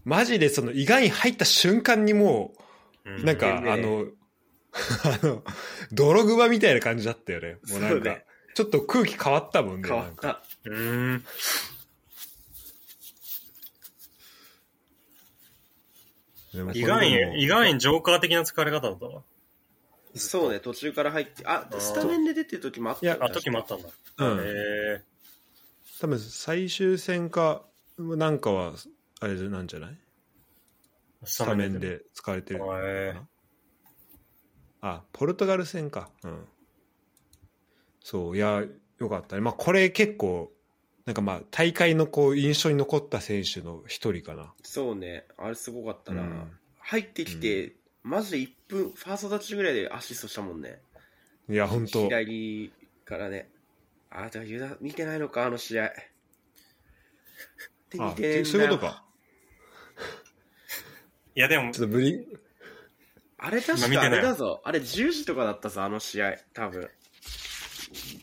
Speaker 1: マジでそのイガンイン入った瞬間にも
Speaker 3: クロス。
Speaker 1: う、なんか、
Speaker 2: うん
Speaker 1: あの、 あの、泥グマみたいな感じだったよね。もうな
Speaker 2: そ
Speaker 1: ん
Speaker 2: う
Speaker 1: か
Speaker 2: ね、
Speaker 1: ちょっと空気変わったもんね。
Speaker 2: 変わっ
Speaker 1: なんか
Speaker 2: た。
Speaker 3: うん。うん。
Speaker 1: でもこれ
Speaker 3: 意
Speaker 1: でも
Speaker 3: 外に、意外にジョーカー的な疲れ方だったわ。
Speaker 2: そうね、途中から入って、あ、
Speaker 3: ー
Speaker 2: スタメンで出てる時もあったよ
Speaker 1: い
Speaker 3: あ、時もあったんだ。
Speaker 1: うん
Speaker 3: へえ。
Speaker 1: 多分最終戦かなんかはあれなんじゃない
Speaker 3: ス
Speaker 1: スタメン。で使われてる
Speaker 3: へえ。
Speaker 1: あポルトガル戦かうんそういやよかったねまあこれ結構なんかまあ大会のこう印象に残った選手の一人かな
Speaker 2: そうね、あれすごかったな。
Speaker 1: うん
Speaker 2: 入ってきて、マジで1分、ファーストタッチぐらいでアシストしたもんね。
Speaker 1: いや本当
Speaker 2: 左からね。あ、だからユダ、見てないのか、あの試合。で
Speaker 1: あ
Speaker 2: 見てねえんだよ
Speaker 1: そういうことか
Speaker 3: いや、でも
Speaker 1: ち、ょっとブリ
Speaker 2: あれ確
Speaker 3: 今見
Speaker 2: か
Speaker 3: て
Speaker 2: あ
Speaker 3: ない
Speaker 2: れだぞ。あれ10時とかだったぞ、あの試合。多分。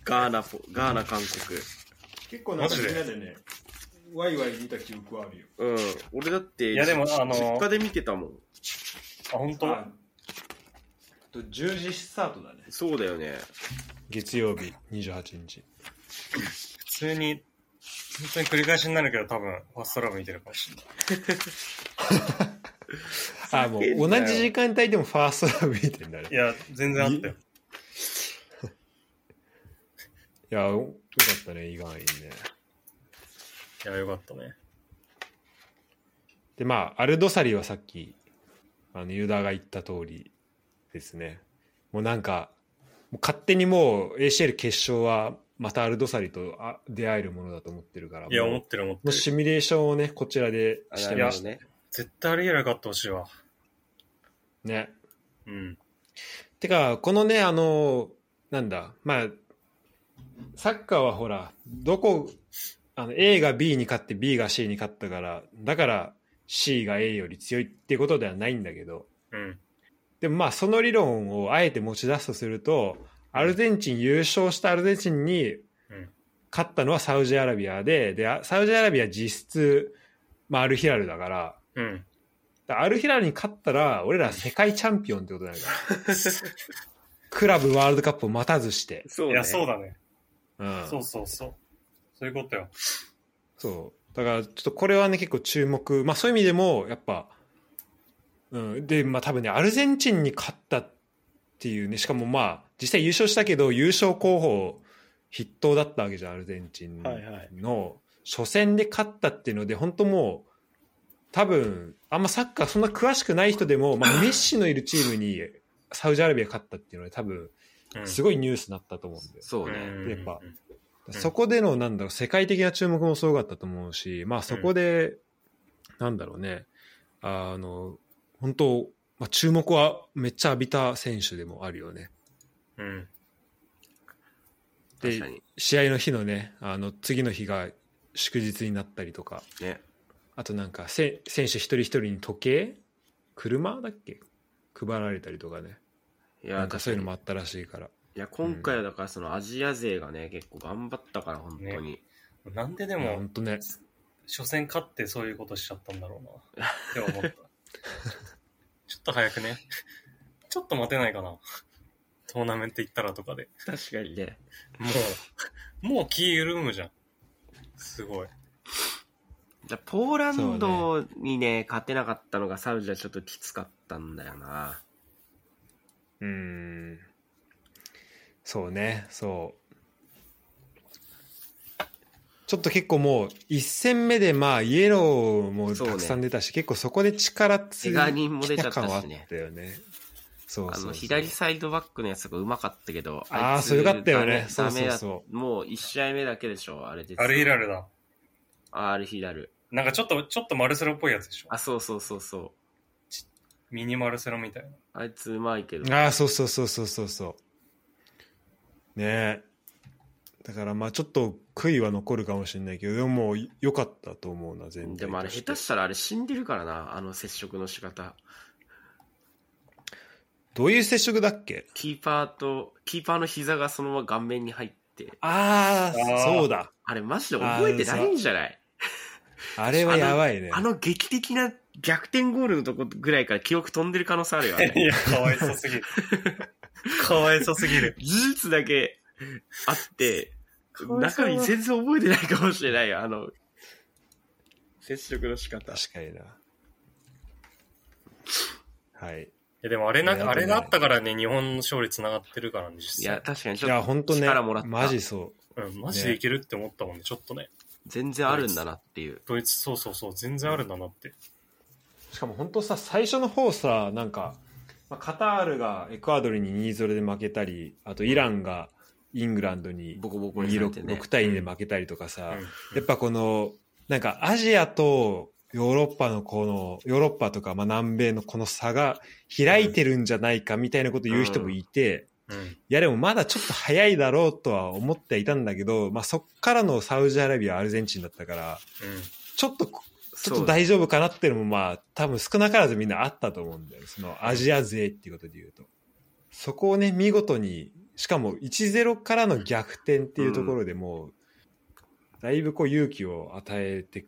Speaker 2: ガーナポ、ガーナ韓国。
Speaker 1: 結構
Speaker 3: なんかみんな
Speaker 1: でねワイワイ見た記憶はあるよ
Speaker 2: うん。俺だって、
Speaker 3: いやでも
Speaker 2: じ
Speaker 3: あの
Speaker 2: 実家で見てたもん。
Speaker 3: あ、本当
Speaker 1: と10時スタートだね
Speaker 2: そうだよね。
Speaker 1: 月曜日28日
Speaker 3: 普通に、本当に繰り返しになるけど、多分、ファーストラブ見てるかもしれない。
Speaker 1: あもう
Speaker 2: すげえんだよ
Speaker 1: 同じ時間帯でもファーストラブ見てんだね
Speaker 3: いや、全然あったよ。
Speaker 1: いや、よかったね、意外にね。
Speaker 3: いや、よかったね。
Speaker 1: で、まあ、アルドサリはさっき、あの、ユダが言った通りですね。もうなんか、もう勝手にもう ACL 決勝は、またアルドサリとあ出会えるものだと思ってるから、
Speaker 3: いや、
Speaker 1: もう
Speaker 3: 思ってる思って
Speaker 1: の
Speaker 3: る。
Speaker 1: シミュレーションをね、こちらで
Speaker 2: あ
Speaker 1: し
Speaker 2: な
Speaker 1: て
Speaker 2: る
Speaker 1: ま
Speaker 2: ほ
Speaker 1: し
Speaker 2: どね。
Speaker 3: 絶対ありえなかったほしいわ。
Speaker 1: たね。
Speaker 3: うん。
Speaker 1: てか、このね、あの、なんだ、まあ、サッカーはほら、どこ、あの A が B に勝って B が C に勝ったから、だから C が A より強いっていうことではないんだけど、
Speaker 3: うん。
Speaker 1: でもまあその理論をあえて持ち出すとすると、アルゼンチン優勝したアルゼンチンに
Speaker 3: うん
Speaker 1: 勝ったのはサウジアラビアで、で、あサウジアラビア実質、まあアルヒラルだから、
Speaker 3: うん。
Speaker 1: だからアルヒラルに勝ったら、俺ら世界チャンピオンってことになるから。クラブワールドカップを待たずして。
Speaker 2: そう
Speaker 3: い
Speaker 2: ね。
Speaker 3: や、そうだね。
Speaker 1: うん。
Speaker 3: そうそうそう。そういうことよ。
Speaker 1: そう。だから、ちょっとこれはね、結構注目。まあ、そういう意味でも、やっぱ、うん。で、まあ、多分ね、アルゼンチンに勝ったっていうね、しかもまあ、実際優勝したけど、優勝候補筆頭だったわけじゃん、アルゼンチンの。
Speaker 2: はいはい
Speaker 1: 初戦で勝ったっていうので、本当もう、多分、あんまサッカーそんな詳しくない人でも、まあ、メッシのいるチームにサウジアラビア勝ったっていうので、多分、
Speaker 3: うん
Speaker 1: すごいニュースになったと思うんで。
Speaker 2: そうね。
Speaker 3: うん
Speaker 1: やっぱ
Speaker 3: うんん
Speaker 1: そこでのなんだろう世界的な注目もすごかったと思うし、まあ、そこで、なんだろうねあの本当、まあ、注目はめっちゃ浴びた選手でもあるよね。
Speaker 3: うん。
Speaker 1: で
Speaker 2: 確かに。
Speaker 1: 試合の日のねあの次の日が祝日になったりとか
Speaker 2: ね。
Speaker 1: あとなんかせ選手一人一人に時計車だっけ配られたりとかね
Speaker 2: い
Speaker 1: な
Speaker 2: や、
Speaker 1: んかそういうの
Speaker 2: 確かに
Speaker 1: もあったらしいから
Speaker 2: いや、今回はだからそのアジア勢がね、結構頑張ったから、本当に。
Speaker 3: なんでで
Speaker 1: で
Speaker 3: も
Speaker 1: 本、当ね
Speaker 3: 初戦勝ってそういうことしちゃったんだろうな。って思った。ちょっと早くね。ちょっと待てないかな。トーナメント行ったらとかで。
Speaker 2: 確かにね。
Speaker 3: もう、もう気緩むじゃん。すごい。
Speaker 2: じゃあポーランドにね勝てなかったのがサウジはちょっときつかったんだよな。
Speaker 1: うーん。そうね、そう。ちょっと結構もう、一戦目でまあ、イエローも
Speaker 2: そうね
Speaker 1: たくさん出たし、結構そこで力つ
Speaker 2: 怪我人も出ちゃったしね
Speaker 1: 感はあったよね。そうそう
Speaker 2: あ
Speaker 1: そう
Speaker 2: の左サイドバックのやつがうまかったけど、
Speaker 1: あー
Speaker 2: いつ
Speaker 1: そうよかったよね
Speaker 2: ダメダメだ
Speaker 1: そうそう
Speaker 2: もう1試合目だけでしょ、あれで。
Speaker 3: アルヒラルだ。
Speaker 2: あアルヒラル。
Speaker 3: なんかちょっと、ちょっとマルセロっぽいやつでしょ。
Speaker 2: あ、そうそうそうそう。
Speaker 3: ミニマルセロみたいな。
Speaker 2: あいつうまいけど。
Speaker 1: ああ、そうそうそうそうそうそう。ねえ。だからまあちょっと悔いは残るかもしれないけど、でももう良かったと思うな、全然。
Speaker 2: でもあれ下手したらあれ死んでるからな、あの接触の仕方。
Speaker 1: どういう接触だっけ
Speaker 2: キーパーと、キーパーの膝がそのまま顔面に入って、
Speaker 1: ああ、
Speaker 3: あー
Speaker 1: そうだ。
Speaker 2: あれマジで覚えてないんじゃない
Speaker 1: あれはやばいね。
Speaker 2: あの劇的な逆転ゴールのとこぐらいから記憶飛んでる可能性あるよね。
Speaker 3: いや、かわいそうすぎる。 かわいそうすぎる。
Speaker 2: 事実だけあって、
Speaker 3: わいそ
Speaker 2: 中
Speaker 3: う
Speaker 2: 身全然覚えてないかもしれないよ、あの、接触の仕方。
Speaker 1: 確かにな。はい。
Speaker 3: いやでもあれな、
Speaker 1: いや
Speaker 3: あれがあったからね、日本の勝利繋がってるからね、実
Speaker 2: い
Speaker 3: 際
Speaker 2: や、。確かにち
Speaker 1: いや、
Speaker 2: ょっ
Speaker 1: 本
Speaker 2: と
Speaker 1: 当ね
Speaker 2: 力もらっ、た。
Speaker 1: マジそう。
Speaker 3: うん、マジでいけるって思ったもんね、ちょっとね。
Speaker 2: 全然あるんだなっていう。
Speaker 3: ドイツ、そうそうそう、全然あるんだなって。
Speaker 1: しかも本当さ、最初の方さ、なんか、まあ、カタールがエクアドルに2-0で負けたり、あとイランがイングランドに
Speaker 2: ボコボコにされて
Speaker 1: 6,
Speaker 2: ね。
Speaker 1: 対2で負けたりとかさ、
Speaker 3: うん
Speaker 1: やっぱこの、なんかアジアとヨーロッパのこの、ヨーロッパとかまあ南米のこの差が開いてるんじゃないかみたいなこと言う人もいて、
Speaker 3: うん
Speaker 1: いやでもまだちょっと早いだろうとは思っていたんだけど、まあ、そっからのサウジアラビア、アルゼンチンだったから、ちょっと、ちょっ
Speaker 2: そ
Speaker 1: と
Speaker 2: うだね
Speaker 1: 大丈夫かなっていうのも、まあ、多分少なからずみんなあったと思うんだよね。そのアジア勢っていうことで言うと。そこをね、見事に、しかも1-0からの逆転っていうところでもう、だいぶこう勇気を与えて、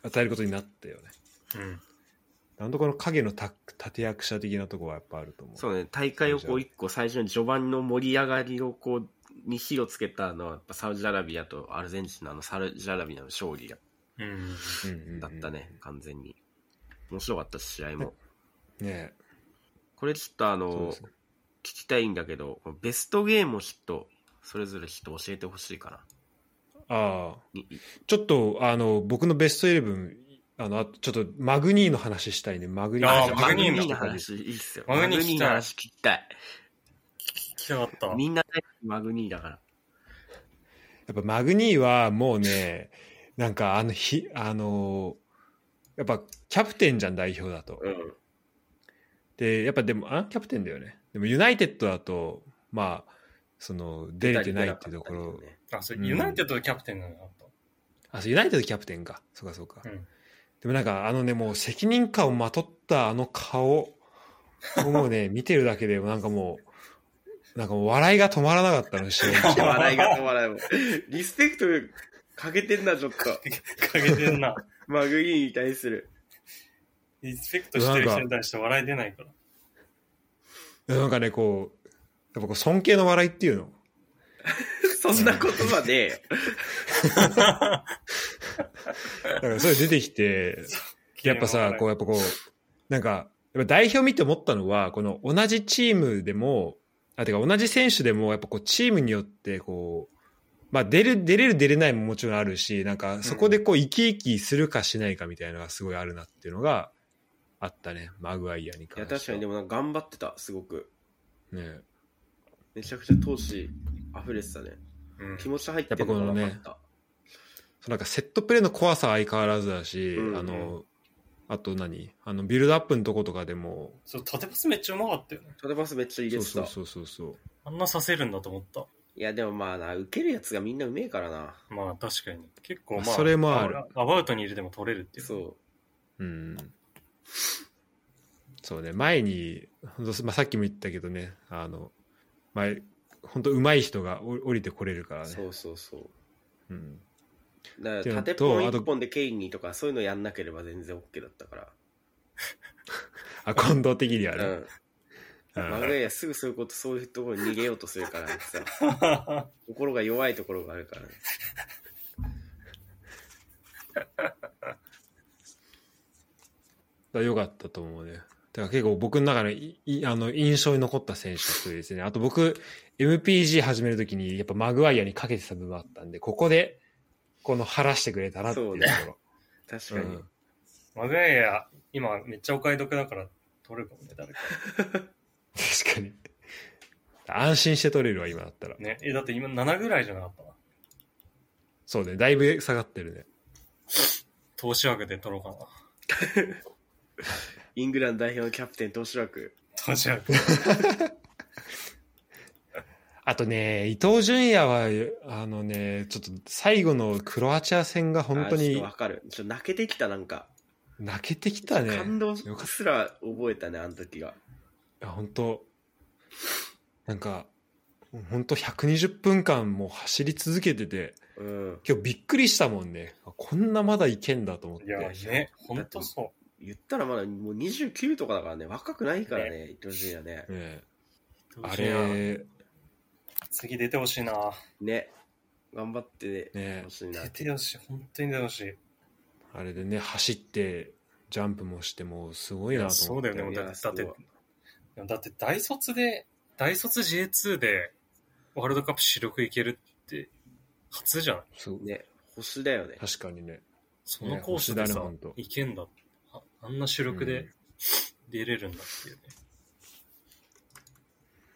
Speaker 1: 与えることになったよね。
Speaker 3: うん。うん。
Speaker 1: なんとこの影のた立役者的なところはやっぱあると思う。
Speaker 2: そうね、大会をこう一個最初に序盤の盛り上がりをこう、に火をつけたのは、やっぱサウジアラビアとアルゼンチンのあのサウジアラビアの勝利だ
Speaker 3: うん。
Speaker 1: うんうんうん
Speaker 2: ったね、。完全に。面白かったし試合も。
Speaker 1: ね
Speaker 2: これちょっとあ
Speaker 1: そう
Speaker 2: の、
Speaker 1: ですね
Speaker 2: 聞きたいんだけど、ベストゲームをヒット、それぞれヒット教えてほしいかな。
Speaker 1: ああ。
Speaker 2: いい
Speaker 1: ちょっと、あの、僕のベストイレブン、あの、あとちょっとマグニーの話したいね。マグニー
Speaker 3: あ
Speaker 2: じゃ
Speaker 3: マグニーの
Speaker 2: の話、いいっすよ。
Speaker 3: マグニー聞きたい
Speaker 2: の話聞きたい。
Speaker 3: 聞きたかった。
Speaker 2: みんな大好きマグニーだから。
Speaker 1: やっぱマグニーはもうね、なんかあのひ、あの、やっぱキャプテンじゃん、代表だと。
Speaker 2: うん。
Speaker 1: で、やっぱでも、あキャプテンだよね。でもユナイテッドだと、まあ、その、出れてないっていうところ。
Speaker 3: あ、それ、
Speaker 1: うん
Speaker 3: ユナイテッドのキャプテンなのよあった。
Speaker 1: あ、そうユナイテッドキャプテンか。そうかそうか。
Speaker 3: うん
Speaker 1: でもなんかあのね、もう責任感をまとったあの顔をもうね、見てるだけで、なんかもう、なんかもう笑いが止まらなかったの、試合中
Speaker 2: 笑いが止まらないもん。リスペクトかけてんな、ちょっと。
Speaker 3: かけてんな。
Speaker 2: マグニーに対する。
Speaker 3: リスペクトしてる人に対して笑い出ないから。
Speaker 1: なんかね、こう、やっぱこう尊敬の笑いっていうの。
Speaker 2: そんな言葉で、
Speaker 1: だからそれ出てきて、やっぱさ、こう、やっぱこう、なんか、やっぱ代表見て思ったのは、この同じチームでも、あ、てか同じ選手でも、やっぱこう、チームによって、こう、まあ、出る、出れる出れないももちろんあるし、なんか、そこでこう、生き生きするかしないかみたいなのがすごいあるなっていうのが、あったね、マグワイアに
Speaker 2: い
Speaker 1: 関
Speaker 2: や
Speaker 1: し
Speaker 2: 確
Speaker 1: て
Speaker 2: か
Speaker 1: は。
Speaker 2: にでもなんか頑張ってたすごく
Speaker 1: ね。
Speaker 2: めちゃくちゃ闘志溢れてたね
Speaker 3: うん、
Speaker 2: 気持ち入ってるのが分かった
Speaker 1: そうなんか、セットプレーの怖さは相変わらずだし、
Speaker 2: うんうん
Speaker 1: あの、あと何あの、ビルドアップのとことかでも、
Speaker 3: そう、縦パスめっちゃうまかったよね。
Speaker 2: トレパスめっちゃ入れ
Speaker 1: そう
Speaker 2: てた
Speaker 1: そうそうそうそう。
Speaker 3: あんなさせるんだと思った。
Speaker 2: いやでもまあな受けるやつがみんなうめえからな
Speaker 3: まあ確かに。結構まあ、
Speaker 1: それもある
Speaker 3: アバウトに入れても取れるっていう。
Speaker 2: そう
Speaker 1: うんそうね、前に、本当まあ、さっきも言ったけどね、あの、前、本当上手い人がお降りてこれるからね。
Speaker 2: そうそうそう
Speaker 1: うん、
Speaker 2: だ
Speaker 1: って
Speaker 2: か
Speaker 1: いう
Speaker 2: ら
Speaker 1: のと
Speaker 2: 縦ポン
Speaker 1: あと
Speaker 2: 1本でケインにとかそういうのやんなければ全然 OK だったか
Speaker 1: あ、近藤的には
Speaker 2: ら。う
Speaker 1: ね。う
Speaker 2: ん。
Speaker 1: ん
Speaker 2: マグレイヤすぐそういうこと、そういうところに逃げようとするからさ、心が弱いところがあるからね。
Speaker 1: だ良かったと思うね。だから結構僕の中のいいあの印象に残った選手の一人ですね。あと僕、MPG 始めるときにやっぱマグワイアにかけてた部分あったんで、ここでこの晴らしてくれたなっていうところ。
Speaker 2: 確かに。
Speaker 3: マグワイア、今めっちゃお買い得だから取るかもね、誰か。
Speaker 1: 確かに。安心して取れるわ、今だったら。
Speaker 3: ね、え、だって今7ぐらいじゃなかったな。
Speaker 1: そうね、だいぶ下がってるね。
Speaker 3: 投資枠で取ろうかな。
Speaker 2: イングランド代表のキャプテン、投手枠。
Speaker 3: 投資枠。
Speaker 1: あとね、伊東純也は、あのね、ちょっと最後のクロアチア戦が本当
Speaker 2: あーちょっ
Speaker 1: に
Speaker 2: とわかる。ちょっと泣けてきた、なんか。
Speaker 1: 泣けてきたね。
Speaker 2: 感動す
Speaker 1: よかっ
Speaker 2: ら覚えたね、あの時が。
Speaker 1: いや本当なんか本当120分間もう走り続けてて
Speaker 2: うん。
Speaker 1: 今日びっくりしたもんねこんなまだいけんだと思っ
Speaker 3: いや、
Speaker 1: て
Speaker 3: ね、ほんとそ
Speaker 2: 言ったらまだもう29とかだからね、若くないからね、伊藤純也ね。
Speaker 1: ね
Speaker 3: う。
Speaker 1: あれ
Speaker 3: 次出てほしいな。
Speaker 2: ね。頑張って
Speaker 1: ね
Speaker 2: ほしいな
Speaker 3: 出。てほしい、本当に出てほしい。
Speaker 1: あれでね走ってジャンプもしてもうすごい
Speaker 3: い
Speaker 1: な
Speaker 3: や
Speaker 1: と
Speaker 3: そ
Speaker 1: 思
Speaker 3: う
Speaker 1: って
Speaker 3: だよね、もうだ
Speaker 2: いや
Speaker 3: だって、
Speaker 2: そう
Speaker 3: でもだって大卒で、大卒 J2 でワールドカップ主力いけるって初じゃない
Speaker 1: すごい
Speaker 2: ね。星だよね。
Speaker 1: 確かにね
Speaker 3: そのコース
Speaker 1: ね
Speaker 3: で
Speaker 1: 星だ
Speaker 3: さ、
Speaker 1: ねほんと
Speaker 3: いけんだあ。あんな主力
Speaker 1: う
Speaker 3: で
Speaker 1: ん
Speaker 3: 出れるんだっていうね。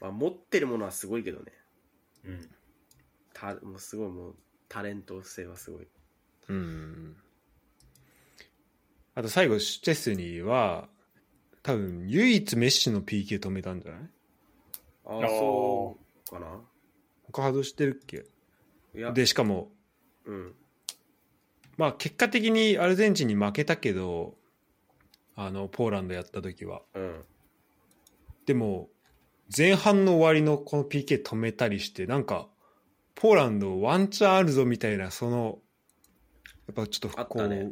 Speaker 2: まあ、持ってるものはすごいけどね。
Speaker 3: うん。
Speaker 2: たもうすごいもう、タレント性はすごい。
Speaker 1: うんあと最後シュチェスニーは多分唯一メッシの PK 止めたんじゃない
Speaker 2: あ
Speaker 3: あー
Speaker 2: あ、そうかな。
Speaker 1: 他外してるっけ
Speaker 2: いや、
Speaker 1: でしかも
Speaker 2: うん。
Speaker 1: まあ結果的にアルゼンチンに負けたけどあのポーランドやった時は
Speaker 2: うん。
Speaker 1: でも前半の終わりのこの PK 止めたりしてなんかポーランドワンチャンあるぞみたいなそのやっぱちょっ
Speaker 2: あ
Speaker 1: と
Speaker 2: っ
Speaker 1: こ
Speaker 2: た
Speaker 1: う、
Speaker 2: ね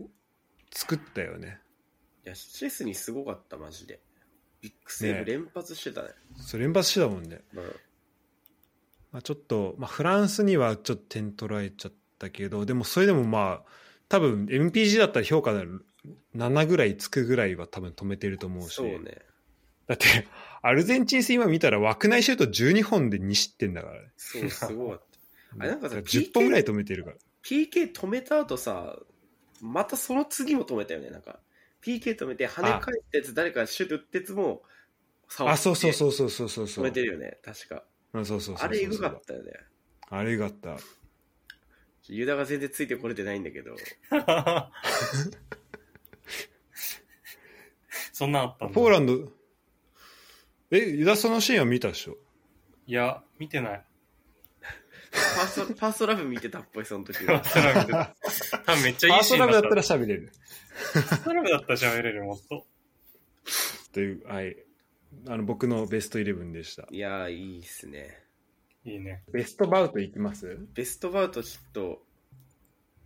Speaker 1: 作ったよね
Speaker 2: いや、シェスにすごかった、マジで。ビッグセー
Speaker 1: ね
Speaker 2: ブ連発してたね。
Speaker 1: それ連発してたもんね、まあ、ちょっと、まあ、フランスにはちょっと点取られちゃったけどでもそれでもまあ多分 MPG だったら評価7ぐらいつくぐらいは多分止めてると
Speaker 2: う
Speaker 1: 思
Speaker 2: ん。
Speaker 1: うし
Speaker 2: そうね。
Speaker 1: だって、アルゼンチン戦今見たら枠内シュート12本で2失点だからね。
Speaker 2: そう、すごかった。あれなんかさ
Speaker 1: だら
Speaker 2: PK
Speaker 1: 10本ぐらい止めてるから。
Speaker 2: PK 止めた後さ、またその次も止めたよね、なんか。PK 止めて、跳ね返ったやつ、誰かシュート打ったやつも、触
Speaker 1: あ、そうそう
Speaker 2: う。
Speaker 1: そうそうそうそうそ
Speaker 2: 止
Speaker 1: う。
Speaker 2: めてるよね、確か。
Speaker 1: うんそうそうそうそう
Speaker 2: あれ、エグかったよね。
Speaker 1: た。あれエグかった。
Speaker 2: ユダが全然ついてこれてないんだけど。
Speaker 3: そんなんあったんだ。
Speaker 1: ポーランド、え、ユダそのシーンは見たでしょ
Speaker 3: いや、見てない。
Speaker 2: パー ソパーストラブ見てたっぽい、その時
Speaker 3: ファ
Speaker 2: は
Speaker 3: ー。ストラブで。多分めっち
Speaker 1: パ
Speaker 3: ゃい
Speaker 1: ー
Speaker 3: い
Speaker 1: ス
Speaker 3: シ
Speaker 1: ト
Speaker 3: ー
Speaker 1: ラ
Speaker 3: ン
Speaker 1: ブだ
Speaker 3: だっ
Speaker 1: ったたら喋れる。
Speaker 3: ファーストラブだったら喋れるよ、もっと。
Speaker 1: という、はい。あの、僕のベストイレブンでした。
Speaker 2: いやー、いいっすね。
Speaker 3: いいね。
Speaker 1: ベストバウトいきます
Speaker 2: ベストバウトちょっと、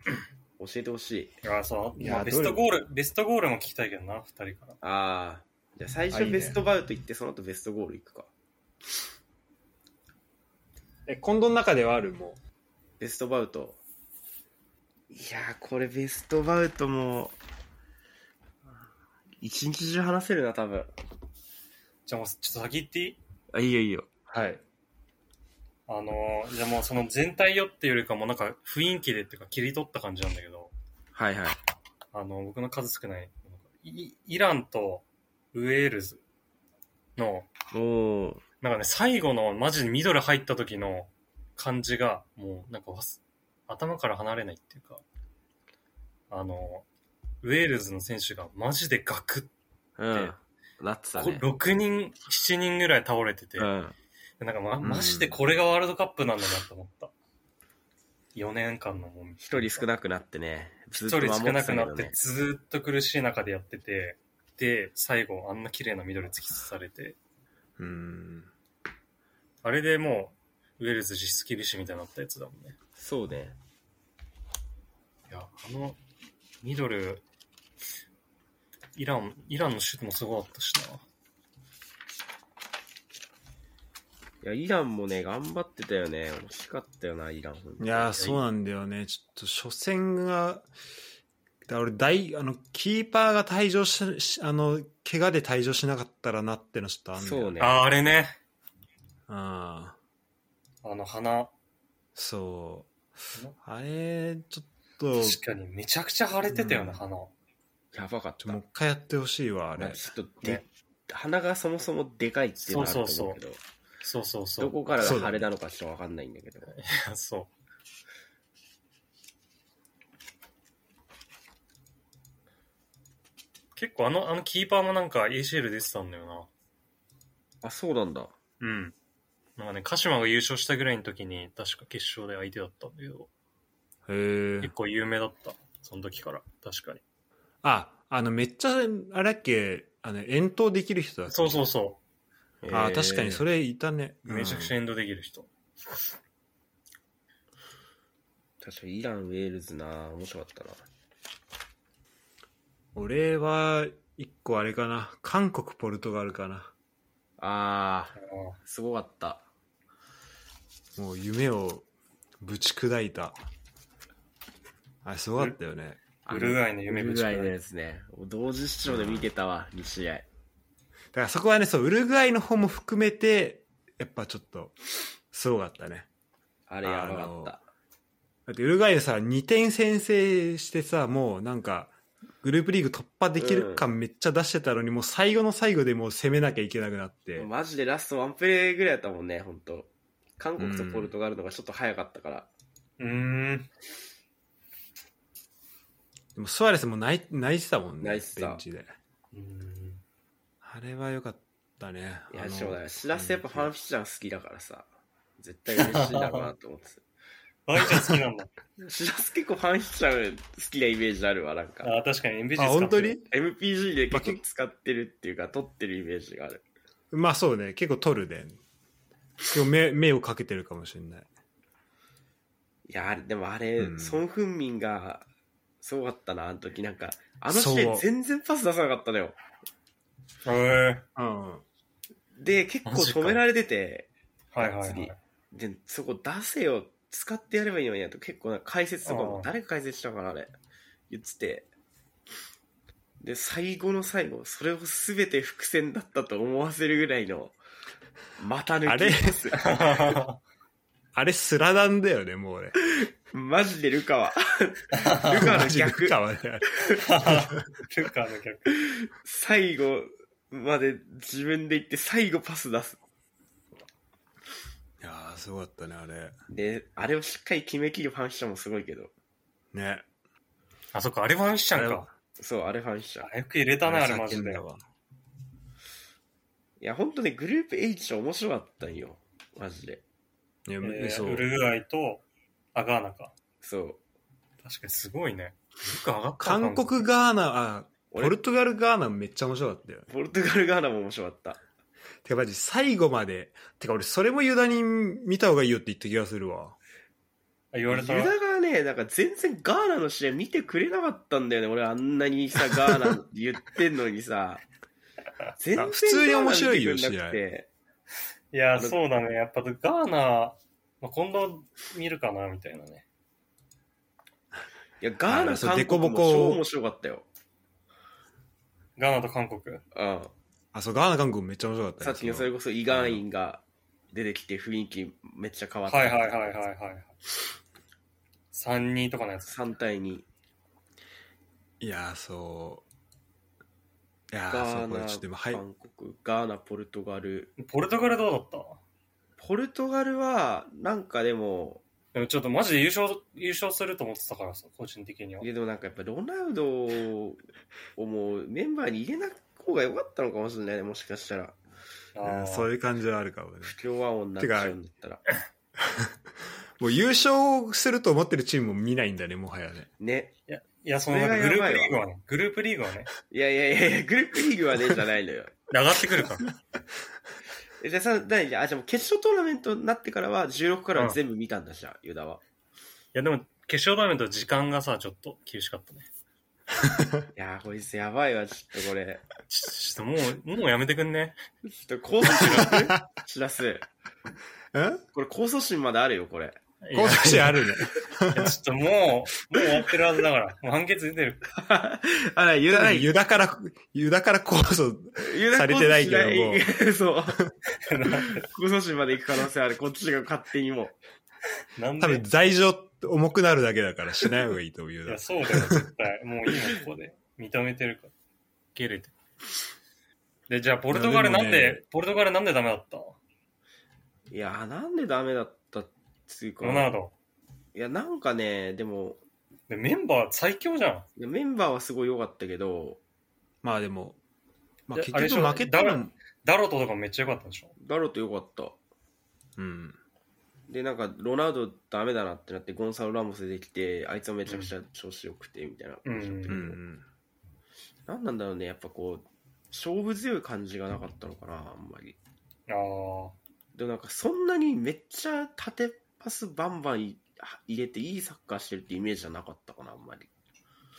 Speaker 2: 教えてほしい。
Speaker 3: あそう、
Speaker 1: いや
Speaker 3: まあベストゴール、ベストゴールも聞きたいけどな、二人から。
Speaker 2: あー。じゃあ最
Speaker 1: あ
Speaker 2: 初
Speaker 1: いいね
Speaker 2: ベストバウト行って、その後ベストゴール行くか。
Speaker 1: え、近藤の中ではあるも
Speaker 2: ベストバウト。いやー、これベストバウトも、一日中話せるな、多分。
Speaker 3: じゃあもう、ちょっと先言っていい
Speaker 2: あ、いいよいいよ。
Speaker 1: はい。
Speaker 3: あのー、じゃあもうその全体よっていうよりかもなんか雰囲気でっていうか切り取った感じなんだけど、
Speaker 2: はいはい。
Speaker 3: あの、僕の数少ない、イイランとウェールズの、
Speaker 2: おー。
Speaker 3: なんかね、最後のマジでミドル入った時の感じが、もうなんかわす頭から離れないっていうか、あの、ウェールズの選手がマジでガク
Speaker 2: うん。なってた
Speaker 3: ッ、
Speaker 2: ね。
Speaker 3: 6人、7人ぐらい倒れてて、
Speaker 2: うん。
Speaker 3: なんかま、
Speaker 1: ん
Speaker 3: マジでこれがワールドカップなんだなと思った。4年間のもん。
Speaker 2: 一人少なくなってね。ず
Speaker 3: 一
Speaker 2: っと
Speaker 3: 人
Speaker 2: 守
Speaker 3: 少
Speaker 2: っ
Speaker 3: な
Speaker 2: て
Speaker 3: く
Speaker 2: た
Speaker 3: な
Speaker 2: け
Speaker 3: っ
Speaker 2: ど
Speaker 3: て
Speaker 2: ね。
Speaker 3: ずーっと苦しい中でやってて、で、最後あんな綺麗な緑突き刺されて、
Speaker 1: うん。
Speaker 3: あれでもう、ウェールズ実質厳しいみたいになったやつだもんね。
Speaker 2: そうね。
Speaker 3: いや、あの、ミドル、イラン、イランのシュートもすごかったしな。
Speaker 2: いや、イランもね、頑張ってたよね。惜しかったよな、イラン。
Speaker 1: いやー、そうなんだよね。ちょっと初戦が、だ俺大、あの、キーパーが退場し、しあの、怪我で退場しなかったらなってのちょっとあんだよ
Speaker 2: そうね。
Speaker 3: あ、あれね。
Speaker 1: ああ、
Speaker 3: あの、鼻。
Speaker 1: そう。あれ、ちょっと、
Speaker 3: 確かに、めちゃくちゃ腫れてたよね、
Speaker 1: うん
Speaker 3: 鼻。
Speaker 2: やばかっ
Speaker 1: ち
Speaker 2: た。
Speaker 1: ょもう一回やってほしいわ、あ
Speaker 2: まあ
Speaker 1: れ。
Speaker 2: ちょっとで、
Speaker 3: ね
Speaker 2: 鼻がそもそもでかいっていうのはあると思うけど、
Speaker 3: そうそうそう。
Speaker 2: どこからが腫れなのかちょっとわかんないんだけど。
Speaker 3: いや そう。結構あの、あのキーパーもなんか ACL 出てたんだよ
Speaker 2: あ、そうなんだ。
Speaker 3: な。うん。なんかね、鹿島が優勝したぐらいの時に、確か決勝で相手だったんだけど、
Speaker 1: へえ
Speaker 3: 結。構有名だった。その時から、確かに。
Speaker 1: あ、あの、めっちゃ、あれだっけ、あの、遠投できる人だっけ
Speaker 3: そうそうそ
Speaker 1: ああ、確かにそ
Speaker 2: れ。
Speaker 1: れいたね。
Speaker 3: う。めちゃくちゃエンドできる人。
Speaker 2: 確かにイラン、ウェールズな、面白かったな。
Speaker 1: 俺は、一個あれかな。韓国、ポルトガルかな。
Speaker 2: あー、
Speaker 3: あ
Speaker 2: すごかった。
Speaker 1: もう夢をぶち砕いた。あれ、すごかったよね。
Speaker 3: ウルグアイの夢
Speaker 2: ぶ
Speaker 3: ぶ
Speaker 2: ち
Speaker 3: ち
Speaker 2: ウ
Speaker 3: 込
Speaker 2: ル
Speaker 3: み
Speaker 2: グアイのやつね。同時視聴で見てたわ、2試合。
Speaker 1: だからそこはね、そう、ウルグアイの方も含めて、やっぱちょっと、すごかったね。
Speaker 2: あれやばかった。
Speaker 1: だってウルグアイでさ、2点先制してさ、もうなんか、グループリーグ突破できる感めっちゃ出してたのに、もう最後の最後でもう攻めなきゃいけなくなって。
Speaker 2: マジでラストワンプレーぐらいだったもんね、本当韓国とポルトガルのがちょっと早かったから。
Speaker 3: うーん。
Speaker 1: でもスアレスも泣い泣いてたもんね、
Speaker 2: 泣いてた
Speaker 1: ベンチで。
Speaker 3: うん
Speaker 1: あれは良かったね。
Speaker 2: いや、
Speaker 1: あの
Speaker 2: そうだよ。しらすやっぱファンフィシャン好きだからさ。絶対嬉しいだろうなと思って
Speaker 3: あいちゃん好き なんだ。
Speaker 2: た。しらす結構ファンフィシャン好きなイメージあるわ、なんか。
Speaker 3: ああ、確かに MBG
Speaker 1: あ、本当に
Speaker 2: MPG で結構使ってるっていうか、撮ってるイメージがある。
Speaker 1: まあそうね、結構取るで。でも目目をかけてるかもしれない。
Speaker 2: いや、あれでもあれ、
Speaker 1: うん
Speaker 2: ソン・フンミンが、すごかったな、あの時。なんか、あの
Speaker 1: そう
Speaker 2: 試合全然パス出さなかったのよ。
Speaker 3: へえ
Speaker 1: うん。
Speaker 2: で、結構
Speaker 3: マジか
Speaker 2: 止められてて、
Speaker 3: はいはいは
Speaker 2: 次
Speaker 3: い。
Speaker 2: で、そこ出せよ、使ってやればいいのにやと結構なんか解説とか
Speaker 3: あ
Speaker 2: も
Speaker 3: あ、
Speaker 2: 誰が解説したのかな、あれ。言ってて。で、最後の最後、それを全て伏線だったと思わせるぐらいの、股抜き
Speaker 1: あれ
Speaker 2: パス
Speaker 1: あれスラダンだよね、もうね。
Speaker 2: マジでルカ は。ルカの逆
Speaker 1: ル。カはねあれ
Speaker 3: ルカの逆。
Speaker 2: 最後まで自分で行って最後パス出す。
Speaker 1: いやー、すごかったね、あれ。
Speaker 2: で、あれをしっかり決めきるファンヒシャもすごいけど。
Speaker 1: ね。
Speaker 3: あ、そっか、あれファンフィッシャンか。
Speaker 2: そう、あれファンヒシャ。
Speaker 3: あよく入れたな、あれマジ
Speaker 1: 叫ん
Speaker 3: で
Speaker 1: だ。わ
Speaker 2: いや、ほんとね、グループ H 面白かったんよ。マジで。
Speaker 1: いや、
Speaker 3: えー
Speaker 1: そう
Speaker 3: ウルグアイとアガーナか。
Speaker 2: そう。
Speaker 3: 確かにすごいね。よく上がった
Speaker 1: 韓国
Speaker 3: が。
Speaker 1: ガーナ、あ、ポ
Speaker 2: 俺
Speaker 1: ルトガルガーナめっちゃ面白かったよね。
Speaker 2: ポルトガルガーナも面白かった。
Speaker 1: てかマジ最後まで。てか俺それもユダに見た方がいいよって言った気がするわ。
Speaker 3: あ言わ
Speaker 2: ユ
Speaker 3: れた
Speaker 2: ダがね、なんか全然ガーナの試合見てくれなかったんだよね。俺あんなにさ、ガーナって言ってんの にさ。全然
Speaker 1: あ普通に面白いよ
Speaker 2: ガーナ見てくれなくて
Speaker 3: いや、そうだね。やっぱガーナ、まあ、今度見るかな、みたいなね。
Speaker 2: いや、ガー
Speaker 1: あ
Speaker 2: ナ、
Speaker 1: そう
Speaker 2: 韓国も
Speaker 1: 凸凹
Speaker 2: 超
Speaker 1: を
Speaker 2: 面白かったよ。
Speaker 3: ガーナと韓国。
Speaker 2: うん。
Speaker 1: あ、そう、ガーナ韓国めっちゃ面白かった、ね。
Speaker 2: さっきのそれこそイガーインが出てきて雰囲気めっちゃ変わった。
Speaker 3: はいはいはいはいはい。3-2とかのやつ。
Speaker 2: 3対2。
Speaker 1: いやー、そう。いやー、そ
Speaker 2: ガ
Speaker 1: う、これちょっと
Speaker 2: ー
Speaker 1: 今、
Speaker 2: ナ、
Speaker 1: はい。
Speaker 2: 韓国、ガーナ、ポルトガル。
Speaker 3: ポルトガルどうだった
Speaker 2: ポルトガルは、なんかでも、。
Speaker 3: でもちょっとマジで優勝、優勝すると思ってたからさ、個人的にはい
Speaker 2: やでもなんかやっぱロナウドをもうメンバーに入れない方が良かったのかもしれないね、もしかしたら。
Speaker 3: あ
Speaker 1: う
Speaker 3: ー
Speaker 1: んそういう感じはあるかもね。
Speaker 2: 不協和音になっちゃうんだったら。
Speaker 1: もう優勝すると思ってるチームも見ないんだね、もはやね。
Speaker 2: ね。
Speaker 3: いや、いや、そのなんか
Speaker 2: そ
Speaker 3: グ
Speaker 2: れ
Speaker 3: ル
Speaker 2: が
Speaker 3: ー
Speaker 2: やばいわ
Speaker 3: プリーグはね、グループリーグはね、
Speaker 2: いやいやいやいや、グループリーグはね、じゃない のよ。
Speaker 3: 上がってくるから。
Speaker 2: えじゃあさ、何じゃあ、あじゃあもう決勝トーナメントになってからは、16からは全部見たんだじゃあ、ユダは。
Speaker 3: いや、でも、決勝トーナメント時間がさ、ちょっと厳しかったね。
Speaker 2: やー、こいつやばいわ、ちょっとこれ。
Speaker 3: ちちょっともう、もうやめてくんね。
Speaker 2: ちょっと控訴しな くしらす。
Speaker 1: うん
Speaker 2: これ控訴審まであるよ、これ。
Speaker 1: 高速
Speaker 3: い
Speaker 1: 心あるね。
Speaker 3: やちょっともう、もう終わってるはずだから。もう判決出てる。
Speaker 2: あら、言わない。
Speaker 1: ユダから、ユダから控訴。
Speaker 2: 言う
Speaker 1: されてないけども
Speaker 2: も。 そう。控訴審まで行く可能性ある。こっちが勝手にもう。
Speaker 3: なん
Speaker 1: 多分
Speaker 3: で
Speaker 1: 罪状重くなるだけだからしない方がいいと思うよ
Speaker 3: いや、そうだよ、絶対。もういいもん、ここで。認めてるから。受け入れて。で、じゃあ、ポルトガル
Speaker 1: いや
Speaker 3: な
Speaker 1: で
Speaker 3: ん
Speaker 1: も
Speaker 3: で
Speaker 1: ね
Speaker 3: ポルトガルなんでダメだった
Speaker 2: いやー、なんでダメだったっつうか。
Speaker 3: ロナウド。
Speaker 2: いや、なんかね、でも、
Speaker 3: で、メンバー最強じゃん。
Speaker 2: いやメンバーはすごい良かったけど、
Speaker 1: まあでも、まあ
Speaker 3: で
Speaker 1: 結
Speaker 3: あれでしょ
Speaker 1: 局負けた
Speaker 3: ダ
Speaker 1: ら、
Speaker 3: ダロトとかめっちゃ良かったでしょ。
Speaker 2: ダロト良かった。
Speaker 1: うん。
Speaker 2: で、なんか、ロナウドダメだなってなって、ゴンサロ・ラモス出てきて、あいつはめちゃくちゃ調子良くて、みたいな感じだったけ
Speaker 1: う
Speaker 2: ど、
Speaker 1: ん。
Speaker 2: なんなんだろうね、やっぱこう、勝負強い感じがなかったのかな、あんまり。
Speaker 3: ああ。
Speaker 2: でもなんか、そんなにめっちゃ縦パスバンバンい入れて、いいサッカーしてるってイメージじゃなかったかな、あんまり。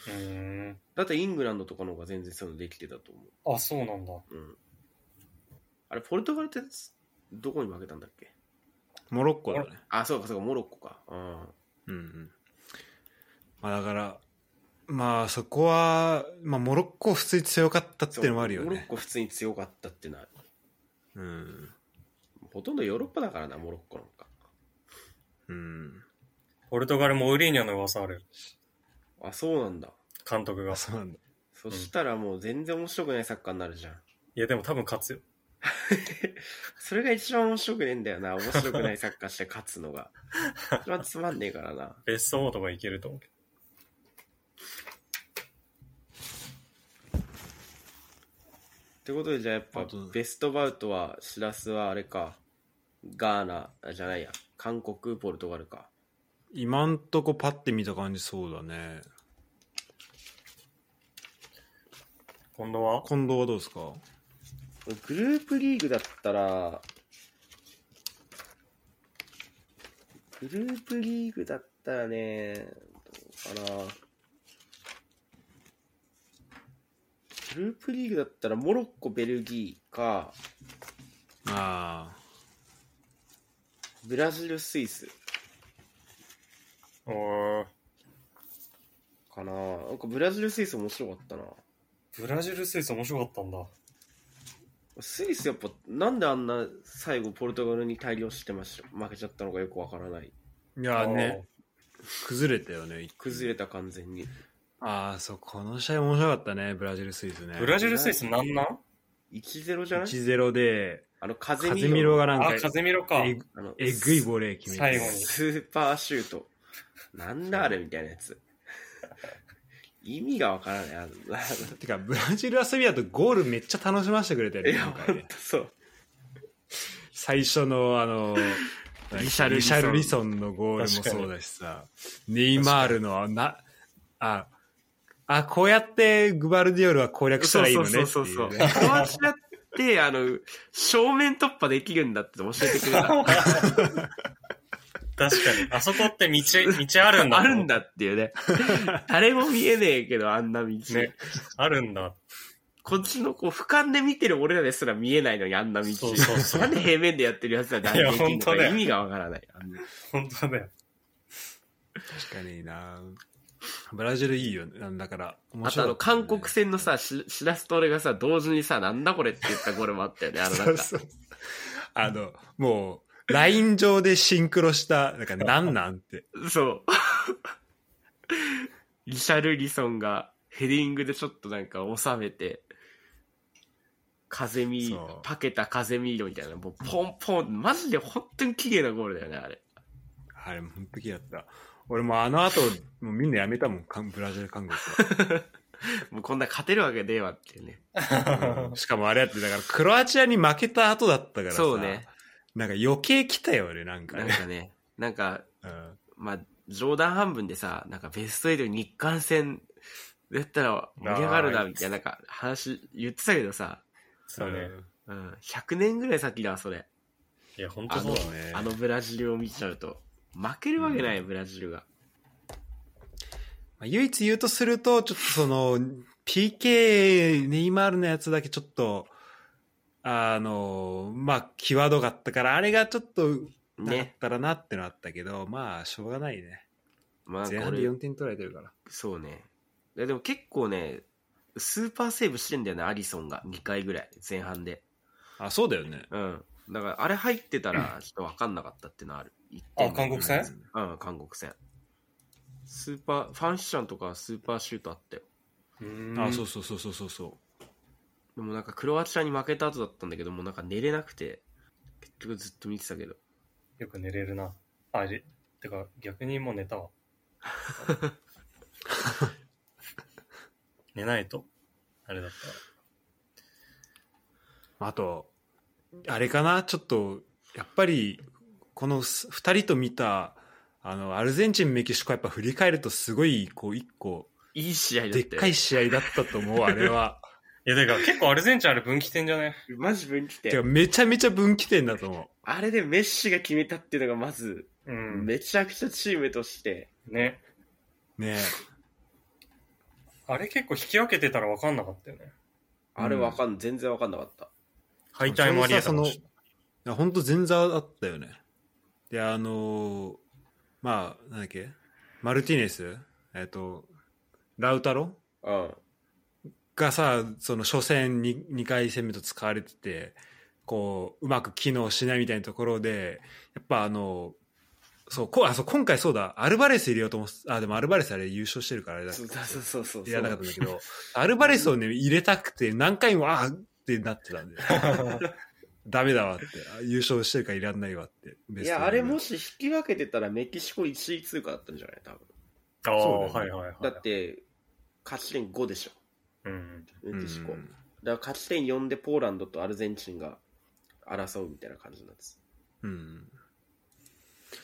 Speaker 3: うーん。
Speaker 2: だってイングランドとかの方が全然そういうのできてたと思
Speaker 3: あ、そうなんだ。
Speaker 2: う。うん。あれ、ポルトガルって、どこに負けたんだっけ
Speaker 1: モロッコだね。
Speaker 2: あ、そうか、そうか、モロッコか。うん。
Speaker 1: うんうん。まあだから、まあそこは、まあモロッコ普通に強かったっていうのもあるよ
Speaker 2: モロッ
Speaker 1: ね。
Speaker 2: コ普通に強かったっていうのは
Speaker 1: うん。
Speaker 2: ほとんどヨーロッパだからな、モロッコなんか。
Speaker 1: うん。
Speaker 3: ポルトガルもウリーニャの噂ある。
Speaker 2: あ、そうなんだ。
Speaker 3: 監督が
Speaker 1: あ、。そうなんだ。
Speaker 2: そしたらもう全然面白くないサッカーになるじゃん。
Speaker 3: いや、でも多分勝つよ。
Speaker 2: それが一番面白くねえんだよな。面白くないサッカーして勝つのが。一番つまんねえからな。
Speaker 3: ベスト4とかいけると思うけど。
Speaker 2: ってことで、じゃあやっぱ
Speaker 1: あと、
Speaker 2: ベストバウトは、シラスはあれか、ガーナ、あじゃないや、韓国、ポルトガルか。
Speaker 1: 今んとこパッて見た感じそうだね。
Speaker 3: 今度は
Speaker 1: 近藤はどうですか
Speaker 2: グループリーグだったら、グループリーグだったらね、どうかな。グループリーグだったら、モロッコ、ベルギーか、
Speaker 1: ああ。
Speaker 2: ブラジル、スイス
Speaker 3: おー
Speaker 2: かな。なんかブラジル、スイス面白かったな。
Speaker 3: ブラジル、スイス面白かったんだ。
Speaker 2: スイスやっぱ、なんであんな最後、ポルトガルに大量してました負けちゃったのかよくわからない。
Speaker 1: いやね、崩れたよね。
Speaker 2: 崩れた完全に。
Speaker 1: ああ、そう、この試合面白かったね、ブラジル、スイスね。
Speaker 3: ブラジル、スイスなんなん
Speaker 2: 1-0じゃない
Speaker 1: 1-0で、
Speaker 2: あの、風
Speaker 1: カゼミロがなん
Speaker 3: あ、
Speaker 1: か、
Speaker 3: 風見ろか。
Speaker 1: え
Speaker 2: あの
Speaker 1: えぐいボレー決め
Speaker 3: 最
Speaker 1: て
Speaker 3: 後に
Speaker 2: スーパーシュート。なんだあれみたいなやつ。意味がわからない。あのあ
Speaker 1: てか、ブラジルはそういう意味だとゴールめっちゃ楽しませてくれたよ
Speaker 2: のい
Speaker 1: ね、
Speaker 2: や、
Speaker 1: 今回
Speaker 2: 本
Speaker 1: ね。
Speaker 2: 当そう。
Speaker 1: 最初の、あの、
Speaker 2: リシャルリ
Speaker 1: リ
Speaker 2: ソン
Speaker 1: シャルリソンのゴールもそうだしさ、ネイマールの、な、あ、あ、こうやってグバルディオルは攻略したらいいのねっていうね。
Speaker 2: そうそうそうそう。クロアチアって、あの、正面突破できるんだって教えてくれた。
Speaker 3: 確かに。あそこって 道、道あるんだ。
Speaker 2: あるん。だっていうね。誰も見えねえけど、あんな道。
Speaker 3: ね。あるんだ。
Speaker 2: こっちのこう、俯瞰で見てる俺らですら見えないのに、あんな道。
Speaker 3: そうそうそう
Speaker 2: なんで平面でやってるやつらであんなできんのか
Speaker 3: いや本当だよ
Speaker 2: 意味がわからない。あの
Speaker 3: 本当だよ。
Speaker 1: 確かになブラジルいいよねだから面
Speaker 2: あと
Speaker 1: 白
Speaker 2: あ
Speaker 1: い、
Speaker 2: の、韓国戦のさ、ししらすと俺がさ、同時にさ、なんだこれって言ったゴールもあったよね。あの、な
Speaker 1: そ
Speaker 2: ん
Speaker 1: う
Speaker 2: か、
Speaker 1: そうあのもうライン上でシンクロしたなんかなんなんて
Speaker 2: そう。 リシャルリソンがヘディングでちょっとなんか収めて、風見
Speaker 1: そう、
Speaker 2: パケた風見色みたいな、もうポンポン、マジで本当に綺麗なゴールだよね、あれ。
Speaker 1: あれも本当にやった俺もうあの後もうみんなやめたもん韓ブラジル韓国
Speaker 2: もうこんな勝てるわけねえわっていうね。
Speaker 1: は、 うんしかもあれやってだからクロアチアに負けた後だったからさ
Speaker 2: そうね。
Speaker 1: なんか余計来たよねなんか
Speaker 2: なん
Speaker 1: ね、
Speaker 2: かね、なんか、
Speaker 1: うん
Speaker 2: まあ、冗談半分でさ、なんかベスト8日韓戦だったら盛り上がるな、みたいな、なんか話言ってたけどさ、
Speaker 3: そうね。
Speaker 2: うん、100年ぐらい先だわ、それ。
Speaker 3: いや、本当
Speaker 2: あ
Speaker 3: そう
Speaker 2: の
Speaker 3: だね。、
Speaker 1: ね
Speaker 2: あのブラジルを見ちゃうと。負けるわけないよ、ブラジルが。
Speaker 1: まあ唯一言うとすると、ちょっとその、PK、ネイマールのやつだけちょっと、あの、まあ、際どかったから、あれがちょっと、なかっ
Speaker 2: ね。
Speaker 1: たらなってのあったけど、まあ、しょうがないね。
Speaker 2: まあ、
Speaker 1: 前
Speaker 2: こ
Speaker 1: 半で
Speaker 2: れ
Speaker 1: 4、点取られてるから。
Speaker 2: そうね。いやでも結構ね、スーパーセーブしてんだよね、アリソンが。2回ぐらい、前半で。
Speaker 1: あ、そうだよね。
Speaker 2: うん。だから、あれ入ってたら、ちょっと分かんなかったってのある。一点
Speaker 3: あ韓国戦
Speaker 2: うん、韓国戦。スーパー、ファンシャンとかスーパーシュートあったよ。
Speaker 1: うんあ、そうそうそうそうそうそう。
Speaker 2: でもなんかクロアチアに負けた後だったんだけど、もうなんか寝れなくて、結局ずっと見てたけど。
Speaker 3: よく寝れるな。あれ、てか逆にもう寝 たわ。寝ないと、あれだったら。
Speaker 1: あと、あれかなちょっと、やっぱり、このす二人と見た、あの、アルゼンチン、メキシコ、やっぱ振り返るとすごい、こう、一個、
Speaker 2: いい試合だった
Speaker 1: でっ
Speaker 2: よ。
Speaker 1: かい試合だったと思う、あれは。
Speaker 3: いや、てか結構アルゼンチンあれ分岐点じゃない
Speaker 2: マジ分岐
Speaker 1: てか、
Speaker 2: 点。
Speaker 1: めちゃめちゃ分岐点だと思
Speaker 2: あれでメッシが決めたっていうのがまず、
Speaker 3: うん。
Speaker 2: めちゃくちゃチームとして、
Speaker 3: ね。
Speaker 1: う。ね
Speaker 3: あれ結構引き分けてたら分かんなかったよね。
Speaker 2: あれわかん、全然わかんなかった。
Speaker 3: 敗退もありえたかもしれない
Speaker 1: いや、ほんと全然あったよね。で、あのーまあ、なんだっけマルティネスえっと、ラウタロ
Speaker 2: うん。
Speaker 1: がさ、その初戦に2回戦目と使われてて、こう、うまく機能しないみたいなところで、やっぱあの、そう、こうあそう今回そうだ、アルバレス入れようと思って、あ、でもアルバレスあれ優勝してるからあれだ
Speaker 2: そうそうそうそう。
Speaker 1: 入れなかったんだけど、アルバレスをね、入れたくて何回も、あーってなってたんで、 ダメだわって、あ優勝してるからいらんないわって。ベ
Speaker 2: い
Speaker 1: ストナイ
Speaker 2: や、
Speaker 1: ン
Speaker 2: あれもし引き分けてたらメキシコ1位通過だったんじゃない多分。
Speaker 3: ああ、
Speaker 1: そうだよ
Speaker 3: はい
Speaker 1: ね
Speaker 3: はいはい。
Speaker 2: だって、勝ち点5でしょ、
Speaker 3: うん。
Speaker 1: う
Speaker 2: メキシコ。だか
Speaker 1: ん
Speaker 2: ら勝ち点4でポーランドとアルゼンチンが争うみたいな感じなんです。
Speaker 1: うん。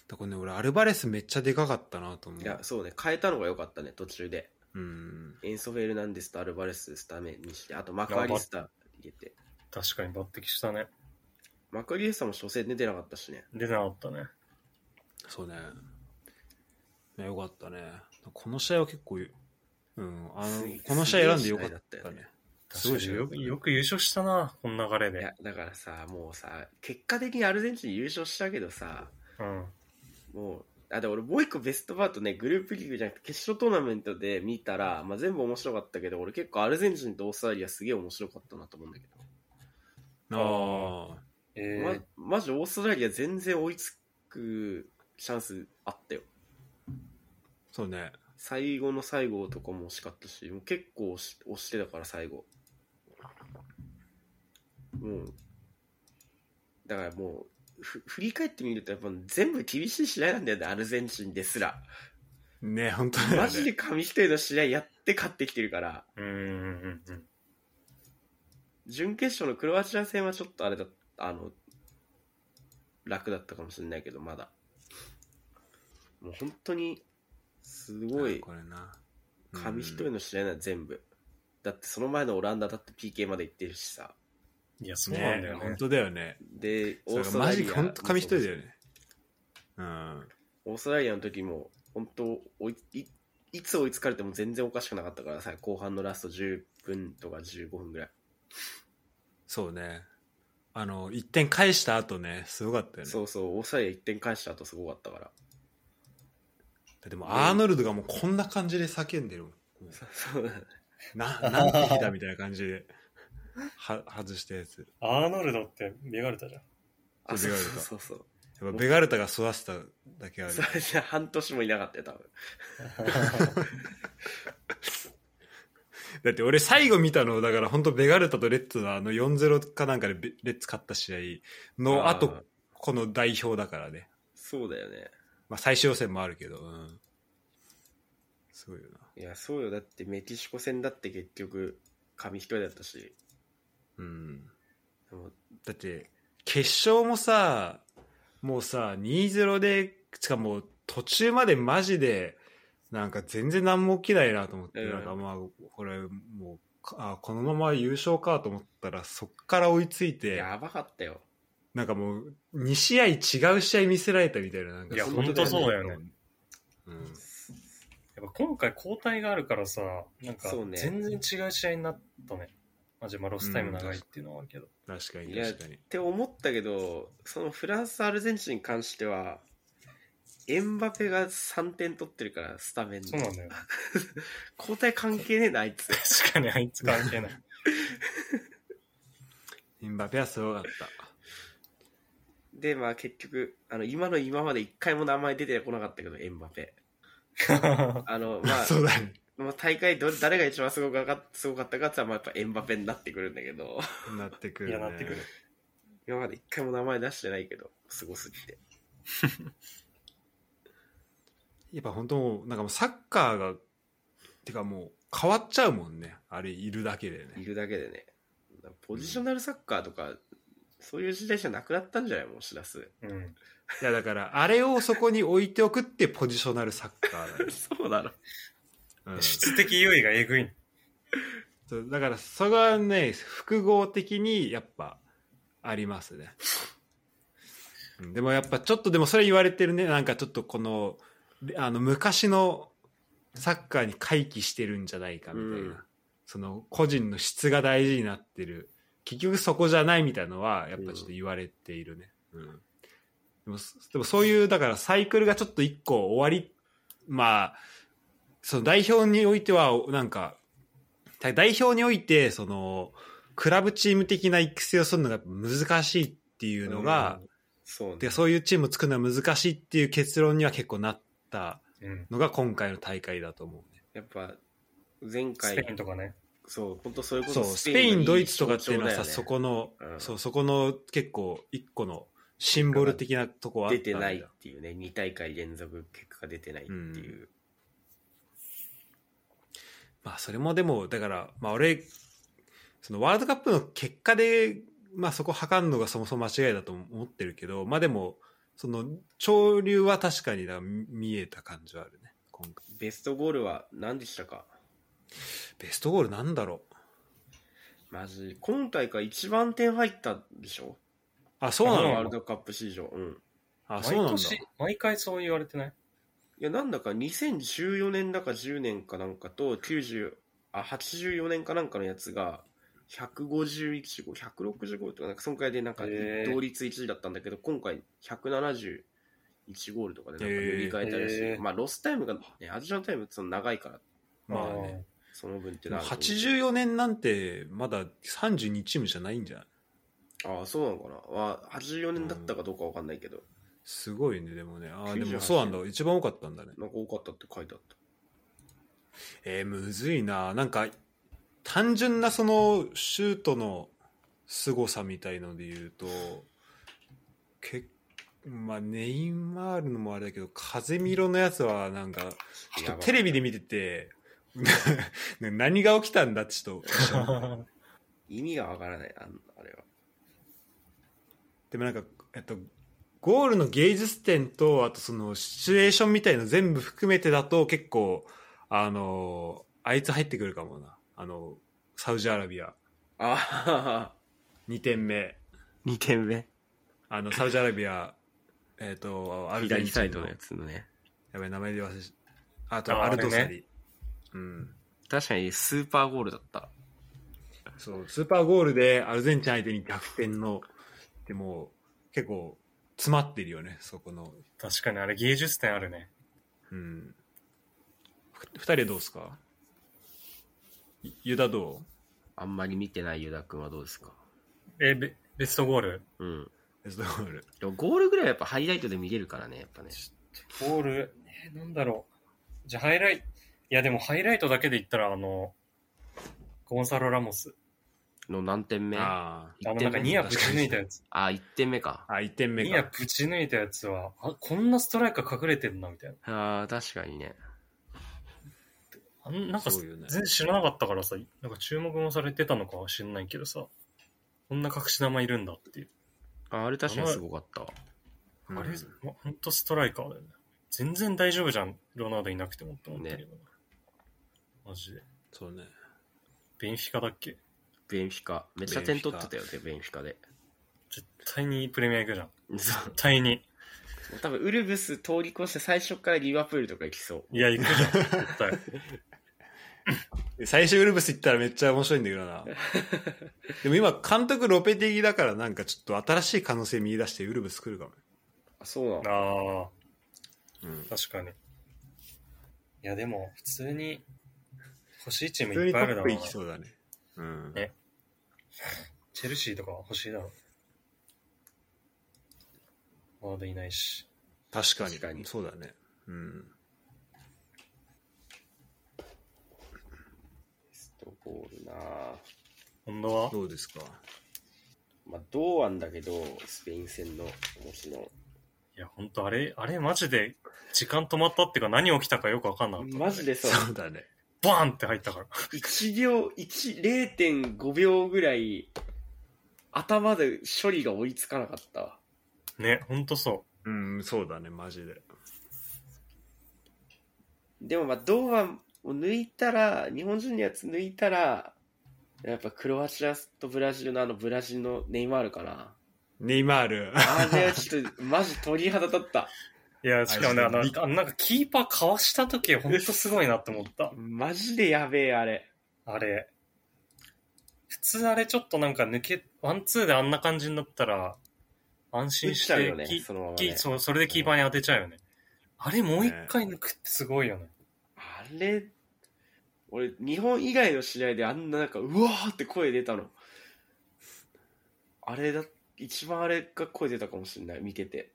Speaker 1: だからね、俺、アルバレスめっちゃでかかったなと思う。
Speaker 2: いや、そうね、変えたのが良かったね、途中で。
Speaker 1: うん。
Speaker 2: エンソフェルナンデスとアルバレススタメンにして、あとマクアリスタ入れて。
Speaker 3: 確かに抜擢したね。
Speaker 2: マクアリスタも初戦出てなかったしね。
Speaker 3: 出なかったね。
Speaker 1: そうね。ねよかったね。この試合は結構、うん、あの
Speaker 2: すげえ、
Speaker 1: この試合選んでよかっ
Speaker 2: すげえ試合だ
Speaker 1: た
Speaker 2: ったよ
Speaker 1: ね。す
Speaker 3: 確
Speaker 1: ごい
Speaker 3: かに
Speaker 1: 試合だ
Speaker 3: よ
Speaker 1: った
Speaker 3: く
Speaker 1: ね
Speaker 3: よく優勝したな、この流れ
Speaker 2: いや
Speaker 3: で。、
Speaker 2: だからさ、もうさ、結果的にアルゼンチン優勝したけどさ、
Speaker 3: うん。
Speaker 2: もう、あ、で俺もう一個ベストパートね、グループリーグじゃなくて決勝トーナメントで見たら、まあ、全部面白かったけど、俺結構アルゼンチンとオーストラリアすげえ面白かったなと思うんだけど、
Speaker 1: ああ。
Speaker 3: えー、
Speaker 2: ま、マジオーストラリア全然追いつくチャンスあったよ。
Speaker 1: そうね。
Speaker 2: 最後の最後とかも惜しかったし、もう結構押し押してたから最後。もう、だからもう、ふ振り返ってみるとやっぱ全部厳しい試合なんだよね、アルゼンチンですら。
Speaker 1: ね本当に、ね。
Speaker 2: マジで紙一重の試合やって勝ってきてるから、
Speaker 3: うんうんうんうん。
Speaker 2: 準決勝のクロアチア戦はちょっとあれだあの、楽だったかもしれないけど、まだ。もう本当に、すごい
Speaker 1: これな。
Speaker 2: 紙一重
Speaker 1: の。
Speaker 2: の試合なの全部。だってその前のオランダだって PK まで行ってるしさ。
Speaker 3: いや、そうなんだ
Speaker 1: ね
Speaker 3: よね
Speaker 1: 本。当だよね。
Speaker 2: で、
Speaker 1: そ
Speaker 2: オー
Speaker 1: れ
Speaker 2: ス
Speaker 1: が
Speaker 2: ト
Speaker 1: マ
Speaker 2: ラリア
Speaker 1: ジで本当紙一重だよね。うん。
Speaker 2: オーストラリアの時も、本当追いい、いつ追いつかれても全然おかしくなかったからさ、後半のラスト10分とか15分ぐらい。
Speaker 1: そうね。あの、1点返した後ね、すごかったよね。
Speaker 2: そうそう、オーストラリア1点返した後すごかっ たから。
Speaker 1: でも、アーノルドがもうこんな感じで叫んでるもん。
Speaker 2: そうだね
Speaker 1: な、なんて日だみたいな感じで、 は、外したやつ。
Speaker 3: アーノルドってベガルタじゃん。
Speaker 2: あ、
Speaker 1: そ
Speaker 2: そうう
Speaker 1: ベガル
Speaker 2: そ
Speaker 1: タ
Speaker 2: うそうそう。
Speaker 1: やっぱベガルタが育てただけある。
Speaker 2: それじゃ半年もいなかったよ、多分。
Speaker 1: だって俺最後見たの、だから本当ベガルタとレッツのあの4-0かなんかでベレッツ勝った試合の
Speaker 2: あー
Speaker 1: 後、この代表だからね。
Speaker 2: そうだよね。
Speaker 1: まあ最終予選もあるけど、うん。すごいよな。
Speaker 2: いや、そうよ。だってメキシコ戦だって結局、紙一人だったし。
Speaker 1: うん。
Speaker 2: でも
Speaker 1: だって、決勝もさ、もうさ、2-0で、しかも途中までマジで、なんか全然何も起きないなと思って、
Speaker 2: うん
Speaker 1: なんかまあ、これもう、あこのまま優勝かと思ったら、そっから追いついて、
Speaker 2: やばかったよ。
Speaker 1: なんかもう、2試合違う試合見せられたみたいな、なんか
Speaker 3: いや
Speaker 1: んな
Speaker 2: ほんとそう
Speaker 3: だよね。
Speaker 1: うん。
Speaker 3: やっぱ今回交代があるからさ、なんか
Speaker 2: そうね
Speaker 3: 全然違う試合になったね。マジまあロスタイム長いっていうのはあるけど。
Speaker 1: 確かに
Speaker 2: いや
Speaker 1: 確かに
Speaker 2: って思ったけど、そのフランス、アルゼンチンに関しては、エンバペが3点取ってるから、スタメンで
Speaker 3: そうなんだよ。
Speaker 2: 交代関係ねえな、あいつ。
Speaker 3: 確かにあいつ関 係ない。
Speaker 1: エンバペはすごかった
Speaker 2: で、まあ結局、あの、今の今まで一回も名前出てこなかったけど、エンバペ。あの、ま あ、
Speaker 1: そうだね
Speaker 2: まあ、大会ど、誰が一番すごかかすごかったかって言ったら、まあやっぱエンバペになってくるんだけど、
Speaker 1: なってくる、
Speaker 3: い
Speaker 1: ね、
Speaker 3: や、なってくる。
Speaker 2: 今まで一回も名前出してないけど、すごすぎて。
Speaker 1: やっぱ本当もうなんかもうサッカーがてかもう変わっちゃうもんねあれいるだけで
Speaker 2: い
Speaker 1: ね
Speaker 2: るだけでね。ポジショナルサッカーとか、そういう時代じゃなくなったんじゃないもうしらす。
Speaker 3: うん。
Speaker 1: いやだからあれをそこに置いておくってポジショナルサッカーだね、
Speaker 2: そうなの。
Speaker 1: うん
Speaker 3: 質的優位がえぐいの。
Speaker 1: そうだからそれはね複合的にやっぱありますねうんでもやっぱちょっとでもそれ言われてるねなんかちょっとこのであの昔のサッカーに回帰してるんじゃないかみたいな、
Speaker 2: うん
Speaker 1: その個人の質が大事になってる結局そこじゃないみたいのはやっぱちょっと言われているね、うんでもそでもそういうだからサイクルがちょっと一個終わりまあその代表においてはなんか代表においてそのクラブチーム的な育成をするのがやっぱ難しいっていうのが、
Speaker 2: そうね。
Speaker 1: でそういうチームを作るのは難しいっていう結論には結構なった
Speaker 3: うん。
Speaker 1: のが今回の大会だと思うね。
Speaker 2: やっぱ、前
Speaker 3: ス
Speaker 2: 回
Speaker 3: ペイ、ンとかね。
Speaker 2: そう、本当そういうこと
Speaker 1: そうスペイン、ドイツとかっていうのはさ、そ
Speaker 2: こ
Speaker 1: この、
Speaker 2: うん
Speaker 1: そうそこの結構一個のシンボル的なとこはあっ
Speaker 2: 出
Speaker 1: たんだ
Speaker 2: てないっていうね、2大会連続結果が出てないっていう。
Speaker 1: まあそれもでもだからまあ俺そのワールドカップの結果でまあそこ測るのがそもそも間違いだと思ってるけどまあでもその潮流は確かにだから見えた感じはあるね今回
Speaker 2: ベストゴールは何でしたか
Speaker 1: ベストゴールなんだろう
Speaker 2: マジ、今大会一番点入ったでしょ
Speaker 1: あそうな
Speaker 3: うん
Speaker 2: ワー
Speaker 1: の
Speaker 2: ルドカップ史上。うん。
Speaker 1: あそう
Speaker 3: 毎
Speaker 1: なんだ
Speaker 3: 年、毎回そう言われてない
Speaker 2: いや、なんだか2014年だか10年かなんかと、90、あ、84年かなんかのやつが、151号、165とか、なんか、そんくらいでなんか
Speaker 3: へ、ー
Speaker 2: 同率1位だったんだけど、今回171ゴールとかでなんか塗り替えたらしい。
Speaker 3: へー
Speaker 2: まあ、ロスタイムが、ね、アジアのタイムってその長いから、
Speaker 1: まあね
Speaker 2: その分って
Speaker 1: でも
Speaker 2: なると思う
Speaker 1: 84年なんてまだ32チームじゃないんじゃない
Speaker 2: ああ、そうなのかな。まあ、84年だったかどうかわかんないけど、
Speaker 1: すごいねでもねあー
Speaker 2: 98
Speaker 1: でもそうなんだ一番多かったんだね
Speaker 2: なんか多かったって書いてあった。
Speaker 1: えー、むずいななんか単純なそのシュートの凄さみたいので言うとけまあネイマールのもあれだけど風見ろのやつはなんかちょっとテレビで見てて ね何が起きたんだってちょっと
Speaker 3: あー
Speaker 2: 意味がわからない、あんあれは。
Speaker 1: でもなんか、えっと、ゴールの芸術点とあとそのシチュエーションみたいの全部含めてだと結構あのあいつ入ってくるかもなあのサウジアラビア
Speaker 2: ああ、
Speaker 1: 2点目。
Speaker 2: 2点目。
Speaker 1: あの、サウジアラビア、えっ、と、アルゼンチンの。
Speaker 2: つのね。
Speaker 1: やべ、名前で忘れしあ
Speaker 3: あ
Speaker 1: と、
Speaker 3: あ
Speaker 1: ア
Speaker 3: れ
Speaker 1: ル
Speaker 3: ね
Speaker 1: ドサリ、うん。
Speaker 2: 確かにスーパーゴールだった。
Speaker 1: そう、スーパーゴールでアルゼンチン相手に逆転の、でも、結構、詰まってるよね、そこの。
Speaker 3: 確かにあれ芸術点あるね。
Speaker 1: うん。ふ二人どうですかいユダど
Speaker 2: あんまり見てないユダ君はどうですか
Speaker 3: え、ベベストゴール
Speaker 2: うん。
Speaker 1: うベストゴール。
Speaker 2: でもゴールぐらいはやっぱハイライトで見れるからね、やっぱね。
Speaker 3: ゴール、えーなんだろう。じゃあハイライト、いやでもハイライトだけで言ったら、あの、ゴンサロ・ラモス。
Speaker 2: の何点目あ
Speaker 1: あ
Speaker 3: あの、なんかニアぶち抜いたやつ。
Speaker 2: あ、1点目か。
Speaker 1: あ。あ、1点目
Speaker 3: ニア
Speaker 1: か。
Speaker 3: ぶち抜いたやつは、あ、こんなストライカー隠れてんな、みたいな。
Speaker 2: ああ、確かにね。
Speaker 3: あんなんか、
Speaker 1: そうよね
Speaker 3: 全然知らなかったからさ、なんか注目もされてたのかは知んないけどさ、こんな隠し玉いるんだっていう。
Speaker 2: ああれ確かにすごかったわ。
Speaker 1: うん
Speaker 3: あれ、まほんとストライカーだよね。全然大丈夫じゃん、ロナウドいなくてもって思ったけどな、マジで。
Speaker 1: そうね。
Speaker 3: ベンフィカだっけ
Speaker 2: ベンフィカ。めっちゃ点取ってたよね、ベンフィカで。
Speaker 3: 絶対にプレミア行くじゃん。
Speaker 2: そう
Speaker 3: 絶対に。
Speaker 2: 多分ウルブス通り越して最初からリバプールとか行きそう。
Speaker 3: いや、行く じゃん、絶対。
Speaker 1: 最初ウルブス行ったらめっちゃ面白いんだけどな。でも今、監督ロペティだからなんかちょっと新しい可能性見出してウルブス来るかも。
Speaker 2: あ、そうなの
Speaker 3: あ
Speaker 1: うん
Speaker 3: あ、確かに。いや、でも、普通に、欲しいチーム
Speaker 1: 普
Speaker 3: い
Speaker 1: 通
Speaker 3: っ
Speaker 1: にト
Speaker 3: ぱいあるだ
Speaker 1: ップ
Speaker 3: ろう
Speaker 1: 行
Speaker 3: な。
Speaker 1: きそうだね。うん。
Speaker 3: ねチェルシーとか欲しいだろう。ワードいないし。
Speaker 1: 確かに。
Speaker 2: 確かに
Speaker 1: そうだね。うん。
Speaker 2: ストボールなぁ
Speaker 3: 今度は
Speaker 1: どうですか
Speaker 2: まあ、堂安だけど、スペイン戦の、もちろ
Speaker 3: いや、ほんと、あれ、あれ、マジで、時間止まったっていうか、何起きたかよくわかんなかった、
Speaker 2: ん。マジでそう。
Speaker 1: そうだね。
Speaker 3: バーンって入ったから。
Speaker 2: 1秒、一0.5秒ぐらい、頭で処理が追いつかなかったわ。
Speaker 3: ね、ほんとそ
Speaker 1: うん、そうだね、マジで。
Speaker 2: でもまあ、堂安を抜いたら、日本人のやつ抜いたら、やっぱクロアチアとブラジルのあのブラジルのネイマールかな。
Speaker 1: ネイマー ル。
Speaker 2: あれはちょっと、マジ鳥肌立った。
Speaker 3: う。いや、しかもね、
Speaker 1: あ
Speaker 3: あの、
Speaker 1: びっ
Speaker 3: あのなんかキーパーかわした時、ほんとすごいなって思った。
Speaker 2: マジでやべえ、あれ。
Speaker 3: あれ。普通あれちょっとなんか抜け、ワンツーであんな感じになったら、
Speaker 2: 打
Speaker 3: 安
Speaker 2: っ
Speaker 3: 心し
Speaker 2: ちゃう
Speaker 3: て、
Speaker 2: よね
Speaker 3: き、
Speaker 2: そのまま
Speaker 3: き
Speaker 2: ね。
Speaker 3: そう、それでキーパーに当てちゃうよね。あれもう一回抜くってすごいよね。
Speaker 2: あれ、俺、日本以外の試合であんななんか、うわーって声出たの。あれだ、一番あれが声出たかもしれない、見てて。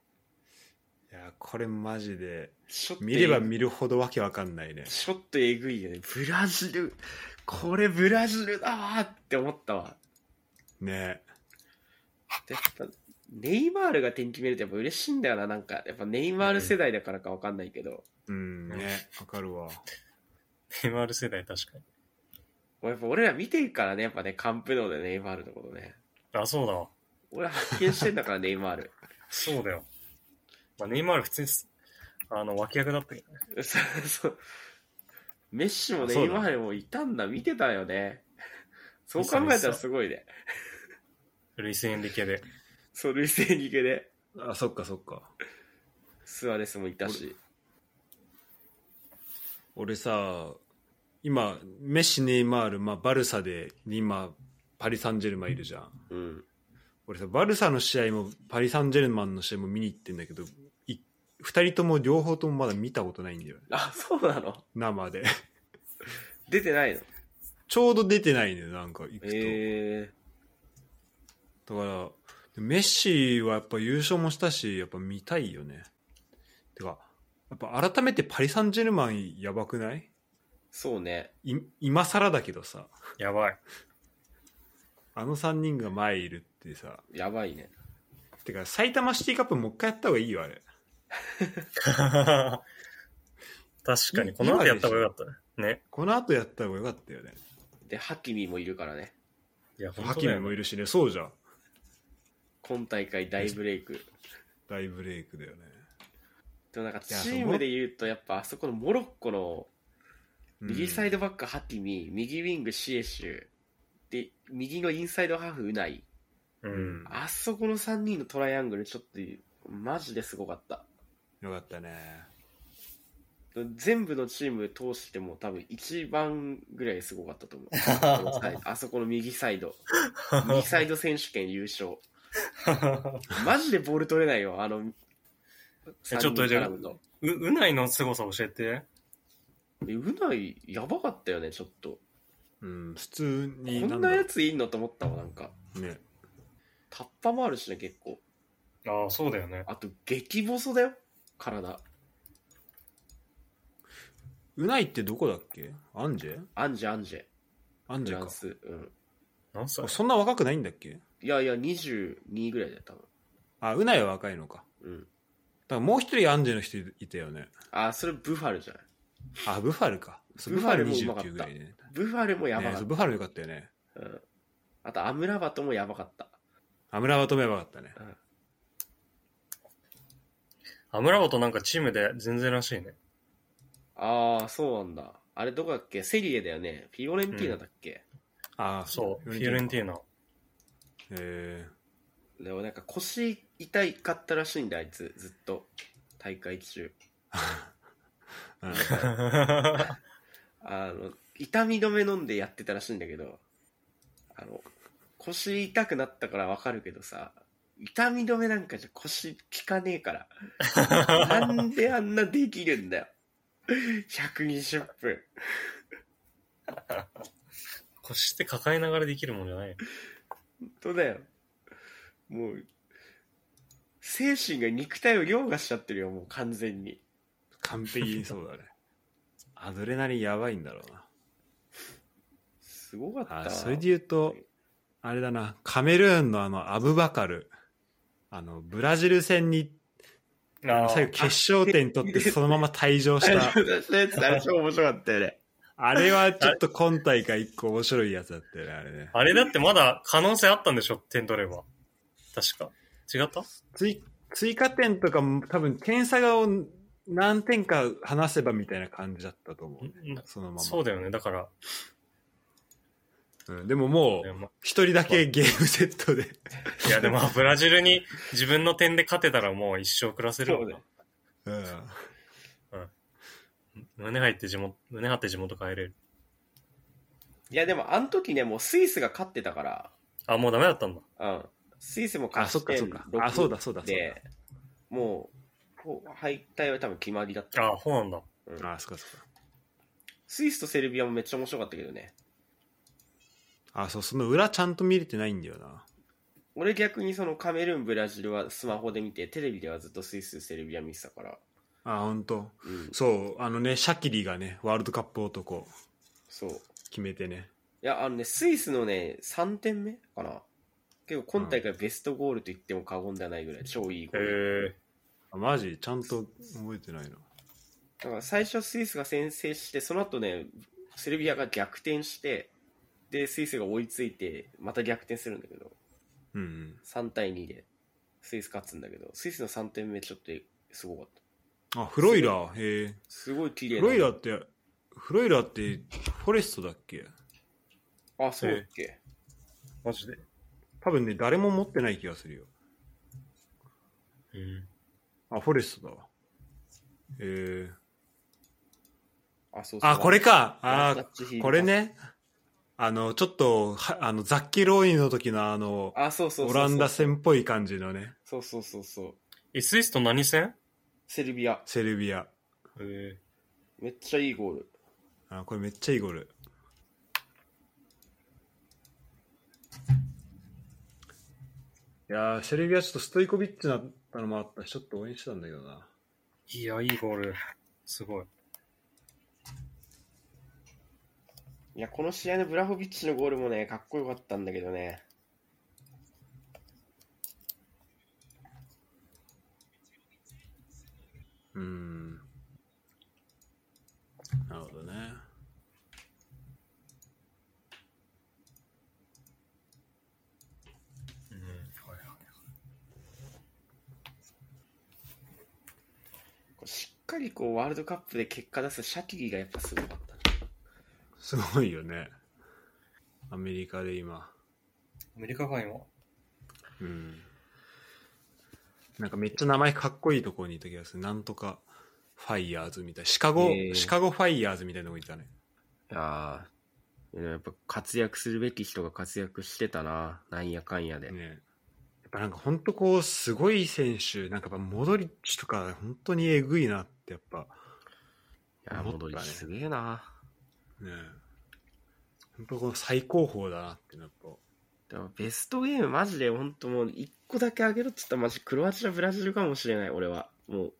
Speaker 1: いや、これマジで、
Speaker 2: ちょっとえ
Speaker 1: 見れば見るほどわけわかんないね。
Speaker 2: ちょっとえぐいよね。ブラジル、これブラジルだわーって思ったわ。
Speaker 1: ね
Speaker 2: でやっぱ、ネイマールが点決めるとやっぱ嬉しいんだよな、なんか。やっぱネイマール世代だからかわかんないけど。
Speaker 1: うん、ねわかるわ。
Speaker 3: ネイマール世代確かに。
Speaker 2: もうやっぱ俺ら見てるからね、やっぱね、カンプノーでネイマールのことね。
Speaker 3: あ、そうだわ。
Speaker 2: 俺ら発見してんだから、ネ イマール。
Speaker 3: そうだよ。まあ、ネイマール普通にす、あの、脇役だったけど ね。
Speaker 2: そうそう。メッシも
Speaker 1: あ
Speaker 2: ね、
Speaker 1: そうだ
Speaker 2: 今までもいたんだ、見てた よね。そう考えたらすごいね。
Speaker 3: ルイス・エンリケで。
Speaker 2: そう、ルイス・エンリケで、
Speaker 1: あ、そっかそっか。
Speaker 2: スアレスもいたし。
Speaker 1: 俺さ、今、メッシ、ネイマール、まあ、バルサで、今、パリ・サンジェルマンいるじゃん。
Speaker 2: うん。
Speaker 1: 俺さ、バルサの試合も、パリ・サンジェルマンの試合も見に行ってんだけど、い二人とも両方ともまだ見たことないんだよ。
Speaker 2: あ、そうなの
Speaker 1: 生で。
Speaker 2: 出てないの
Speaker 1: ちょうど出てないんだよ、なんか行くと。
Speaker 2: え
Speaker 1: だから、メッシはやっぱ優勝もしたし、やっぱ見たいよね。てか、やっぱ改めてパリ・サンジェルマンやばくない
Speaker 2: ー、そうね。
Speaker 1: い今更だけどさ、
Speaker 3: やばい。
Speaker 1: あの3人が前いるってさ、
Speaker 2: やばいね。
Speaker 1: てか埼玉シティカップもう一回やった方がいいよ、あれ。
Speaker 3: 確かに、この後やった方がよかったね。ね。
Speaker 1: この後やった方がよかったよね。
Speaker 2: で、ハキミもいるからね。
Speaker 3: いや、
Speaker 1: ハ
Speaker 3: 本当
Speaker 1: キ
Speaker 3: だ
Speaker 1: ミ
Speaker 3: よ、
Speaker 1: も
Speaker 3: ね。
Speaker 1: いるしね、そうじゃん。
Speaker 2: 今大会大ブレイク。
Speaker 1: 大ブレイクだよね。
Speaker 2: でもなんかチ
Speaker 1: いや
Speaker 2: ー
Speaker 1: そう
Speaker 2: ムで言うと、やっぱあそこのモロッコの
Speaker 1: うん
Speaker 2: 右サイドバックハキミ、右ウィングシエシュ、で、右のインサイドハーフウナイ。
Speaker 3: う
Speaker 1: うんん。。
Speaker 2: あそこの3人のトライアングル、ちょっと、マジですごかった。
Speaker 1: よかったね。
Speaker 2: 全部のチーム通しても多分一番ぐらいすごかったと思う。あのサイドあそこの右サイド。右サイド選手権優勝。 マジでボール取れないよ、あの、
Speaker 3: えちょっとじゃ
Speaker 2: 3
Speaker 3: あ
Speaker 2: 人絡むの
Speaker 3: う、うないの凄さ教えて。
Speaker 2: えうない、やばかったよね、ちょっと。
Speaker 1: うん、普通に
Speaker 2: こん
Speaker 1: だ
Speaker 2: な
Speaker 1: ろ
Speaker 2: やついんのと思ったわ、なんか。
Speaker 1: うね。
Speaker 2: タッパもあるしね、結構。
Speaker 3: ああ、そうだよね。
Speaker 2: あと、激細だよ、体。
Speaker 1: うないってどこだっけアンジェ
Speaker 2: アンジェ、アンジェ。
Speaker 1: アン
Speaker 2: フ
Speaker 1: ジ
Speaker 2: ラ
Speaker 1: ェ
Speaker 2: ン
Speaker 1: か。
Speaker 2: ス。うん。
Speaker 3: 何歳
Speaker 1: そんな若くないんだっけ
Speaker 2: いやいや、22ぐらいだよ、多分。
Speaker 1: あ、うないは若いのか。
Speaker 2: うん。
Speaker 1: だからもう一人アンジェの人いたよね。
Speaker 2: あ、それブファルじゃない。
Speaker 1: あ、ブファルか。そう
Speaker 2: ブ
Speaker 1: ブ
Speaker 2: フ
Speaker 1: フ
Speaker 2: ァ
Speaker 1: ァ
Speaker 2: ル
Speaker 1: ル
Speaker 2: もうまかった
Speaker 1: 29ぐらいね。
Speaker 2: ブファルもやば
Speaker 1: ね
Speaker 2: かっ
Speaker 1: そ
Speaker 2: た。
Speaker 1: うブファルよかったよね。
Speaker 2: うん、あと、アムラバトもやばかった。
Speaker 1: アムラバトもやばかったね。
Speaker 3: アムラボとなんかチームで全然らしいね。
Speaker 2: ああ、そうなんだ。あれどこだっけセリエだよね。フィオレンティーナだっけ、
Speaker 1: ああ、
Speaker 3: そう、フィオレンティ
Speaker 1: ィ
Speaker 3: ーナ。
Speaker 1: ーナ。へえ
Speaker 2: でもなんか腰痛かったらしいんだ、あいつ、ずっと。大会中。
Speaker 1: うん
Speaker 2: あの、痛み止め飲んでやってたらしいんだけど、あの、腰痛くなったからわかるけどさ、痛み止めなんかじゃ腰効かねえから。 なんであんなできるんだよ。120分。
Speaker 3: 腰って抱えながらできるもんじゃない。
Speaker 2: 本当だよ。もう、精神が肉体を凌駕しちゃってるよ、もう完全に。
Speaker 1: 完璧に そうだね。アドレナリンやばいんだろうな。
Speaker 2: すごかった
Speaker 1: あ
Speaker 2: な。
Speaker 1: それで言うと、あれだな、カメルーンのあの、アブバカル。あの、ブラジル戦に、
Speaker 3: あ
Speaker 1: 最
Speaker 3: ー
Speaker 1: 後決勝点取ってそのまま退場した。
Speaker 2: そうやつあれ超面白かったよね。
Speaker 1: あれはちょっと今大会一個面白いやつだったよね、あれね。
Speaker 3: あれだってまだ可能性あったんでしょ点取れば。確か。違った
Speaker 1: 追追加点とかも多分点差が何点か離せばみたいな感じだったと思う、ね、
Speaker 3: ん
Speaker 1: そのまま
Speaker 3: そうだよね。だから、
Speaker 1: うん、でもも
Speaker 3: いうやま
Speaker 1: 一人だけゲームセットで
Speaker 3: いやでも ブラジルに自分の点で勝てたらもう一生暮らせるもんな
Speaker 2: そう
Speaker 1: うん
Speaker 3: 胸入って地元、胸張って地元帰れる。
Speaker 2: いや、でもあの時ね、もうスイスが勝ってたから、
Speaker 3: あ、もうダメだったんだ。
Speaker 2: うん。スイスも
Speaker 1: あそ
Speaker 2: 勝
Speaker 1: っ
Speaker 2: ち
Speaker 1: か
Speaker 2: 点
Speaker 1: そっかあそうだそうだそう
Speaker 2: で、もう、こう敗退は多分決まりだった。
Speaker 3: あ、そうなんだ。
Speaker 2: うん
Speaker 1: だあそっかそっか
Speaker 2: スイスとセルビアもめっちゃ面白かったけどね。
Speaker 1: あそうその裏ちゃんと見れてないんだよな
Speaker 2: 俺逆にそのカメルーン、ブラジルはスマホで見て、テレビではずっとスイス、セルビア見てたから。
Speaker 1: あ本当
Speaker 2: うん。
Speaker 1: そうあのねシャキリがねワールドカップ男
Speaker 2: そう。い
Speaker 1: 決めてね
Speaker 2: や、あのね、スイスのね、3点目かな。結構今大会ベストゴールと言っても過言ではないぐらい、超いいゴ
Speaker 3: へ
Speaker 2: ール。
Speaker 3: え。
Speaker 1: あマジちゃんと覚えてないな
Speaker 2: だから最初スイスが先制してその後ねセルビアが逆転してでスイスが追いついてまた逆転するんだけど
Speaker 1: うん、うん、
Speaker 2: 3対2でスイス勝つんだけどスイスの3点目ちょっとすごかった
Speaker 1: あフロイラーへえ
Speaker 2: すごい綺麗
Speaker 1: フ
Speaker 2: な
Speaker 1: ロイラーってフロイラーってフォレストだっけ
Speaker 2: あそうだっけ
Speaker 3: マジで。
Speaker 1: 多分ね誰も持ってない気がするよ
Speaker 3: うん。
Speaker 1: あフォレストだわえー、
Speaker 2: あそうそう
Speaker 1: あこれかあ
Speaker 2: ラッチヒ
Speaker 1: ー
Speaker 2: ール
Speaker 1: これねあのちょっとはあのザッキーローニの時のあの
Speaker 2: あそうそうそう
Speaker 1: オ
Speaker 2: そう
Speaker 1: ランダ戦っぽい感じのね
Speaker 2: そうそうそうそう
Speaker 3: え、スイスと何戦
Speaker 2: セルビア
Speaker 1: セルビア
Speaker 3: へ
Speaker 2: めっちゃいいゴール
Speaker 1: あこれめっちゃいいゴールいやーセルビアちょっとストイコビッチだったのもあったしちょっと応援してたんだけどな
Speaker 3: え。いや、いいゴール。すごい。
Speaker 2: いやこの試合のブラホビッチのゴールもねかっこよかったんだけどね
Speaker 1: うんなるほどね
Speaker 3: うん。
Speaker 2: こうしっかりこうワールドカップで結果出すシャキリがやっぱすごかったね
Speaker 1: すごいよね。アメリカで今。
Speaker 3: アメリカが今、
Speaker 1: うん。なんかめっちゃ名前かっこいいところにいた気がする。なんとかファイヤーズみたい。シカゴ、
Speaker 2: へー
Speaker 1: シカゴファイヤーズみたいなとこにいたね。
Speaker 2: ああ、やっぱ活躍するべき人が活躍してたな、なんやかんやで。
Speaker 1: ねやっぱなんかほんとこう、すごい選手、なんかやっぱモドリッチとか本当にえぐいなってやっぱ、
Speaker 2: い
Speaker 1: 思
Speaker 2: や、
Speaker 1: ったね
Speaker 2: モドリッチすげえな。
Speaker 1: ね本当この最高峰だなってなと。
Speaker 2: でもベストゲームマジで本当もう一個だけあげろっつったらマジクロアチア、ブラジルかもしれない、俺は。もう、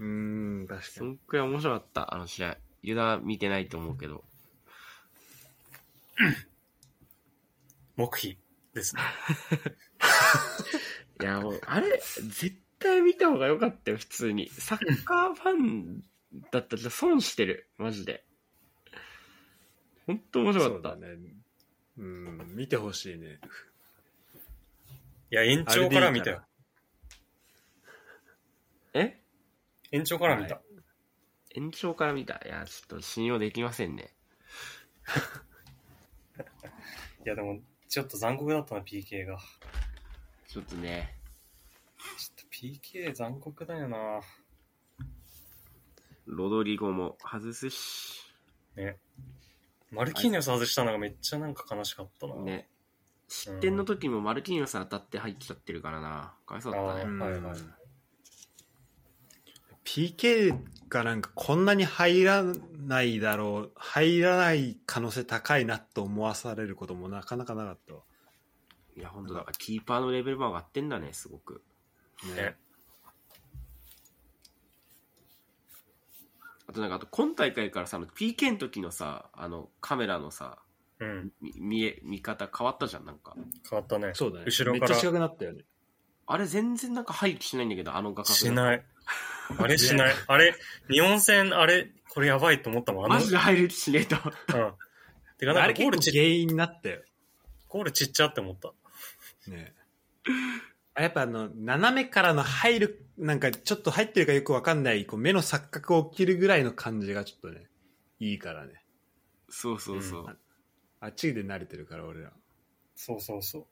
Speaker 1: うーん、確か
Speaker 2: そ
Speaker 1: に。
Speaker 2: んくらい面白かった、あの試合。ユダ見てないと思うけど。
Speaker 3: 黙秘です ね。
Speaker 2: いや、もう、あれ、絶対見た方が良かったよ、普通に。サッカーファンだったら損してる、マジで。本当面白
Speaker 1: そ
Speaker 2: か
Speaker 1: う
Speaker 2: った
Speaker 1: だ。ね。うん、見てほしいね。
Speaker 3: いや、延長から見たよ。
Speaker 2: え
Speaker 3: 延長から見た。
Speaker 2: 延長から見た。いや、ちょっと信用できませんね。
Speaker 3: いや、でも、ちょっと残酷だったな、PK が。
Speaker 2: ちちょっとね、
Speaker 3: ちょっと PK 残酷だよな。
Speaker 2: ロドリゴも外すし、
Speaker 3: ね。マルキーニョス外したのがめっちゃなんか悲しかったな。
Speaker 2: ね。失点の時もマルキーニョス当たって入っちゃってるからな。かわいそうだったね。
Speaker 3: あーはいはい。
Speaker 1: PK がなんかこんなに入らないだろう入らない可能性高いなと思わされることもなかなかなかったわ
Speaker 2: いや、本当だからキーパーのレベルも上がってんだね、すごく。
Speaker 1: ね
Speaker 3: ね
Speaker 2: あとなんか、あと今大会からさ、あの PK の時のさ、あの、カメラのさ、
Speaker 3: うん。
Speaker 2: み見え、見方変わったじゃん、なんか。
Speaker 3: 変わったね。
Speaker 1: そうだね
Speaker 3: 後ろから
Speaker 1: めっちゃ近くなったよね
Speaker 2: あれ全然なんか廃棄しないんだけど、あの画角。
Speaker 3: し
Speaker 2: い。
Speaker 3: ない。あれしない。あれ、日本戦、あれ、これやばいと思ったもん。あの、
Speaker 2: マジで入るしねえ と。
Speaker 3: うん。てか、
Speaker 1: あ
Speaker 3: なん
Speaker 1: れ
Speaker 3: かゴ
Speaker 1: 結
Speaker 3: ール
Speaker 1: 構
Speaker 3: ち、
Speaker 1: 原因になったよ
Speaker 3: ゴールちっちゃって思った。
Speaker 1: ねあやっぱあの斜めからの入るなんかちょっと入ってるかよくわかんないこう目の錯覚起きるぐらいの感じがちょっとねいいからね
Speaker 2: そうそうそう。
Speaker 1: うんあっちで慣れてるから俺ら
Speaker 3: そうそうそ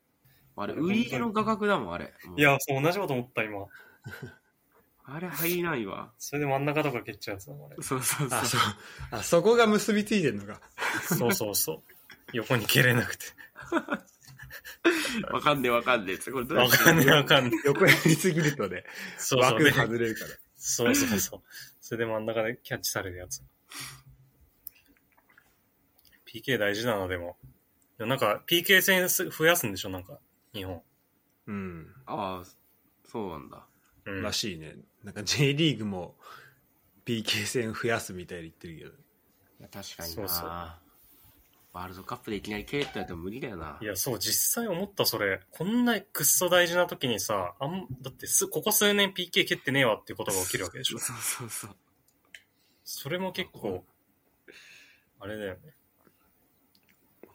Speaker 2: あれ、ウイーレの画角だもん、あれ。
Speaker 3: う。いや、そう、同じこと思った、今。
Speaker 2: あれ入りないわ。
Speaker 3: それで真ん中とか蹴っちゃうやつだもん、あれ。
Speaker 2: そうそうそう。
Speaker 1: あそうあそこが結びついてんのか
Speaker 3: そうそうそう。横に蹴れなく て。
Speaker 2: わかんねえわかんねえって。これどうや
Speaker 3: わ
Speaker 2: って
Speaker 3: かんねえ、わかんねえ。
Speaker 1: 横やりすぎるとね
Speaker 3: そうそう。
Speaker 1: 枠
Speaker 3: で
Speaker 1: で外れるから
Speaker 3: そうそうそう。それで真ん中でキャッチされるやつ。PK 大事なのでも。でもなんか PK 戦す増やすんでしょなんか、日本。
Speaker 1: うん
Speaker 2: ああ、そうなんだ。
Speaker 3: うん。
Speaker 1: らしいね。なんか J リーグも PK 戦増やすみたいに言ってるけど。
Speaker 2: いや確かにな
Speaker 3: そうそう。
Speaker 2: ワールドカップでいきなり蹴れってやっても無理だよない
Speaker 3: や、そう、実際思った、それ。こんなくっそ大事な時にさ、あん、だってす、ここ数年 PK 蹴ってねえわっていうことが起きるわけでしょ。
Speaker 2: そうそうそう。
Speaker 3: それも結構、あれだよね。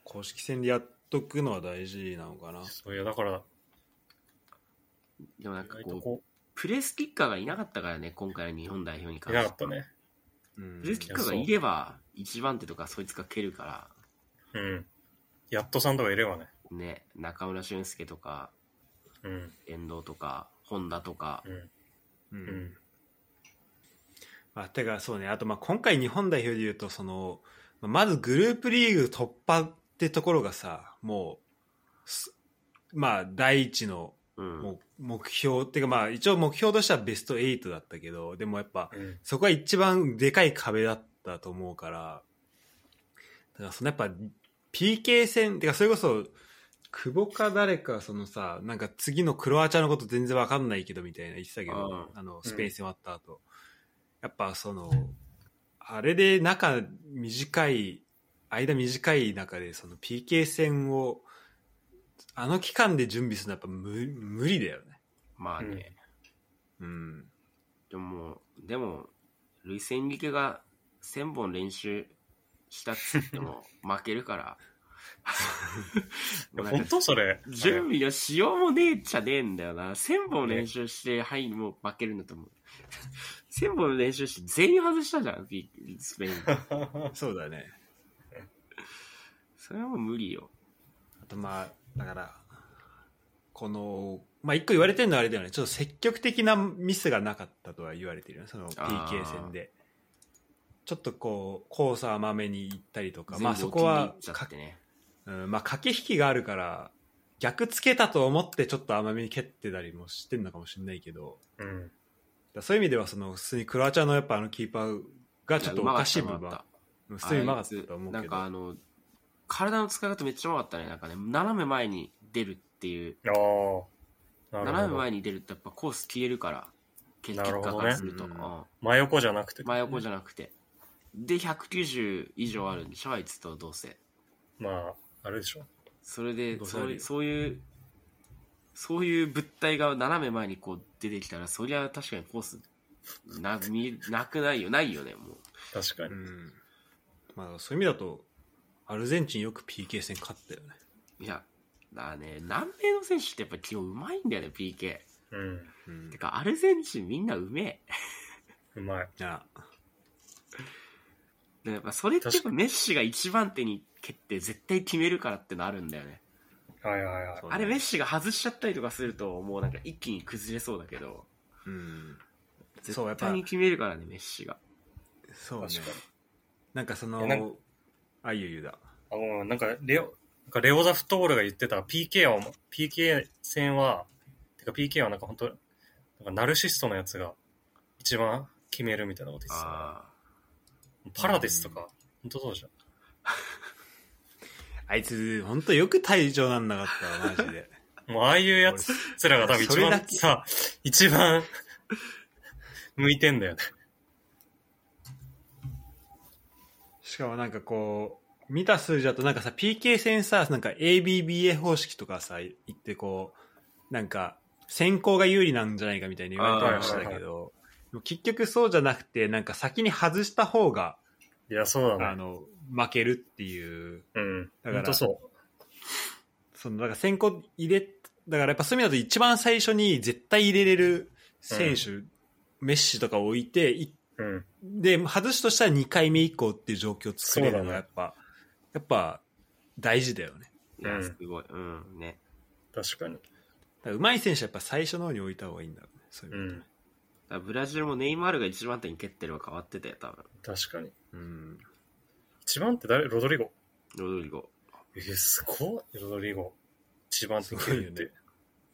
Speaker 1: 公式戦でやっとくのは大事なのかな。
Speaker 3: そういや、だから、
Speaker 2: でもなん
Speaker 3: 意
Speaker 2: か
Speaker 3: 外
Speaker 2: こ
Speaker 3: と
Speaker 2: う、
Speaker 3: こ
Speaker 2: プレースキッカーがいなかったからね、今回の日本代表に
Speaker 3: う、い
Speaker 2: 関
Speaker 3: な
Speaker 2: し
Speaker 3: か
Speaker 2: て。
Speaker 3: ったね。
Speaker 1: うん
Speaker 2: プレースキッカーがいれば、一番手とかそいつが蹴るから、
Speaker 3: うん。やっとさんとかいればね。
Speaker 2: ね、中村俊輔とか、
Speaker 3: うん。
Speaker 2: 遠藤とか、本田とか、
Speaker 3: うん。
Speaker 1: う
Speaker 3: うんん。
Speaker 1: まあ、てかそうね、あとまあ今回日本代表で言うと、その、まずグループリーグ突破ってところがさ、もう、すまあ第一の
Speaker 2: うん。
Speaker 1: もう目標、っていうかまあ一応目標としてはベスト8だったけど、でもやっぱ、
Speaker 3: うん。
Speaker 1: そこは一番でかい壁だったと思うから、だからそのやっぱ PK 戦、てかそれこそ、久保か誰かそのさ、なんか次のクロアチアのこと全然わかんないけどみたいな言ってたけど、あの、スペイン戦終わった後。やっぱその、あれで中短い、間短い中でその PK 戦を、あの期間で準備するのはやっぱ無無理だよね。
Speaker 2: まあね、
Speaker 1: うん。
Speaker 2: でももう、でも、ルイス・エンリケが1000本練習したっつっても負けるから。
Speaker 3: い
Speaker 2: もうな
Speaker 3: や、
Speaker 2: ん
Speaker 3: 本
Speaker 2: か
Speaker 3: 当それ。
Speaker 2: 準備のしようもねえっちゃねえんだよな。1000本練習して、はい、もう負けるんだと思う。1000本練習して全員外したじゃん、ピスペイン。
Speaker 1: そうだね。
Speaker 2: それはもう無理よ。
Speaker 1: あとまあだからこのまあ一個言われてるのはあれだよねちょっと積極的なミスがなかったとは言われてるよねその
Speaker 2: あー
Speaker 1: PK 戦でちょっとこうコース甘めに行ったりとか
Speaker 2: 全部
Speaker 1: まあそこは
Speaker 2: 置きに行っちゃってね。
Speaker 1: かうんまあ、駆け引きがあるから逆つけたと思ってちょっと甘めに蹴ってたりもしてるのかもしれないけど
Speaker 3: うん。
Speaker 1: だからそういう意味ではその普通にクロアチアのやっぱあのキーパーがちょっとおかしい部
Speaker 2: うま
Speaker 1: 分
Speaker 2: かった
Speaker 1: うん普通にうまかったと思う
Speaker 2: な
Speaker 1: け
Speaker 2: ん
Speaker 1: ど
Speaker 2: かあの体の使い方めっちゃうまかったねなんかね斜め前に出るっていう
Speaker 3: ああ。な
Speaker 2: 斜め
Speaker 3: るほど。
Speaker 2: 前に出るってやっぱコース消えるから結
Speaker 3: なる
Speaker 2: 果
Speaker 3: ほどね
Speaker 2: からすると、
Speaker 1: うん
Speaker 2: うん
Speaker 3: 真横じゃなくて。
Speaker 2: 真横じゃなくてで190以上あるんでしょあいつとどうせ
Speaker 3: まあ、あるでしょ。
Speaker 2: それで
Speaker 1: どうせ
Speaker 2: そ
Speaker 1: ある
Speaker 2: う
Speaker 1: よ
Speaker 2: そういうそういう物体が斜め前にこう出てきたらそりゃ確かにコースな見なくないよないよねもう
Speaker 3: 確か
Speaker 1: う
Speaker 3: に。
Speaker 1: んまあ、そういう意味だとアルゼンチンよく PK 戦勝ったよね
Speaker 2: いやだからね南米の選手ってやっぱ基本うまいんだよね PK
Speaker 3: うん。
Speaker 1: うん
Speaker 2: てかアルゼンチンみんなうめえ
Speaker 3: うまい。
Speaker 1: あ
Speaker 2: でやっぱそれってやっ
Speaker 3: 確
Speaker 2: ぱメッシが一番手に蹴って絶対決めるからってのあるんだよね。
Speaker 3: はいはいはい。
Speaker 1: そうね
Speaker 2: あれメッシが外しちゃったりとかすると、もうなんか一気に崩れそうだけど、
Speaker 1: うんそうや
Speaker 2: 絶
Speaker 1: っぱ
Speaker 2: 対に決めるからね、メッシが。
Speaker 1: そうね
Speaker 3: 確かに
Speaker 1: なんかその
Speaker 3: えなん
Speaker 1: あゆゆだ
Speaker 3: あの、なんか、レオ、なんかレオザフットボールが言ってた PK は、PK 戦は、てか PK はなんか本当なんかナルシストのやつが一番決めるみたいなこと言ってた。
Speaker 2: あ
Speaker 3: パラデスとか、本当そうじゃん。
Speaker 1: あいつ本当よく退場なんなかったわマジで
Speaker 3: もうああ いうやつらが多分
Speaker 1: そ
Speaker 3: 一
Speaker 1: れだ
Speaker 3: 番
Speaker 1: け
Speaker 3: さ、一番向いてんだよね。
Speaker 1: しかもなんかこう見た数字だとなんかさ PK 戦さなんか ABBA 方式とかさ言ってこうなんか先行が有利なんじゃないかみたいに言われたりもしてた
Speaker 3: あ
Speaker 1: け
Speaker 3: ー
Speaker 1: どでも結局そうじゃなくてなんか先に外した方が
Speaker 3: いや、そう
Speaker 1: あ
Speaker 3: だね。
Speaker 1: の負けるっていう
Speaker 3: うん。
Speaker 1: だから
Speaker 3: 本当そう。
Speaker 1: そのだから先行入れだからやっぱそういう意味だと一番最初に絶対入れれる選手、メッシとかを置いてい
Speaker 3: うん。
Speaker 1: で外すとしたら2回目以降っていう状況を作れるの
Speaker 3: そうだ
Speaker 1: が
Speaker 3: ね
Speaker 1: やっぱ、やっぱ大事だよね
Speaker 2: あ。いや、
Speaker 3: うん
Speaker 2: すごい。うん、ね。
Speaker 3: 確かに。
Speaker 1: だから上手い選手はやっぱ最初の方に置いた方がいいんだろうねそういうう、
Speaker 2: だ
Speaker 3: ん。
Speaker 2: からブラジルもネイマールが1番手に蹴ってれば変わってたよ、多分。
Speaker 3: 確かに。
Speaker 1: うん、
Speaker 3: 一番って誰ロドリゴ。
Speaker 2: ロドリゴ。
Speaker 3: えー、すごい。ロドリゴ。一番って蹴るっ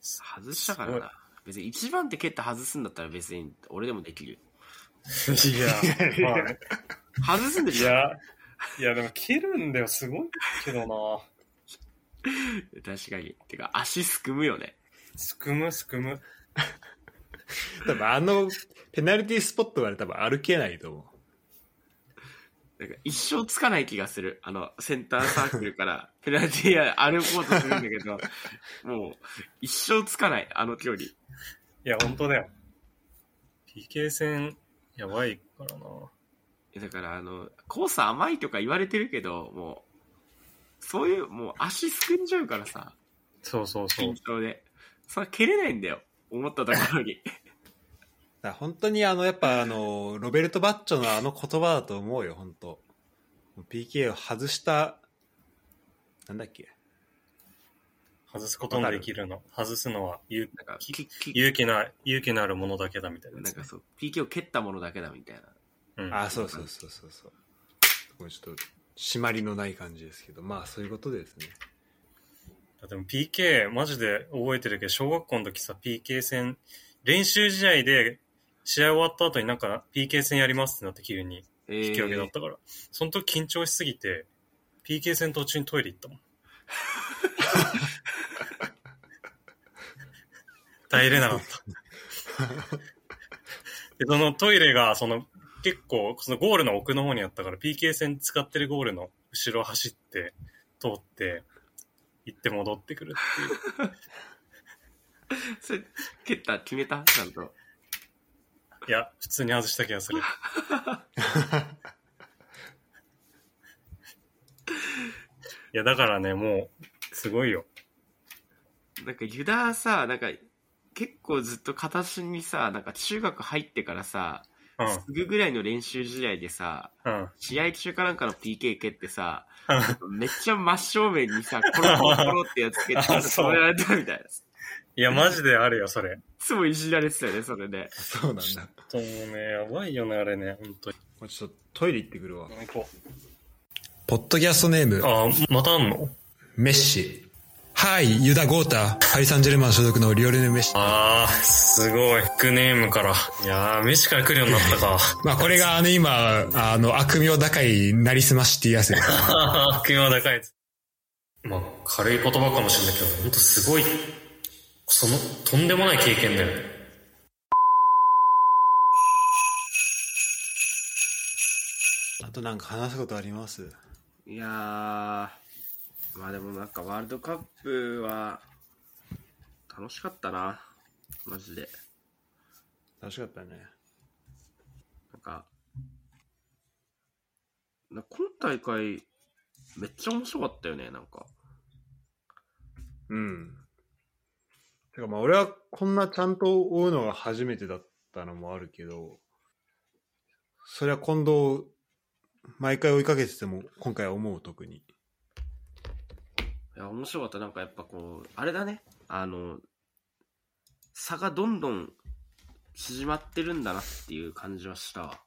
Speaker 1: すごい
Speaker 3: て。
Speaker 2: 外したから
Speaker 3: すご
Speaker 2: な。別に1番手蹴って外すんだったら別に俺でもできる。
Speaker 3: いや、まあね、
Speaker 2: 外すんで
Speaker 3: い
Speaker 2: しょ
Speaker 3: や、いや、でも蹴るんだよ、すごいけどな。
Speaker 2: 確かに。てか、足すくむよね。
Speaker 3: すくむ、すくむ。
Speaker 1: 多分あのペナルティースポットまで多分歩けないと思
Speaker 2: なんか一生つかない気がする。あの、センターサークルから ペナルティーエリアで歩こうとするんだけど、もう、一生つかない、あの距離。
Speaker 3: いや、本当だよ。PK 戦、やばいからな。
Speaker 2: だから、あの、コース甘いとか言われてるけど、もう、そういう、もう足すくんじゃうからさ、
Speaker 3: そうそうそう
Speaker 2: 緊。張で。それ蹴れないんだよ。思ったところ に。
Speaker 1: うだから本当にあのやっぱあのロベルト・バッチョのあの言葉だと思うよ本当 PK を外したなんだっけ
Speaker 3: 外すことのできるの。外すのは勇
Speaker 2: なんか、
Speaker 3: き
Speaker 2: きき
Speaker 3: 勇気な、勇気のあるものだけだみたいなや
Speaker 2: なん
Speaker 3: つね
Speaker 2: かそう、PK を蹴ったものだけだみたいな。
Speaker 3: うん、
Speaker 1: あそうそうそうそうそうこれちょっと締まりのない感じですけどまあそういうことですね
Speaker 3: でも PK、マジで覚えてるけど、小学校の時さ、PK 戦、練習試合で、試合終わった後になんか PK 戦やりますってなって急に
Speaker 2: え
Speaker 3: 引き分けだ
Speaker 2: ー
Speaker 3: っ、たから、その時緊張しすぎて、PK 戦途中にトイレ行ったもん。耐えれなかった。で、そのトイレが、その、結構、そのゴールの奥の方にあったから、PK 戦使ってるゴールの後ろ走って、通って、行って戻ってくるっていう。
Speaker 2: それ蹴った、決めたちゃんと。
Speaker 3: いや、普通に外した気がす る。いや、だからね、もう、すごいよ。
Speaker 2: なんかユダはさ、なんか結構ずっと形にさ、なんか中学入ってからさ、
Speaker 3: うん、
Speaker 2: すぐぐらいの練習試合でさ、
Speaker 3: うん。
Speaker 2: 試合中かなんかの PK 蹴ってさ、
Speaker 3: うん
Speaker 2: めっちゃ真正面にさ、コロコロコロってやつ蹴って
Speaker 3: あそう
Speaker 2: 止められたみたいな。い
Speaker 3: いや、マジであるよ、それ。
Speaker 2: つもいじられてたよね、それで。
Speaker 1: そうなん
Speaker 3: ちょ
Speaker 1: だ
Speaker 3: っともうね、やばいよね、あれね、本当に。
Speaker 1: もうちょっとトイレ行ってくるわ
Speaker 3: こ
Speaker 1: ポッドキャストネーム
Speaker 3: あ、またあんの
Speaker 1: メッシはいユダ・ゴータパリ・サンジェルマン所属のリオレネル・メッシ
Speaker 3: あー、すごい。ニックネームから。いやー、飯から来るようになったか。
Speaker 1: まあこれがあの今あの悪名高いなりすましっていうやつで
Speaker 3: あー、は高いやつ。まあ、軽い言葉かもしれないけど、ほんとすごい、その、とんでもない経験だよね。
Speaker 1: あとなんか話すことあります
Speaker 2: いやー、まあでもなんかワールドカップは楽しかったな、マジで。
Speaker 1: 楽しかったね
Speaker 2: なんか、な今大会、めっちゃ面白かったよね、なんか。
Speaker 1: うんてかまあ俺はこんなちゃんと追うのが初めてだったのもあるけどそりゃ近藤毎回追いかけてても今回は思う特に
Speaker 2: いや、面白かった。なんかやっぱこう、あれだね。あの、差がどんどん縮まってるんだなっていう感じはしたわ。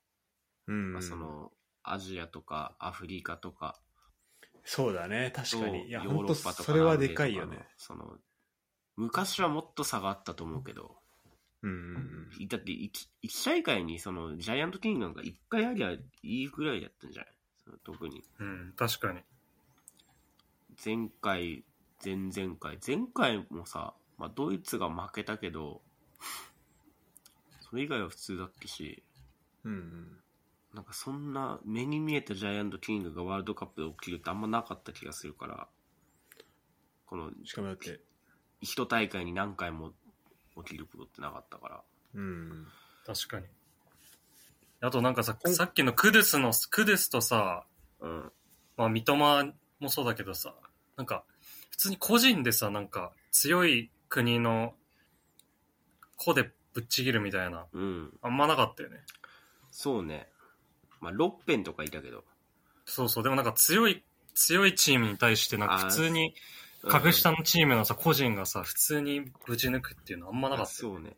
Speaker 1: うん
Speaker 2: まあ、その、アジアとかアフリカとか、
Speaker 1: そうだね確かにいや
Speaker 2: ヨー
Speaker 1: 本当
Speaker 2: ロッパとか
Speaker 1: それはでかいよね
Speaker 2: 南米とかのその、昔はもっと差があったと思うけど、
Speaker 1: うんうんうん
Speaker 2: だって 1, 一大会にそのジャイアントキリングなんか1回ありゃいいぐらいだったんじゃないその特に。
Speaker 3: うん、確かに。
Speaker 2: 前回、前々回、前回もさ、まあ、ドイツが負けたけど、それ以外は普通だったし、
Speaker 1: うんうん
Speaker 2: なんかそんな目に見えたジャイアントキリングがワールドカップで起きるってあんまなかった気がするから、この
Speaker 1: しかもだって
Speaker 2: 一大会に何回も起きることってなかったから。
Speaker 1: うん
Speaker 3: 確かに。あとなんかさ、さっきのクドゥスの、クドゥスとさ、
Speaker 2: うん。
Speaker 3: まあ、三笘もそうだけどさ、なんか、普通に個人でさ、なんか、強い国の、個でぶっちぎるみたいな、
Speaker 2: うん。
Speaker 3: あんまなかったよね。
Speaker 2: そうね。まあ、ロッペンとかいたけど。
Speaker 3: そうそう、でもなんか強い、強いチームに対して、なんか
Speaker 2: あー
Speaker 3: 普通に、
Speaker 2: うん
Speaker 3: 格下のチームのさ、個人がさ、普通にぶち抜くっていうのあんまなか
Speaker 2: あ
Speaker 3: ったよ。
Speaker 2: そうね。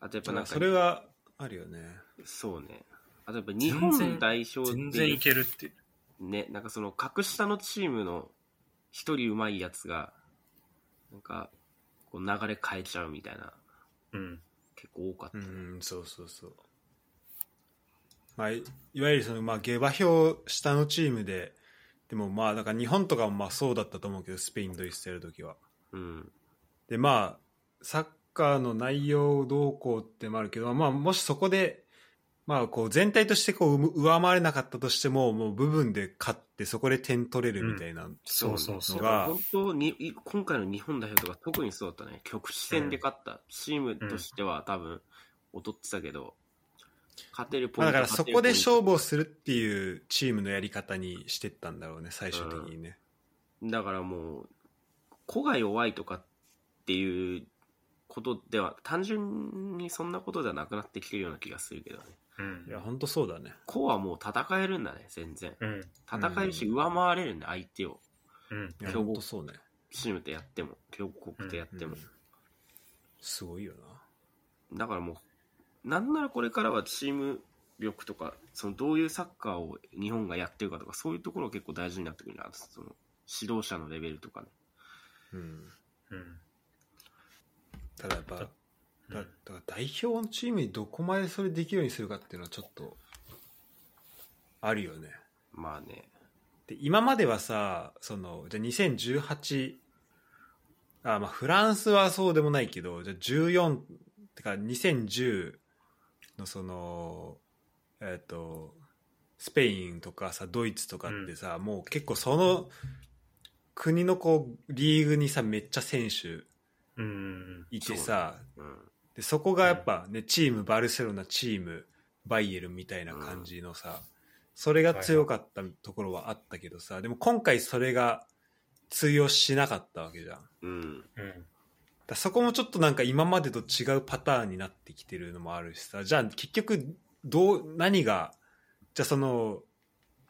Speaker 2: あとやっぱ
Speaker 1: ま
Speaker 2: なん
Speaker 1: あ
Speaker 2: か、
Speaker 1: それはあるよね
Speaker 2: そうね。あとやっぱ日本代表
Speaker 3: 全
Speaker 2: って
Speaker 3: 然
Speaker 2: い
Speaker 3: いうけるっていう。
Speaker 2: ね、なんかその格下のチームの一人うまいやつが、なんか、こう流れ変えちゃうみたいな、
Speaker 3: うん。
Speaker 2: 結構多かった
Speaker 1: う
Speaker 2: ね。
Speaker 1: んそうそうそうまあいいわゆるそのまあ下馬評下のチームででもまあなんか日本とかもまあそうだったと思うけどスペインドイツやるときは
Speaker 2: うん。
Speaker 1: でまあサッカーの内容どうこうってもあるけど、まあ、もしそこで、まあ、こう全体としてこうう上回れなかったとしてももう部分で勝ってそこで点取れるみたいな、
Speaker 3: そうそうそう
Speaker 1: の。が
Speaker 2: 本当に、い今回の日本代表とか特にそうだったね。局地戦で勝った。チームとしては多分、劣ってたけど、勝てるポ
Speaker 1: ま
Speaker 2: イ
Speaker 1: あ、
Speaker 2: ン
Speaker 1: だ
Speaker 2: ト
Speaker 1: からそこで勝
Speaker 2: 負。
Speaker 1: 負をするっていうチームのやり方にしてったんだろうね最終的にね、
Speaker 2: だからもう、子が弱いとかっていうことでは、単純にそんなことではなくなってきてるような気がするけどね。
Speaker 3: うん
Speaker 1: いや。本当そうだね
Speaker 2: 子はもう戦えるんだね、全然。
Speaker 3: うん。
Speaker 2: 戦えるし、
Speaker 1: うん
Speaker 2: 上回れるんだ、相手を。
Speaker 3: うん。
Speaker 1: いや
Speaker 2: 強豪
Speaker 1: 本当そうね
Speaker 2: チームでやっても、強国でやっても
Speaker 1: うん。すごいよ
Speaker 2: だからもう、なんならこれからはチーム力とか、そのどういうサッカーを日本がやってるかとか、そういうところが結構大事になってくるな、その指導者のレベルとかね。
Speaker 1: な、うん、
Speaker 3: うん。
Speaker 1: ただやっぱだ
Speaker 3: う
Speaker 1: だ
Speaker 3: ん
Speaker 1: から代表のチームにどこまでそれできるようにするかっていうのはちょっとあるよね
Speaker 2: まあね。
Speaker 1: で今まではさそのじゃあ2018あ、まあ、フランスはそうでもないけどじゃあ14てか2010のそのえっ、とスペインとかさドイツとかってさ、もう結構その国のこうリーグにさめっちゃ選手
Speaker 3: うん。
Speaker 1: いてさ
Speaker 2: うん。
Speaker 1: でそこがやっぱね、チームバルセロナチームバイエルンみたいな感じのさ、それが強かったところはあったけどさでも今回それが通用しなかったわけじゃんだか
Speaker 2: うん。
Speaker 3: うん。
Speaker 1: らそこもちょっとなんか今までと違うパターンになってきてるのもあるしさじゃあ結局どう何がじゃあその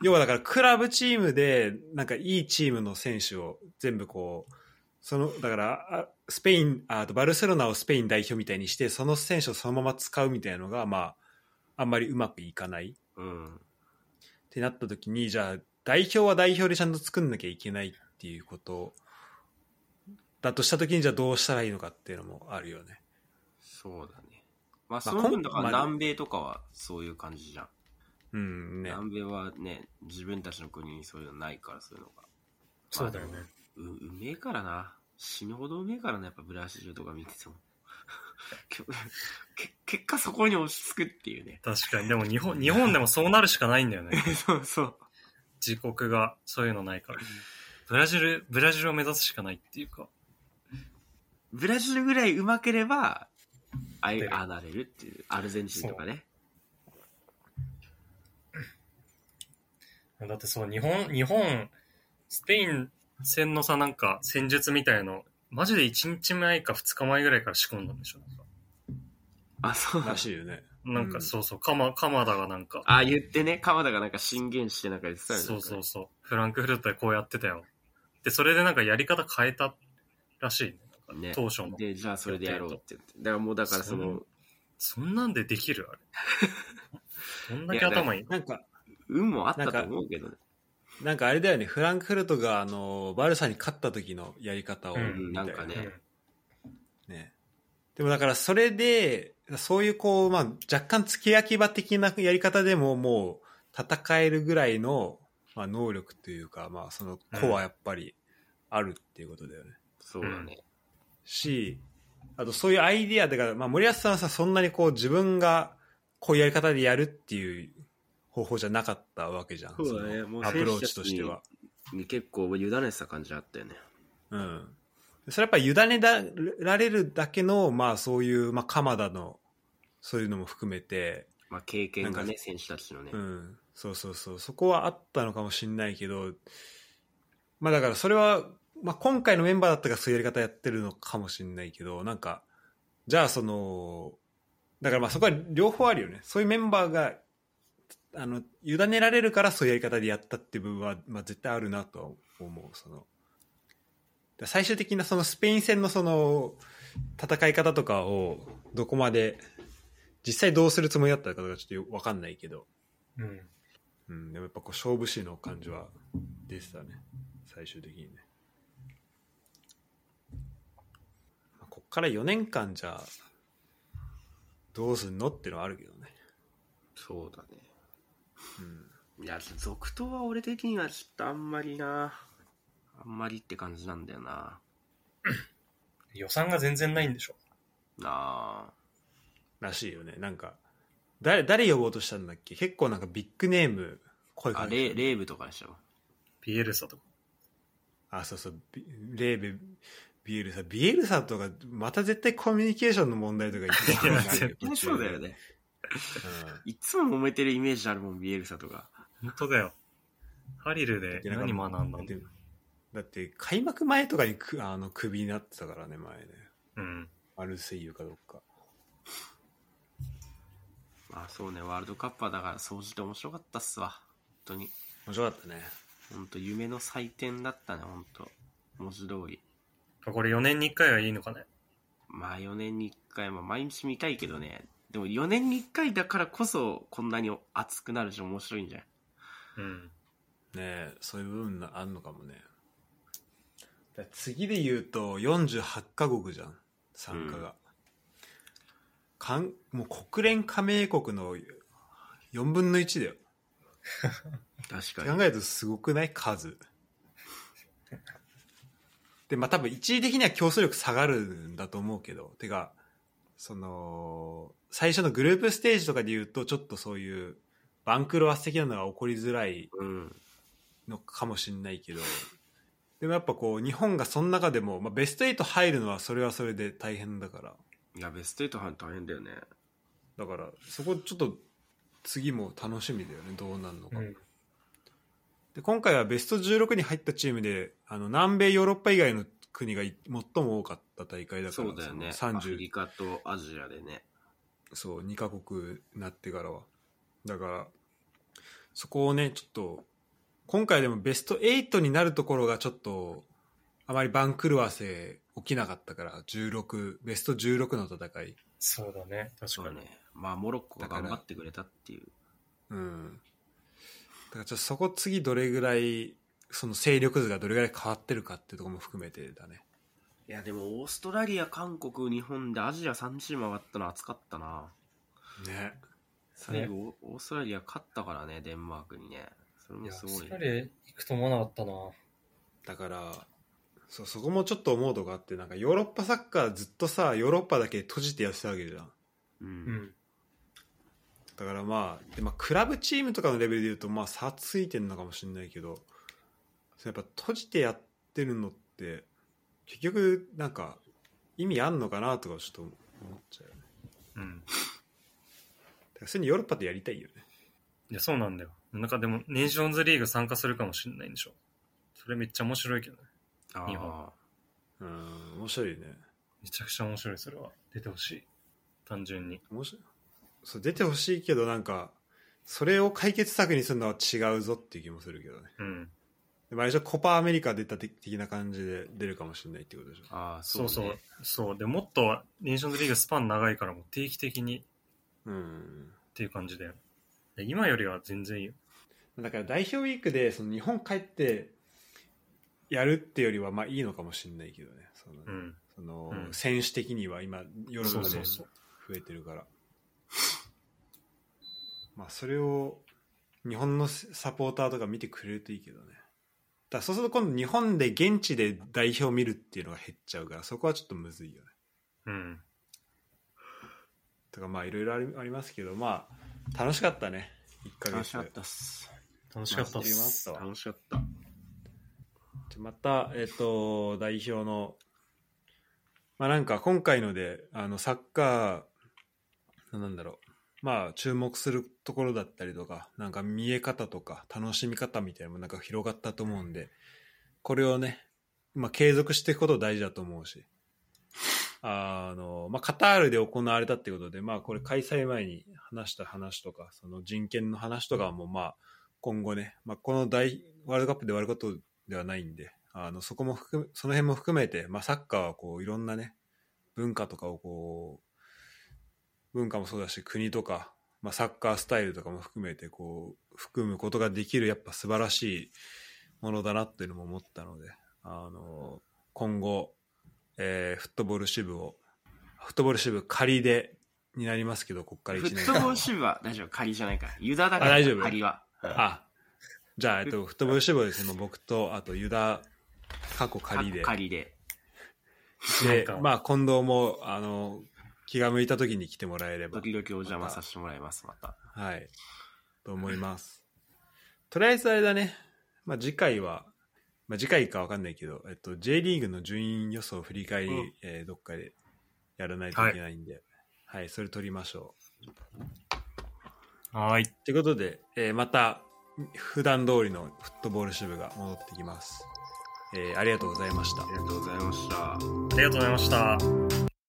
Speaker 1: 要はだからクラブチームでなんかいいチームの選手を全部こうそのだからあスペインああとバルセロナをスペイン代表みたいにしてその選手をそのまま使うみたいなのがまああんまりうまくいかない
Speaker 2: うん。
Speaker 1: ってなった時にじゃあ代表は代表でちゃんと作んなきゃいけないっていうことだとした時にじゃあどうしたらいいのかっていうのもあるよね。
Speaker 2: そうだね。まあ、その分だから南米とかはそういう感じじゃん。
Speaker 1: うんね、
Speaker 2: 南米はね、自分たちの国にそういうのないから、そういうのが。
Speaker 3: そうだよね。
Speaker 2: う、うめえからな。死ぬほどうめえからな、やっぱブラジルとか見てても。 け結果そこに落ち着くっていうね。
Speaker 3: 確かに。でも日本、日本でもそうなるしかないんだよ ね。
Speaker 2: そうそう。
Speaker 3: 自国がそういうのないから。ブラジル、ブラジルを目指すしかないっていうか。
Speaker 2: ブラジルぐらいうまければ、あい
Speaker 3: 出る
Speaker 2: ああなれるっていう。アルゼンチンとかね。
Speaker 3: だってそう、日本、日本、スペイン戦のさ、なんか戦術みたいの、マジで1日前か2日前ぐらいから仕込んだんでしょなんか
Speaker 2: あ、そう
Speaker 1: らしいよね。
Speaker 3: なん
Speaker 1: う
Speaker 3: か
Speaker 1: ん
Speaker 3: そうそう、鎌鎌田がなんか、
Speaker 2: あ、言ってね、鎌田がなんか進言してなんか言ってたよね。
Speaker 3: そうそうそう、フランクフルトでこうやってたよ。って、それでなんかやり方変えたらしいね。
Speaker 2: ね、
Speaker 3: 当初の
Speaker 2: でじゃあそれでやろうって言ってだからもうだからその
Speaker 3: そんなんででき るあれ。どんだけ頭いいの
Speaker 1: なんか、
Speaker 2: 運もあったと思うけどね
Speaker 1: なんかあれだよね、フランクフルトが、あの、バルサに勝った時のやり方を、
Speaker 3: うん
Speaker 2: うんなんかね
Speaker 1: ね。でもだからそれで、そういうこう、まあ、若干付け焼き場的なやり方でももう戦えるぐらいの、まあ、能力というか、まあ、その子はやっぱりあるっていうことだよね。
Speaker 2: そうだね、
Speaker 1: し、あとそういうアイディアだから、まあ、森保さんはさ、そんなにこう自分がこういうやり方でやるっていう方法じゃなかったわけじゃん。
Speaker 2: そうだね
Speaker 1: の
Speaker 2: もう
Speaker 1: アプローチとしては。
Speaker 2: に結構委ねてた感じあったよね
Speaker 1: うん。それはやっぱ委ねだられるだけの、まあそういう、まあ鎌田の、そういうのも含めて、
Speaker 2: まあ経験が
Speaker 1: な
Speaker 2: ね
Speaker 1: ん
Speaker 2: 選手たちのね、
Speaker 1: うん。そうそうそう。そこはあったのかもしれないけど、まあだからそれは、まあ今回のメンバーだったからそういうやり方やってるのかもしれないけど、なんか、じゃあその、だからまあそこは両方あるよね。そういうメンバーが、あの、委ねられるからそういうやり方でやったっていう部分は、まあ絶対あるなとは思う。その、だから最終的なそのスペイン戦のその、戦い方とかをどこまで、実際どうするつもりだったのかとかちょっとわかんないけど、
Speaker 3: うん。うん
Speaker 1: うん、でもやっぱこう勝負師の感じは出てたね、最終的にね。まあこっから4年間じゃあ、どうすんのってのはあるけどね。
Speaker 2: そうだね
Speaker 1: うん、
Speaker 2: いや続投は俺的にはちょっとあんまりなあんまりって感じなんだよな
Speaker 3: 予算が全然ないんでしょ。
Speaker 2: なあ
Speaker 1: らしいよね。なんか、誰、誰呼ぼうとしたんだっけ結構なんかビッグネーム声
Speaker 2: あ
Speaker 1: か
Speaker 2: レ
Speaker 1: け
Speaker 2: イ
Speaker 1: て
Speaker 2: レイブとかでしょ
Speaker 3: ビエルサとか。
Speaker 1: あそうそう、ビレーベ、ビエルサ。ビエルサとか、また絶対コミュニケーションの問題とか言ってた
Speaker 3: いや
Speaker 1: 絶
Speaker 3: 絶
Speaker 2: そうだよ。ねいつも揉めてるイメージあるもんビエルサとか
Speaker 3: 本当だよ。ハリルで何学んだんだ
Speaker 1: だってだって開幕前とかにくあのクビになってたからね前ね
Speaker 3: うん。
Speaker 1: マルセイユかどっか
Speaker 2: まあそうねワールドカップはだから総じて面白かったっすわ本当に
Speaker 1: 面白かったね
Speaker 2: 本当夢の祭典だったね本当文字通り
Speaker 3: これ4年に1回はいいのかね。
Speaker 2: まあ4年に1回、まあ、毎日見たいけどねでも4年に1回だからこそこんなに熱くなるし面白いんじゃない
Speaker 3: うん。
Speaker 1: ねえそういう部分なあんのかもねだから次で言うと48カ国じゃん参加が、かんもう国連加盟国の4分の1だよ
Speaker 2: 確
Speaker 1: 考えるとすごくない数 でまあ多分一時的には競争力下がるんだと思うけどてかその最初のグループステージとかで言うとちょっとそういう番狂わせ的なのが起こりづらい
Speaker 2: うん
Speaker 1: のかもしれないけどでもやっぱこう日本がその中でも、まあ、ベスト8入るのはそれはそれで大変だから
Speaker 2: いやベスト8は大変だよね
Speaker 1: だからそこちょっと次も楽しみだよねどうなるのか、
Speaker 3: うん。
Speaker 1: で今回はベスト16に入ったチームであの南米ヨーロッパ以外の国がい最も多かった大会だから
Speaker 2: そうだよね
Speaker 1: そ
Speaker 2: ア
Speaker 1: の
Speaker 2: フリ
Speaker 1: 30
Speaker 2: カとアジアでね
Speaker 1: そう2カ国になってからはだからそこをねちょっと今回でもベスト8になるところがちょっとあまり番狂わせ起きなかったから16ベスト16の戦い、
Speaker 3: そうだね。確
Speaker 2: そう
Speaker 3: か
Speaker 2: だ
Speaker 3: に。
Speaker 2: ねまあモロッコが
Speaker 1: だから
Speaker 2: 頑張ってくれたっていう
Speaker 1: うん、だからちょっとそこ次どれぐらいその勢力図がどれぐらい変わってるかっていうところも含めてだね
Speaker 2: いやでもオーストラリア韓国日本でアジア3チーム上がったの熱かったな
Speaker 1: ね
Speaker 2: 最後、オーストラリア勝ったからねデンマークにねそれ
Speaker 3: い
Speaker 2: も
Speaker 3: や、
Speaker 2: す
Speaker 3: す
Speaker 2: ごい
Speaker 3: ごい。行くと思わなかったな。
Speaker 1: だからそうそこもちょっと思うとこあってなんかヨーロッパサッカーずっとさヨーロッパだけ閉じてやってたわけじゃん
Speaker 2: う、
Speaker 3: うんん。
Speaker 1: だからまあで、まあ、クラブチームとかのレベルでいうとまあ差ついてるのかもしれないけどそうやっぱ閉じてやってるのって結局なんか意味あんのかなとかちょっと思っちゃうよね
Speaker 3: うん。
Speaker 1: だからそういうのヨーロッパでやりたいよね
Speaker 3: いや、そうなんだよ。なんかでも、ネーションズリーグ参加するかもしれないんでしょ。それめっちゃ面白いけどね。
Speaker 2: あ
Speaker 3: 日
Speaker 2: あ
Speaker 3: 本
Speaker 1: うん面白いよね
Speaker 3: めちゃくちゃ面白い、それは。出てほしい。単純に。
Speaker 1: 面白いそう出てほしいけどなんかそれを解決策にするのは違うぞっていう気もするけどね
Speaker 3: うん。
Speaker 1: ででもあれじゃコパアメリカ出た的的な感じで出るかもしれないってことでしょ。
Speaker 2: ああ、
Speaker 3: そうそう、
Speaker 2: ね
Speaker 3: そう。で、もっと、ネーションズリーグスパン長いから、もう定期的にっ
Speaker 1: うん。
Speaker 3: ていう感じで。で今よりは全然いいよ。
Speaker 1: だから代表ウィークでその日本帰ってやるってよりはまあいいのかもしれないけどね。その,、
Speaker 3: うん。
Speaker 1: その
Speaker 3: うん
Speaker 1: 選手的には今ヨーロッパで
Speaker 3: そうそうそ
Speaker 1: 増えてるから。まあそれを日本のサポーターとか見てくれるといいけどね。だからそうすると今度日本で現地で代表見るっていうのが減っちゃうからそこはちょっとむずいよね。
Speaker 3: うん。
Speaker 1: とかまあいろいろありありますけどまあ楽しかったね1ヶ月
Speaker 2: 楽しかったっす。
Speaker 3: 楽しかったっす。
Speaker 1: まあ
Speaker 2: 楽しかった。
Speaker 1: じゃあまたえっ、と代表のまあなんか今回のであのサッカーなんだろうまあ注目するところだったりとかなんか見え方とか楽しみ方みたいなのもなんか広がったと思うんでこれをね、まあ、継続していくこと大事だと思うしあの、まあ、カタールで行われたってことで、まあ、これ開催前に話した話とかその人権の話とかもまあ今後ね、まあ、この大ワールドカップで終わることではないんであのそこも含めその辺も含めて、まあ、サッカーはこういろんなね文化とかをこう文化もそうだし国とか、まあ、サッカースタイルとかも含めてこう含むことができるやっぱ素晴らしいものだなっていうのも思ったのであの今後、えーフットボール支部をフットボール支部仮でになりますけどここから
Speaker 2: フ
Speaker 1: 1年
Speaker 2: ットボール支部は大丈夫、仮じゃないから。ユダだ
Speaker 1: あ
Speaker 2: から、
Speaker 1: 大丈夫
Speaker 2: 仮は。
Speaker 1: あ、じゃあ、えっと、フットボール支部はですね、もう僕と、あと、ユダ、過去仮で。
Speaker 2: 仮で。
Speaker 1: で
Speaker 3: なん、か
Speaker 1: まあ、近藤も、あの、気が向いた時に来てもらえれば、
Speaker 2: 時々お邪魔させてもらいます、また。
Speaker 1: はい、と思います。とりあえずあれだね、まあ、次回は、まあ、次回かわかんないけど、えっと、J リーグの順位予想振り返り、
Speaker 3: うん
Speaker 1: えーどっかでやらないといけないんで、はい、それ取りましょ
Speaker 3: はーい。
Speaker 1: う。ということで、えーまた、普段通りのフットボール支部が戻ってきます。えーありがとうございました
Speaker 2: あ。りがとうございました。
Speaker 3: ありがとうございました。